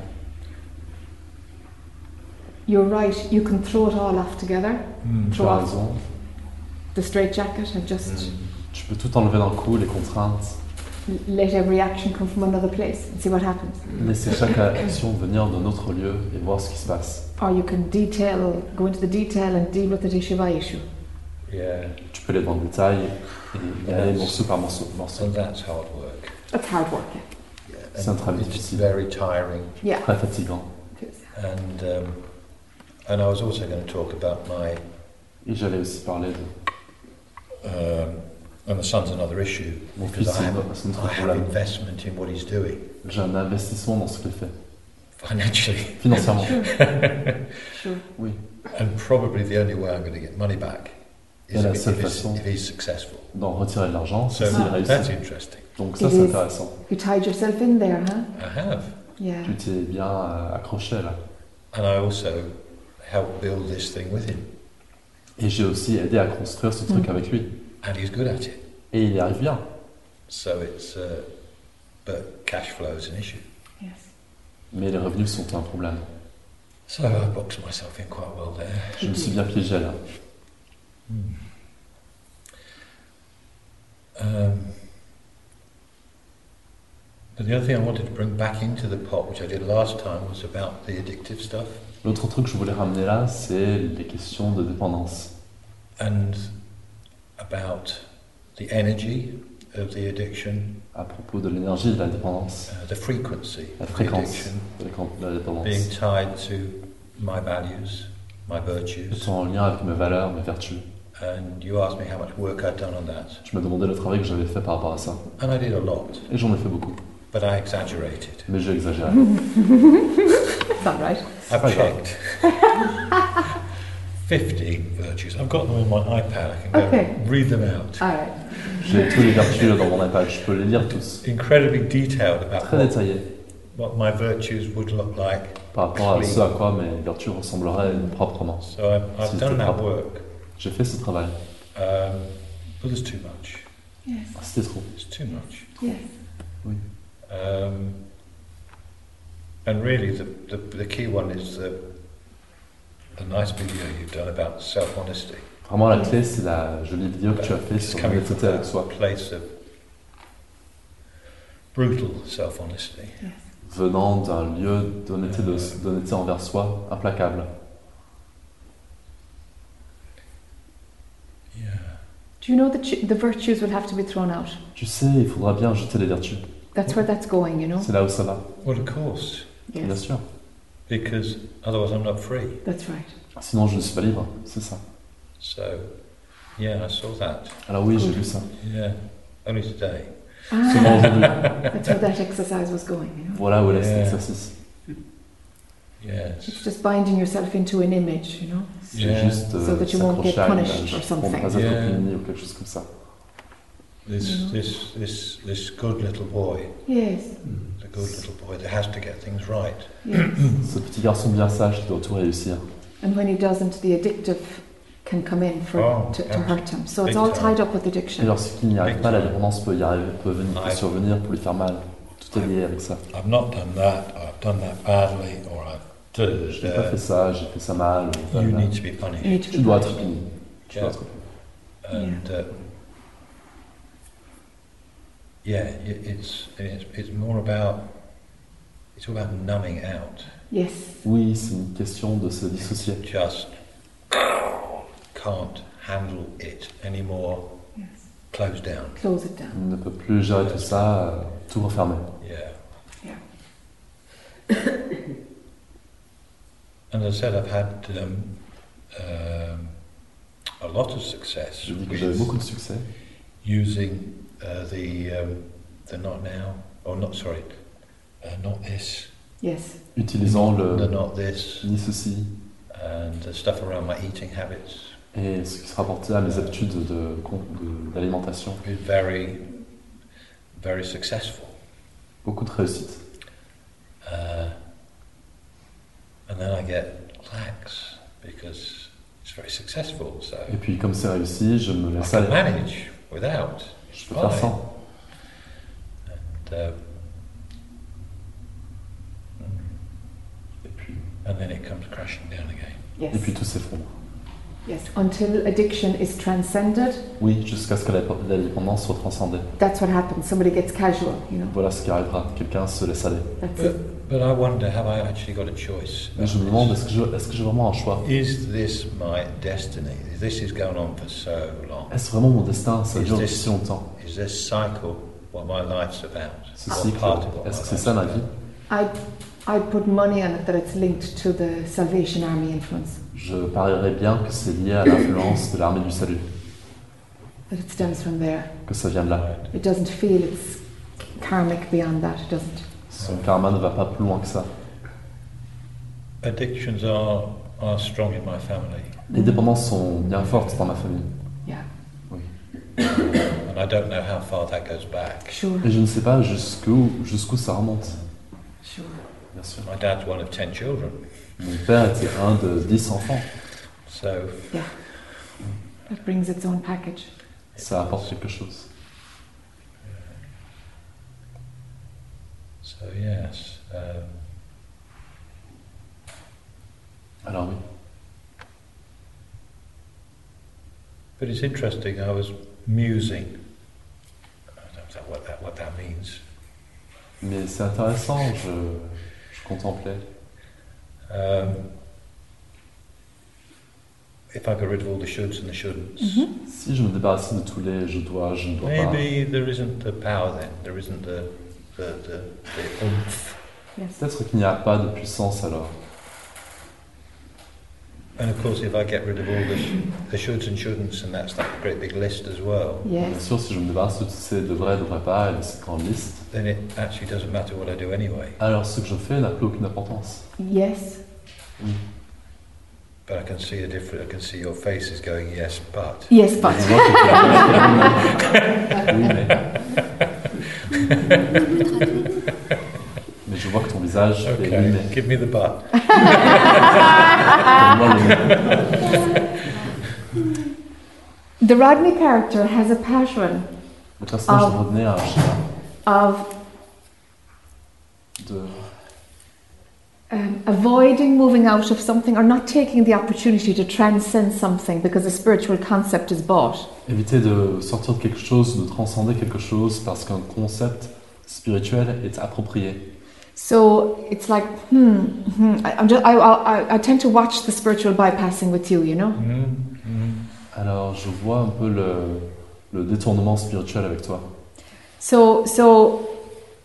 A: You're right, you can throw it all off together.
I: Mm.
B: Tu
A: Throw
B: as
A: off
B: raison.
A: the straitjacket and just
B: Tu peux tout enlever d'un coup, les contraintes.
A: l- let every action come from another place and see what happens.
B: Laisser chaque action venir d'un autre lieu et voir ce qui se passe.
A: Or you can detail, go into the detail and deal with it issue by issue.
I: Yeah,
B: Tu peux aller dans le détail et y aller morceau par morceau. morceau.
I: so that's hard work.
A: That's hard work. yeah.
I: Yeah,
B: C'est un travail
I: It's
B: difficile,
I: very tiring.
A: Yeah.
B: très fatigant.
A: it is.
I: And um, and I was also going to talk about my
B: Et j'allais aussi parler de
I: um, and the son's another issue
B: mon fils,
I: because I
B: c'est
I: have,
B: un- c'est notre
I: I have
B: problème.
I: investment in what he's doing
B: J'ai un investissement dans ce qu'il fait,
I: financially,
B: financièrement.
A: Sure.
I: and probably the only way I'm going to get money back is
B: Yeah,
I: if,
B: that's
I: if,
B: the
I: it's-
B: first one.
I: if he's successful.
B: D'en retirer de l'argent,
I: So
B: c'est s'il
I: that's
B: réussit.
I: interesting.
B: Donc ça,
A: It
B: c'est
A: is.
B: intéressant.
A: You tied yourself in there, huh?
I: I have,
A: Yeah.
B: Tu t'es bien euh, accroché là.
I: and I also helped build this thing with him,
B: Et j'ai aussi aidé à construire ce truc avec lui.
I: and he's good at it.
B: Et il y arrive bien.
I: So it's, uh, but cash flow is an issue.
A: Yes.
B: Mais les revenus sont un problème.
I: So I boxed myself in quite well there.
B: Je me suis bien piégé là.
I: Um, but the other thing I wanted to bring back into the pot, which I did last time, was about the addictive stuff.
B: L'autre truc que je voulais ramener là, c'est les questions de dépendance.
I: and about the energy of the addiction,
B: À propos de l'énergie et de la dépendance.
I: uh, the frequency
B: La
I: of the
B: fréquence
I: addiction
B: de la- de la dépendance.
I: being tied to my values, my virtues.
B: Tout en lien avec mes valeurs, mes vertus.
I: And you asked me how much work I'd done on that,
B: Je me demandais le travail que j'avais fait par rapport à ça.
I: and I did a lot,
B: Et j'en ai fait beaucoup.
I: but I exaggerated.
B: Mais j'ai exagéré.
A: It's all right.
I: I've
B: Fine.
I: checked 15 virtues. I've got them in my iPad. I can go
A: Okay.
I: read them out.
A: All right.
B: J'ai tous les vertus là, dans mon iPad. Je peux les lire tous.
I: Incredibly detailed about
B: Très
I: what,
B: détaillé
I: what my virtues would look like.
B: par rapport à ce à quoi mes vertus ressembleraient proprement.
I: So I've, I've
B: This is
I: done
B: the
I: that
B: problem.
I: work.
B: J'ai fait ce travail.
I: Um, but there's too much.
A: Yes.
B: Ah, C'était trop.
I: It's too much.
A: Yes.
I: Um, and really, the, the, the key one is the, the nice video you've done about self honesty.
B: Vraiment, la clé, c'est la jolie vidéo que tu as fait
I: It's
B: sur l'honnêteté avec soi.
I: place of brutal self honesty.
B: Venant d'un lieu d'honnêteté de- d'honnêteté envers soi, implacable.
I: Yeah.
A: Do you know that you- the virtues will have to be thrown out?
B: Tu sais, il faudra bien jeter les vertus.
A: That's where that's going, you know?
B: C'est là où ça va,
I: Well, of course,
B: bien
A: Yes.
B: sûr.
I: because otherwise I'm not free.
A: That's right.
B: Sinon, je ne suis pas libre, c'est ça.
I: So, yeah, I saw that.
B: Alors oui, j'ai vu ça.
I: Yeah, only today.
B: Seulement
A: Ah,
B: aujourd'hui.
A: that's where that exercise was going, you know?
B: Voilà où est
I: Yeah.
B: l'exercice.
A: It's
I: Yes.
A: just binding yourself into an image, you know?
B: C'est
I: Yeah.
B: juste euh,
A: So that you won't get
B: s'accrocher à une
A: punished
B: image
A: or
B: pour ne
A: something.
B: pas être
I: Yeah.
B: puni ou quelque chose comme ça.
I: This,
A: Yeah.
I: this, this, this good little boy.
A: Yes.
I: the good little boy that has to get things right.
A: Yes.
B: Ce petit garçon bien sage qui doit tout réussir.
A: and when he doesn't, the addictive can come in for
I: Oh,
A: to, to
I: yeah.
A: hurt him. So it's
I: Big
A: all
I: time.
A: tied up with
B: Et
A: addiction.
B: lorsqu'il n'y arrive
I: Big
B: pas, la
I: time.
B: dépendance peut y arriver, peut venir, peut
I: Ouais.
B: survenir pour lui faire mal. Tout est lié avec ça.
I: I've not done that, I've done that badly, or I've
B: Je n'ai pas fait
I: done
B: ça, j'ai fait ça mal. ou
I: You
B: voilà.
I: need to be
A: You
I: punished.
A: need to
B: Tu
A: be
B: dois
A: punished.
B: être puni. Tu dois être puni.
I: And uh, yeah, y- it's, it's, it's more about, it's all about numbing out.
A: Yes.
B: Oui, c'est une question de se dissocier.
I: Just can't handle it anymore,
A: Yes.
I: close down.
A: Close it down.
B: Il ne peut plus gérer tout ça, euh, tout refermer.
I: Yeah.
A: Yeah.
I: And as I said, I've had um, um, a lot of success
B: Je dis que j'avais beaucoup de succès
I: using uh, the um, the not now or not sorry, uh, not this,
A: Yes.
B: utilisant
I: the
B: le
I: not uh, this,
B: ni ceci
I: and the stuff around my eating habits
B: et ce qui se rapportait à mes habitudes de- de- d'alimentation.
I: is very very successful.
B: beaucoup de réussite.
I: Uh, and then I get lax because it's very successful, so
B: Et puis comme c'est réussi, je me
I: I
B: laisse
I: can
B: aller.
I: manage without. um,
B: Je peux faire sans.
I: And, uh, crashing down again.
B: Et
A: Yes.
B: puis tout s'effondre.
A: Yes. Until addiction is transcended,
B: Oui, jusqu'à ce que la, la dépendance soit transcendée.
A: that's what happens. Somebody gets casual, you know.
B: Voilà ce qui arrivera. Quelqu'un se laisse aller.
A: That's
I: But,
A: it.
I: but I wonder, have I actually got a choice?
B: Mais je me demande, est-ce que je- est-ce que j'ai vraiment un choix
I: Is this my destiny? This has gone on for so long.
B: Est-ce vraiment mon destin Ça
I: Is
B: dure
I: this-
B: depuis si longtemps.
I: Is this cycle what my life's about?
B: Ce
I: What
B: cycle,
I: part of what my
B: est-ce que c'est
I: life's
B: ça ma
I: about?
B: vie
A: I'd, I'd put money on it that it's linked to the Salvation Army influence,
B: Je parierais bien que c'est lié à l'influence de l'armée du salut,
A: that it stems from there.
B: que ça vient de là.
I: Right.
A: It doesn't feel it's karmic beyond that. It doesn't.
B: Son karma ne va pas plus loin que ça.
I: Addictions are, are strong in my family,
B: Les dépendances sont bien fortes dans ma famille.
A: Yeah.
I: and I don't know how far that goes back.
A: Sure.
B: Et je ne sais pas jusqu'où jusqu'où ça remonte.
A: Sure.
B: Bien sûr.
I: My dad's one of ten children,
B: Mon père était un de dix enfants.
I: so
A: That brings its own package.
B: Ça apporte quelque chose.
I: so yes. Um,
B: Alors oui.
I: but it's interesting. I was musing. I don't know what that what that means.
B: Mais c'est intéressant, je, je contemplais.
I: Um, if I got rid of all the shoulds and the shouldn'ts,
A: Mm-hmm.
B: Si je me débarrassais de tous les je dois, je ne dois pas.
I: maybe there isn't the power then. There isn't the the the, the oomph.
A: Yes.
B: Peut-être qu'il n'y a pas de puissance alors.
I: And of course, if I get rid of all the, sh- the shoulds and shouldn'ts, and that's that great big list as well,
B: Bien
A: Yes.
B: sûr, si je me débarrasse de toutes ces de vrais, de vrais pas et de cette grande liste,
I: then it actually doesn't matter what I do anyway.
B: alors ce que je fais n'a plus aucune importance.
A: Yes.
I: But I can see a different. I can see your face is going yes, but.
A: Yes,
B: Je
A: but
B: vois que- oui, mais, mais je vois que ton visage est
I: Okay,
B: animé.
I: give me the but.
B: Donne-moi le nez.
A: the Rodney character has a pattern
B: Le personnage
A: Ah.
B: de Rodney a un schéma
A: of
B: de
A: um, avoiding moving out of something or not taking the opportunity to transcend something because a spiritual concept is bought.
B: éviter de sortir de quelque chose, de transcender quelque chose parce qu'un concept spirituel est approprié.
A: So it's like, hmm, hmm. I, I'm just, I, I, I- I tend to watch the spiritual bypassing with you, you know?
I: Mm, mm.
B: Alors je vois un peu le, le détournement spirituel avec toi.
A: So, so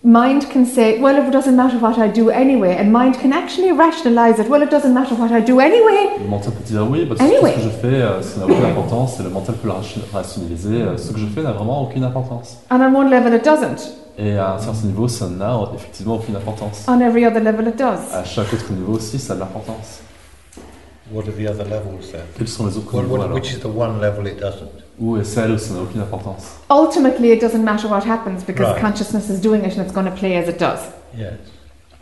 A: mind can say, well, it doesn't matter what I do anyway. And mind can actually rationalize it, well, it doesn't matter what I do anyway.
B: Le mental peut dire oui, parce que tout
A: Anyway.
B: ce que je fais, euh, ça n'a aucune importance, et le mental peut le rach- rationaliser, euh, ce que je fais n'a vraiment aucune importance.
A: And on one level it doesn't,
B: Et à un certain niveau, ça n'a effectivement aucune importance.
A: on every other level it does.
B: À chaque autre niveau aussi, ça a de l'importance.
I: What are the other levels then?
B: Quels sont les autres
I: What,
B: niveaux
I: what,
B: alors
I: which is the one level it doesn't?
B: Où est celle où ça n'a aucune importance
A: Ultimately, it doesn't matter what happens because
I: Right.
A: consciousness is doing it and it's going to play as it does.
I: Yes.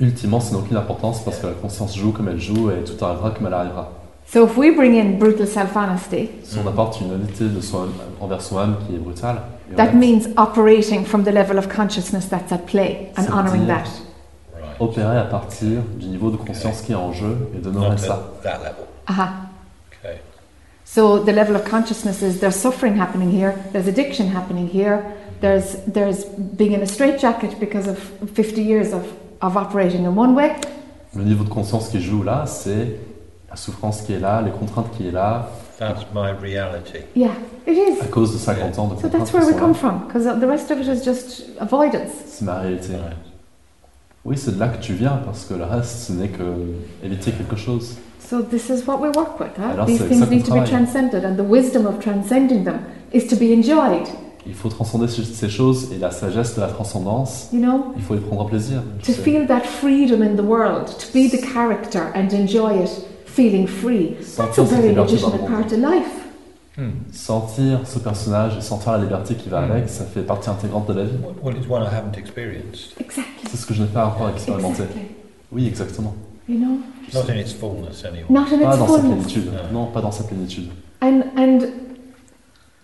B: Ultimement, ça n'a aucune importance parce que la conscience joue comme elle joue et tout arrivera comme elle arrivera.
A: So if we bring in brutal self honesty,
B: Si on apporte une honnêteté de soi envers soi-même qui est brutale, et
A: that
B: honnête,
A: means operating from the level of consciousness that's at play and
B: Ça veut
A: honoring
B: dire-
A: that.
I: Right.
B: opérer à partir du niveau de conscience qui est en jeu et
I: Not
B: d'honorer
I: at
B: ça.
I: that level.
A: Aha.
I: Okay.
A: So the level of consciousness is there's suffering happening here, there's addiction happening here, there's, there's being in a straitjacket because of 50 years of, of operating in one way,
B: Le niveau de conscience qui joue là, c'est la souffrance qui est là, les contraintes qui est là,
I: That's my reality.
A: Yeah, it
B: à
A: is.
B: cause de 50 ans de
A: So
B: contraintes
A: that's
B: qui
A: where we
B: sont là.
A: come from, because the rest of it is just avoidance.
B: C'est ma réalité.
I: Right.
B: Oui, c'est de là que tu viens parce que le reste, ce n'est que éviter quelque chose.
A: So this is what we work with. Huh?
B: Alors,
A: These
B: c'est
A: things
B: exactement
A: need to be
B: pareil.
A: transcended, and the wisdom of transcending them is to be enjoyed.
B: Il faut transcender ces- ces choses et la sagesse de la transcendance,
A: You know,
B: il faut y prendre plaisir.
A: to
B: C'est-
A: feel that freedom in the world, to be the character and enjoy it, feeling free. That's a
B: Sentir cette
A: very
B: liberté dans le
A: legitimate
B: monde.
A: part of life.
I: Hmm.
B: Sentir ce personnage et sentir la liberté qui va
I: Mm.
B: avec, ça fait partie intégrante de la vie.
I: Well, well, it's one I haven't experienced.
A: Exactly.
B: C'est ce que je n'ai pas encore expérimenté.
A: Exactly.
B: Oui, exactement.
A: You know,
I: Not in its fullness, anyway.
A: not in
B: Pas
A: its
B: dans sa
A: fullness.
B: plénitude.
I: Ouais.
B: Non, pas dans sa plénitude.
A: And and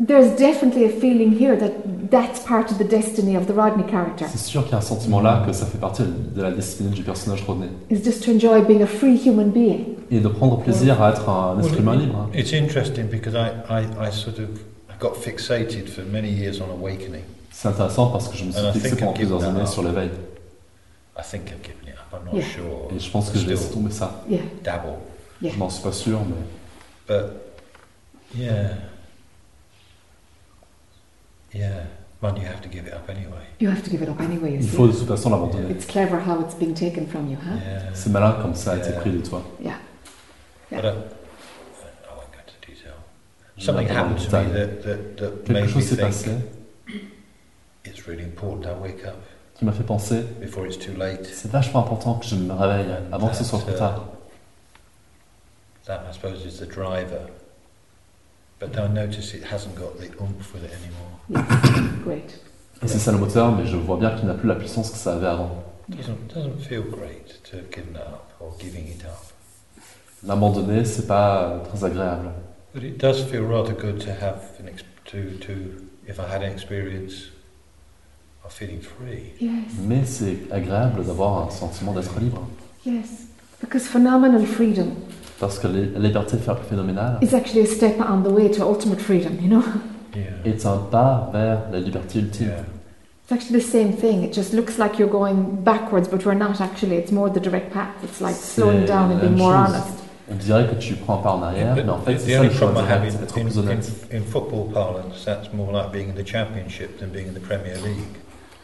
A: There's definitely a feeling here that that's part of the destiny of the Rodney character,
B: C'est sûr qu'il y a un sentiment là que ça fait partie de la destinée du personnage Rodney.
A: is just to enjoy being a free human being.
B: Et de prendre plaisir à être un
I: Well,
B: esprit humain libre. hein.
I: It's interesting because I, I, I sort of I got fixated for many years on awakening.
B: C'est intéressant parce que je me
I: And
B: suis
I: I
B: fixé
I: think
B: pendant
I: I've
B: plusieurs
I: given that
B: années
I: up.
B: sur l'éveil.
I: I think I've given it up. I'm not
A: Yeah.
I: sure.
B: Et je pense que je laisse tomber ça.
A: Yeah,
I: dabble.
A: Yeah.
B: Je n'en suis pas sûr, mais
I: But yeah, yeah. Well, you have to give it up anyway.
A: you have to give it up anyway, you
B: il faut
A: see.
B: de toute façon l'abandonner.
A: It's clever how it's being taken from you, huh?
I: Yeah.
B: C'est malin comme ça a été
I: Yeah.
B: pris de toi.
A: Yeah.
I: But I, I won't go into detail.
B: Je vais
I: Something
B: pas dans le
I: happened to me
B: détail.
I: that, that, that
B: Quelque
I: made me
B: chose s'est
I: think
B: passé
I: it's really important I wake up
B: qui m'a fait penser
I: before it's too late.
B: c'est vachement important que je me réveille avant que ce soit trop tard.
I: That, I suppose, is the driver. But I notice it hasn't got the oomph with it anymore.
A: Yes. Great.
B: Et c'est ça le moteur, mais je vois bien qu'il n'a plus la puissance que ça avait avant.
I: Doesn't, doesn't feel great to have given it up or giving it up.
B: L'abandonner, c'est pas euh, très agréable.
I: But it does feel rather good to have an ex- to to if I had an experience of feeling free.
A: Yes.
B: Mais c'est agréable d'avoir un sentiment d'être libre.
A: Yes. Because phenomenal freedom
B: Parce que la liberté phénoménale
A: is actually a step on the way to ultimate freedom, you know?
I: Yeah.
B: est un pas vers la liberté ultime.
I: yeah.
A: It's actually the same thing. It just looks like you're going backwards, but we're not actually. It's more the direct path. It's like slowing
B: C'est
A: down and
B: la
A: being
B: même
A: more
B: chose.
A: honest.
B: On dirait que tu prends un pas en arrière, mais en fait,
I: the
B: c'est ça le
I: only
B: choix
I: problem I have
B: direct,
I: in,
B: être plus
I: in, in,
B: honnête.
I: in football parlance, that's more like being in the championship than being in the Premier League.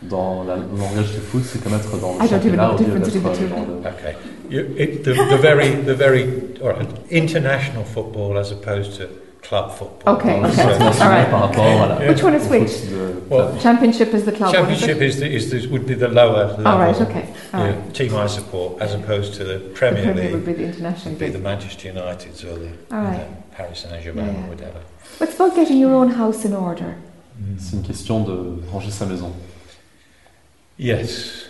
B: Dans la- le langage du foot, c'est comme être dans
A: I
B: le
A: don't even
B: championnat
A: know
B: au
A: the
B: lieu
A: difference
B: d'être euh,
A: between the
B: dans
A: two.
B: le...
I: Okay. You, it, the, the very the very all right, international football as opposed to club football.
A: Okay,
B: dans le
A: okay.
B: sentiment
A: All right.
B: par rapport à la...
A: Which one is
B: au foot
A: which?
B: de-
I: Well,
A: Championship is the club. one, is it?
I: Championship is, the, is the, would be the lower level.
A: All right. Okay.
I: you
A: All
I: know,
A: right.
I: Team I support as opposed to Ah. the
A: The
I: Premier
A: Premier
I: League.
A: would be the international
I: would be the
A: game.
I: Manchester Uniteds or the you
A: All right.
I: know, Paris Saint Germain
A: Yeah.
I: or whatever.
A: But it's about getting your own house in order.
B: C'est une question de ranger sa maison.
I: Yes,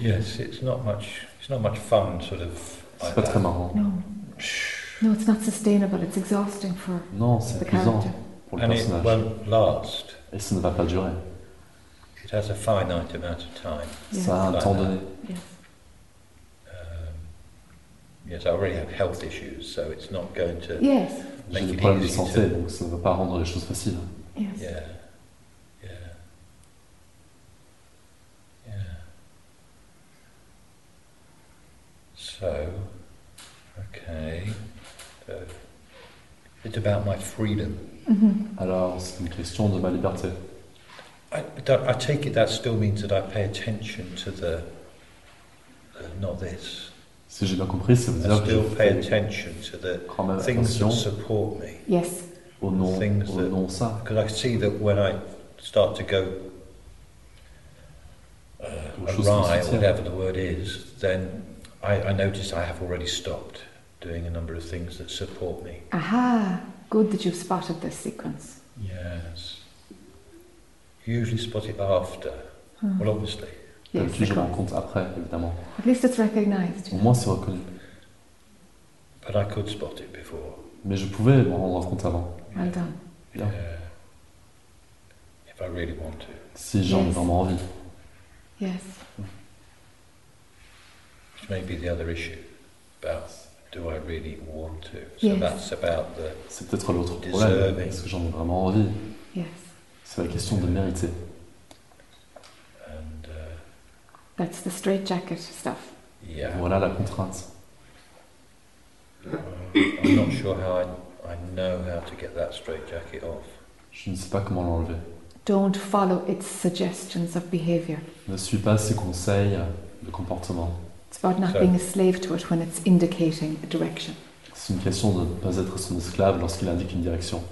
I: yes, it's not much. It's not much fun, sort of.
B: C'est
I: like
B: pas très
I: that.
B: marrant.
A: No. No, it's not sustainable. It's exhausting for
B: Non, c'est
A: the
B: épuisant
A: character.
B: pour le
I: and it
B: personnage.
I: won't last.
B: Et ça ne va pas durer.
I: It has a finite amount of time.
A: Yes.
B: Ça a un temps donné.
A: Yes.
I: Um, Yes, I already have health issues, so it's not going to.
A: Yes.
B: J'ai
I: Make
B: des
I: it
B: problèmes de
I: easy
B: santé,
I: to-
B: donc ça ne va pas rendre les choses faciles.
A: Yes.
I: Yeah, yeah, yeah. So, okay, so it's about my freedom.
A: Mhm.
B: Alors, c'est une question de ma liberté.
I: I, I don't- I take it that still means that I pay attention to the, the not this.
B: Si j'ai bien compris, ça veut
I: I
B: dire que je
I: still pay
B: fais
I: attention to the
B: quand même
I: things
B: attention
I: that support me.
A: Yes.
B: au non,
I: things
B: au
I: that-
B: non ça.
I: Because I see that when I start to go uh,
B: Aux choses qui me
I: awry, or
B: soutiennent.
I: whatever the word is, then I, I notice I have already stopped doing a number of things that support me.
A: Aha. Good that you've spotted this sequence.
I: Yes. Usually spot it after.
A: Hmm.
I: Well, obviously.
A: Yes.
B: D'habitude, je me
A: of
B: rends
A: course.
B: compte après, évidemment.
A: At least it's recognized.
B: Au moins, c'est reconnu.
I: But I could spot it before.
B: Mais je pouvais m'en rendre compte avant.
A: Well done.
B: Bien.
I: Yeah. If I really want to.
B: Si j'en ai
A: Yes.
B: vraiment envie.
A: Yes.
I: Which may be the other issue about do I really want to? So
A: Yes.
I: that's about the.
B: C'est peut-être l'autre problème.
I: Deserving.
B: Est-ce que j'en ai vraiment envie
A: Yes.
B: C'est la question de mériter.
I: And uh,
A: That's the straitjacket stuff.
I: yeah.
B: Voilà la contrainte.
I: I'm not sure how I, I know how to get that straitjacket off.
B: Je ne sais pas comment l'enlever.
A: Don't follow its suggestions of behavior.
B: Ne suis pas ses conseils de comportement.
A: It's about not
I: So-
A: being a slave to it when it's indicating a direction.
B: C'est une question de ne pas être son esclave lorsqu'il indique une direction.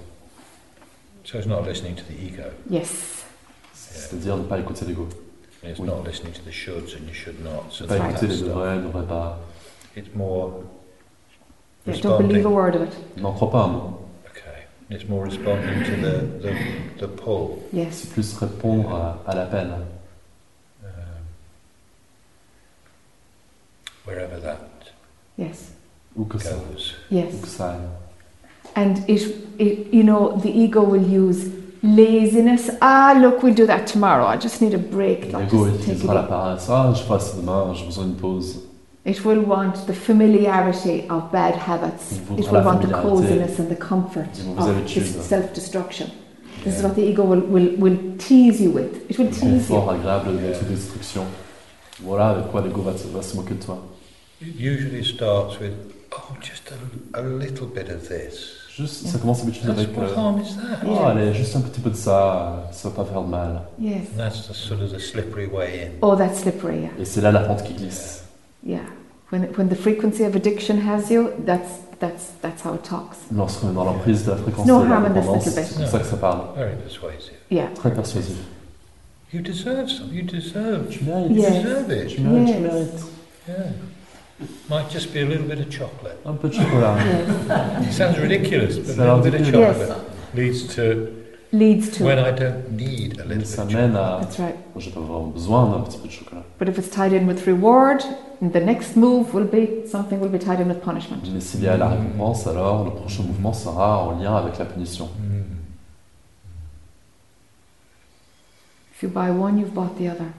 I: So it's not listening to the ego,
A: Yes.
B: C'est-à-dire ne pas écouter l'ego.
I: and it's
B: Oui.
I: not listening to the shoulds and you should not. So
B: Ne pas
A: That's
I: that
B: écouter les
I: stuff.
B: devrais, ne devrais pas.
I: It's more
A: Yeah, don't believe a
I: responding.
A: word of it.
B: N'en crois pas un mot.
I: Okay. It's more responding to the, the, the pull.
A: Yes.
B: C'est plus répondre à, à l'appel,
I: Um, wherever that
A: Yes.
B: où que ça,
I: goes.
B: où
A: Yes.
B: que ça aille.
A: And it, it, you know, the ego will use laziness. Ah, look, we'll do that tomorrow. I just need a break. I'll
B: L'ego
A: just take it
B: utilisera la paresse. Ah, je ferai ça demain, j'ai besoin d'une pause.
A: It will want the familiarity of bad habits.
B: Il voudra
A: It will
B: la
A: want the
B: familiarité.
A: coziness and the comfort
B: Il vous
A: of
B: habitue,
A: this
B: là.
A: self-destruction. This is
B: Yeah.
A: what the ego will, will, will tease you with. It will
B: Le
A: tease you.
B: confort agréable de toute destruction. Voilà avec quoi l'ego va, te- va se moquer de toi.
J: It usually starts with, oh, just a, a little bit of this.
B: Juste, ça commence habituellement
J: That's
B: avec.
J: what
B: euh,
J: harm is that?
B: Oh, allez, juste un petit peu de ça, euh, ça va pas faire de mal.
A: Yes.
J: And that's the sort of the slippery way in.
A: Oh, that's slippery. Yeah.
B: Et c'est là la pente qui glisse.
A: yeah. When, when the frequency of addiction has you, that's, that's, that's how it talks.
B: Lorsqu'on est dans l'emprise de la fréquence
A: No
B: de la
A: harm in this
B: dépendance,
A: little bit.
B: c'est comme ça que ça parle.
J: Very persuasive.
A: Yeah.
B: Très persuasif.
J: You deserve some. You deserve.
B: Tu mérites.
J: You
A: Yes.
J: deserve it.
B: Tu mérites,
A: Yes.
B: tu mérites.
J: Yeah. Might just be a little bit of chocolate.
B: Un peu de chocolat.
A: Yes.
J: It sounds ridiculous, but a
B: Sounds
J: little bit of
A: ridiculous.
J: chocolate leads to
A: Leads to.
J: when I don't need a little
B: Mais
J: bit
B: ça
J: of chocolate.
B: mène à.
A: That's right.
B: J'ai pas vraiment besoin d'un petit peu de chocolat.
A: But if it's tied in with reward, the next move will be something will be tied in with punishment.
B: Mais s'il y a la récompense, alors le prochain mouvement sera en lien avec la punition.
J: Mm.
A: If you buy one, you've bought the other.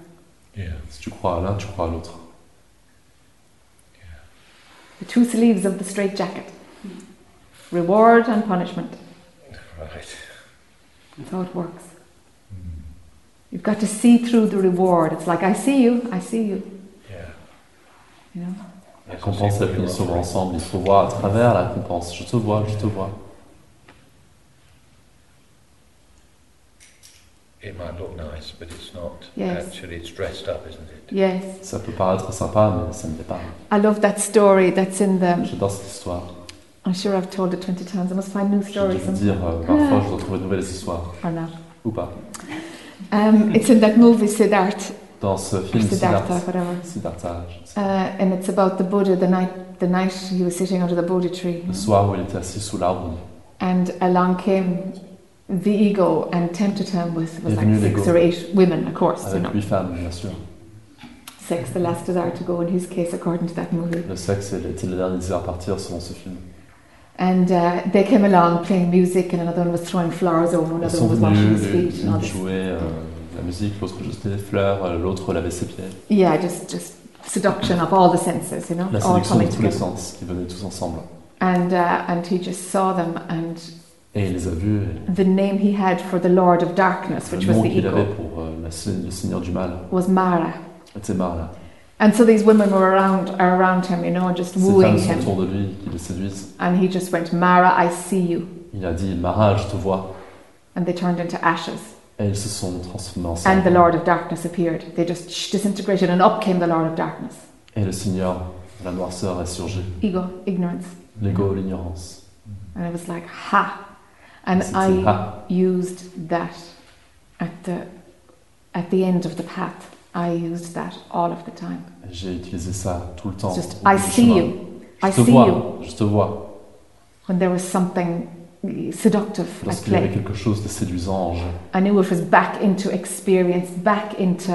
J: Yeah.
B: Si tu crois à l'un, tu crois à l'autre.
A: The two sleeves of the straitjacket. Reward and punishment.
J: Right.
A: That's how it works. You've got to see through the reward. It's like I see you, I see you.
J: Yeah.
A: You know.
B: La récompense et la punition vont ensemble. Il faut voir à travers la récompense. Je te vois, je te vois.
J: It might look nice, but it's not.
A: Yes.
J: Actually, it's dressed up, isn't it?
A: Yes,
B: Ça peut paraître sympa, mais ça ne l'est pas.
A: I love that story. That's in the.
B: J'adore cette histoire.
A: I'm sure I've told it twenty times. I must find new
B: Je vais
A: stories
B: vous
A: some-
B: dire, euh, parfois je dois trouver de nouvelles histoires,
A: or not.
B: ou pas.
A: Um, it's in that movie Siddharth,
B: Dans ce film
A: Siddhartha,
B: Siddhartha,
A: whatever.
B: Siddhartha, je ne sais
A: Uh,
B: pas.
A: and it's about the Buddha the night the night he was sitting under the Bodhi tree.
B: le soir où il était assis sous l'arbre,
A: Euh, And along came the ego and tempted him with was
B: Est
A: like
B: venu
A: six
B: l'ego.
A: or eight women, of course, you
B: avec
A: know.
B: huit femmes, bien sûr.
A: Six, the last desire to go in his case, according to that movie.
B: Le sexe était le dernier désir à partir selon ce film.
A: And uh, they came along playing music, and another one was throwing flowers over,
B: Ils
A: another
B: sont
A: one was washing
B: venus,
A: his feet, and all
B: l'une
A: this.
B: jouait euh, la musique, l'autre jetait des fleurs, euh, l'autre lavait ses pieds.
A: Yeah, just just seduction of all the senses, you know,
B: La
A: all
B: séduction de
A: coming
B: tous les
A: together.
B: sens qui venaient tous ensemble.
A: And uh, and he just saw them, and
B: Et il les a vus, et
A: the name he had for the Lord of Darkness, which
B: le
A: was
B: nom
A: the
B: qu'il avait
A: ego,
B: pour euh, la se- le Seigneur du Mal,
A: was Mara.
B: était marre là.
A: And so these women were around are around him, you know, just
B: Ces femmes
A: wooing
B: sont
A: him,
B: autour de lui, qui le séduisent.
A: and he just went, Mara, I see you,
B: Il a dit, Mara, je te vois.
A: and they turned into ashes.
B: Et ils se sont transformés
A: And the
B: ensemble.
A: Lord of Darkness appeared. They just shh, disintegrated, and up came the Lord of Darkness.
B: Et le Seigneur, la noirceur, est surgi.
A: Ego, ignorance.
B: L'ego, l'ignorance.
A: And I was like, ha. And
B: C'était
A: I
B: ah,
A: used that at the at the end of the path. I used that all of the time.
B: J'ai utilisé ça tout le temps.
A: It's just
B: au bout
A: I
B: du
A: see
B: chemin.
A: you. I
B: Je te
A: see
B: vois,
A: you.
B: je te vois.
A: When there was something seductive at
B: Lorsqu'il y avait
A: play.
B: quelque chose de séduisant en jeu.
A: I knew it was back into experience, back into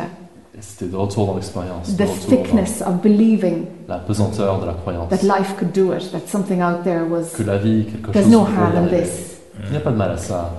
B: Et c'était de retour dans l'expérience, de
A: the
B: retour dans
A: thickness of believing
B: la pesanteur de la croyance.
A: that life could do it, that something out there was
B: Que la vie, quelque
A: there's
B: chose
A: no
B: qui peut y
A: harm in
B: arriver.
A: this.
B: Il
J: Hmm.
B: n'y a pas de mal à ça.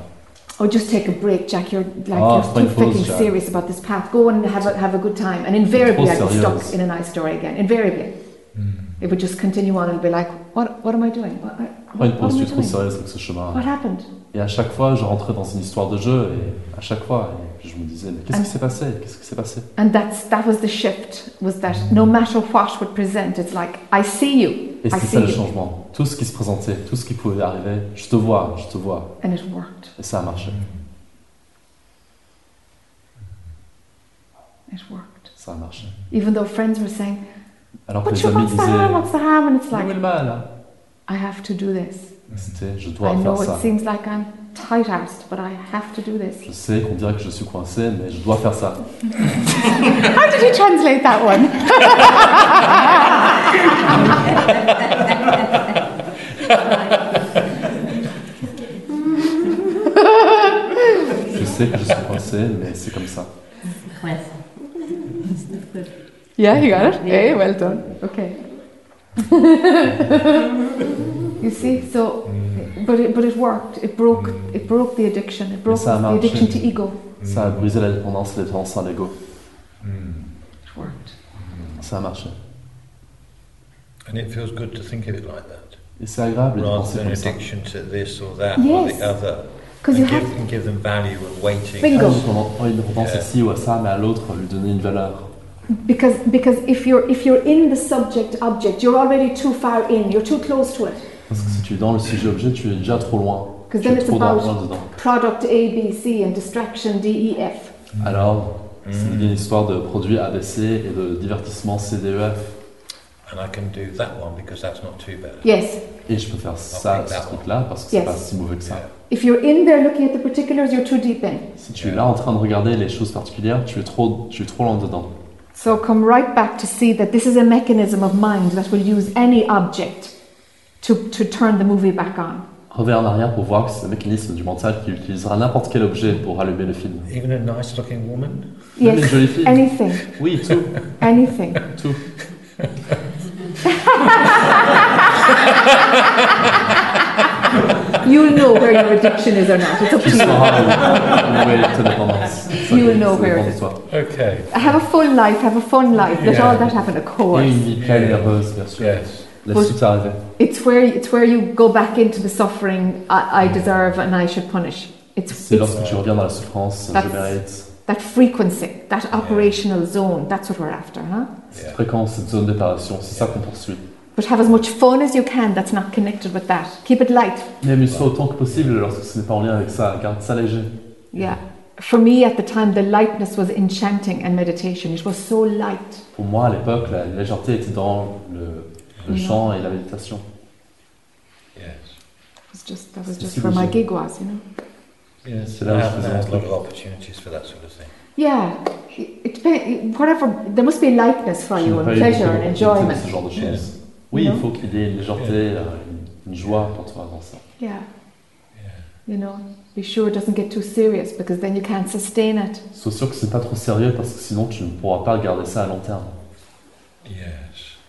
A: Or just take a break, Jack. You're like
B: Oh, it's
A: you're
B: quite
A: too
B: close,
A: freaking
B: Jack.
A: serious about this path. Go and have a have a good time. And invariably, I'd
B: It's all
A: be stuck
B: serious.
A: in an eye story again. Invariably,
J: Hmm,
A: it would just continue on and be like, what What am I doing? What,
B: Prends
A: what,
B: une
A: what am
B: pause, tu
A: I
B: es trop
A: doing?
B: sérieuse avec ce chemin.
A: What happened?
B: Et à chaque fois, je rentrais dans une histoire de jeu, et à chaque fois, et puis je me disais, mais qu'est-ce
A: And-
B: qui s'est passé Qu'est-ce qui s'est passé
A: And that's that was the shift. Was that no matter what would present, it's like I see you,
B: Et
A: I
B: c'est
A: see
B: ça le
A: you,
B: changement. Tout ce qui se présentait, tout ce qui pouvait arriver, je te vois, je te vois.
A: and it worked.
B: Et ça a marché.
A: It worked.
B: Ça a marché.
A: Even though friends were saying,
B: Alors que
A: "But
B: les
A: you,
B: amis
A: what's the harm?
B: disaient,
A: What's the harm?" and it's
B: où est
A: like,
B: le mal hein
A: I have to do this.
B: C'était, je
A: I
B: dois faire
A: know
B: ça.
A: it seems like I'm tight-assed, but I have to do this.
B: Je sais qu'on dirait que je suis coincé, mais je dois faire ça.
A: How did you translate that one?
B: Je sais que je suis coincé, mais c'est comme ça.
A: Yeah, you got it. Hey,
J: hmm,
A: well done. Okay. you see, so But it, but it worked. It broke it broke the addiction. It
B: Mais
A: broke
B: ça a
A: the
B: marché.
A: addiction to ego.
B: Ça a brisé la dépendance et la dépendance à l'ego.
J: hmm.
A: It worked.
B: Ça a marché.
J: And it feels good to think of it like that,
B: Et c'est agréable de
J: rather
B: penser
J: than
B: comme ça.
J: addiction to this or that or
A: Yes.
J: the other.
A: 'Cause
J: and
A: you
J: give,
A: have-
J: and give them value and weighting.
A: Bingo.
B: Ah, donc on a envie de repenser
J: Yeah.
B: ci ou à ça, mais à l'autre, lui donner une valeur.
A: Because because if you're if you're in the subject object, you're already too far in. You're too close to it.
B: Parce que si tu es dans le sujet-objet, tu es déjà trop loin. Tu
A: Because then
B: es
A: it's
B: trop dans,
A: about
B: loin dedans.
A: product A B C and distraction D E F.
B: Alors, c'est une histoire de produits ABC et de divertissement E CDEF.
J: And I can do that one because that's not too bad.
A: Yes.
B: Et je peux faire ça, ce truc-là, parce que
A: Yes.
B: c'est pas si mauvais que ça.
A: If you're in there looking at the particulars, you're too deep in.
B: Si tu es là en train de regarder les choses particulières, tu es trop, tu es trop loin dedans.
A: So come right back to see that this is a mechanism of mind that will use any object to, to turn the movie back on.
B: Reviens en arrière pour voir que c'est le mécanisme du mental qui utilisera n'importe quel objet pour allumer le film.
I: Even a nice looking woman?
B: Même une
A: Yes,
B: jolie fille.
A: anything,
B: Oui, tout.
A: anything.
B: Tout.
A: You'll know where your addiction is or not. It's up
B: Tu
A: to
B: sauras
A: you.
B: où, où est ta dépendance. Ça,
A: You
B: ça
A: know where
B: dépend
A: it
B: de
A: is.
B: toi.
I: Okay.
A: Have a full life, have a fun life. Let all
I: Yeah.
A: that happen, of
B: Et
A: course.
B: une vie pleine et heureuse, bien sûr.
I: Yes.
B: Laisse tout arriver.
A: It's where it's where you go back into the suffering I, I deserve and I should punish. It's,
B: C'est
A: it's
B: lorsque tu reviens dans la souffrance, je
A: That's-
B: mérite.
A: that frequency, that operational zone. That's what we're after, huh?
B: Cette fréquence, cette zone de paration, c'est ça qu'on poursuit.
A: But have as much fun as you can that's not connected with that. Keep it light.
B: Mais amuse-toi autant que possible lorsque ce n'est pas en lien avec ça. Garde ça léger.
A: Yeah. For me at the time, the lightness was enchanting and meditation. It was so light.
B: Pour moi, à l'époque, la légèreté était dans le, le
A: Mhm.
B: chant et la méditation.
J: Yes.
A: It was just, that was just
B: It's
A: where my
B: easy.
A: gig was, you know?
I: Yes.
B: C'est là où je
J: Now
B: faisais
J: there's
B: mon
J: a
B: truc.
J: lot of opportunities for that sort of thing.
A: Yeah. It, it depends, whatever, there must be lightness for
B: Je
A: you
B: n'ai pas
A: and
B: eu
A: pleasure
B: beaucoup
A: and
B: d'opportunités de ce
A: enjoyment.
B: genre de choses.
I: Yeah.
B: Oui,
A: Non.
B: il faut qu'il y ait une légèreté, euh, une- une joie pour toi dans ça.
A: Yeah. You know, be sure it doesn't get too serious because then you can't sustain it.
B: Sois sûr que c'est pas trop sérieux parce que sinon tu ne pourras pas garder ça à long terme.
J: Yes.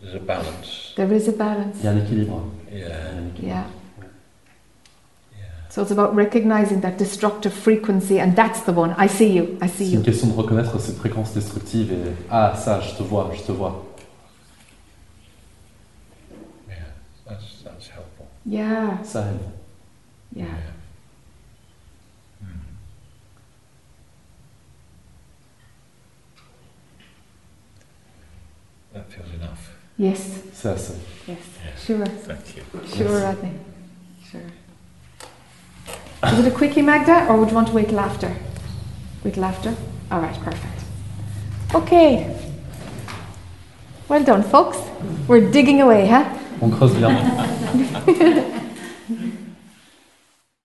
J: There's a balance.
A: There is a
B: Il y a
A: balance.
B: un équilibre. Il y a
J: Yeah.
B: un équilibre.
A: Yeah. So it's about recognizing that destructive frequency, and that's the one. I see you. I see
B: C'est une
A: you.
B: question de reconnaître cette fréquence destructive et ah ça, je te vois, je te vois.
J: Yeah. That's, that's helpful.
A: Yeah.
B: Ça aide.
A: Yeah.
J: Hmm. That feels enough.
A: Yes.
B: C'est assez.
A: Yes. Sure.
I: Thank you.
A: Sure, Rodney. Sure. Is it a quickie, Magda, or would you want to wait till after? Wait till after? All right, perfect. Okay. Well done, folks. We're digging away, huh?
B: On creuse bien.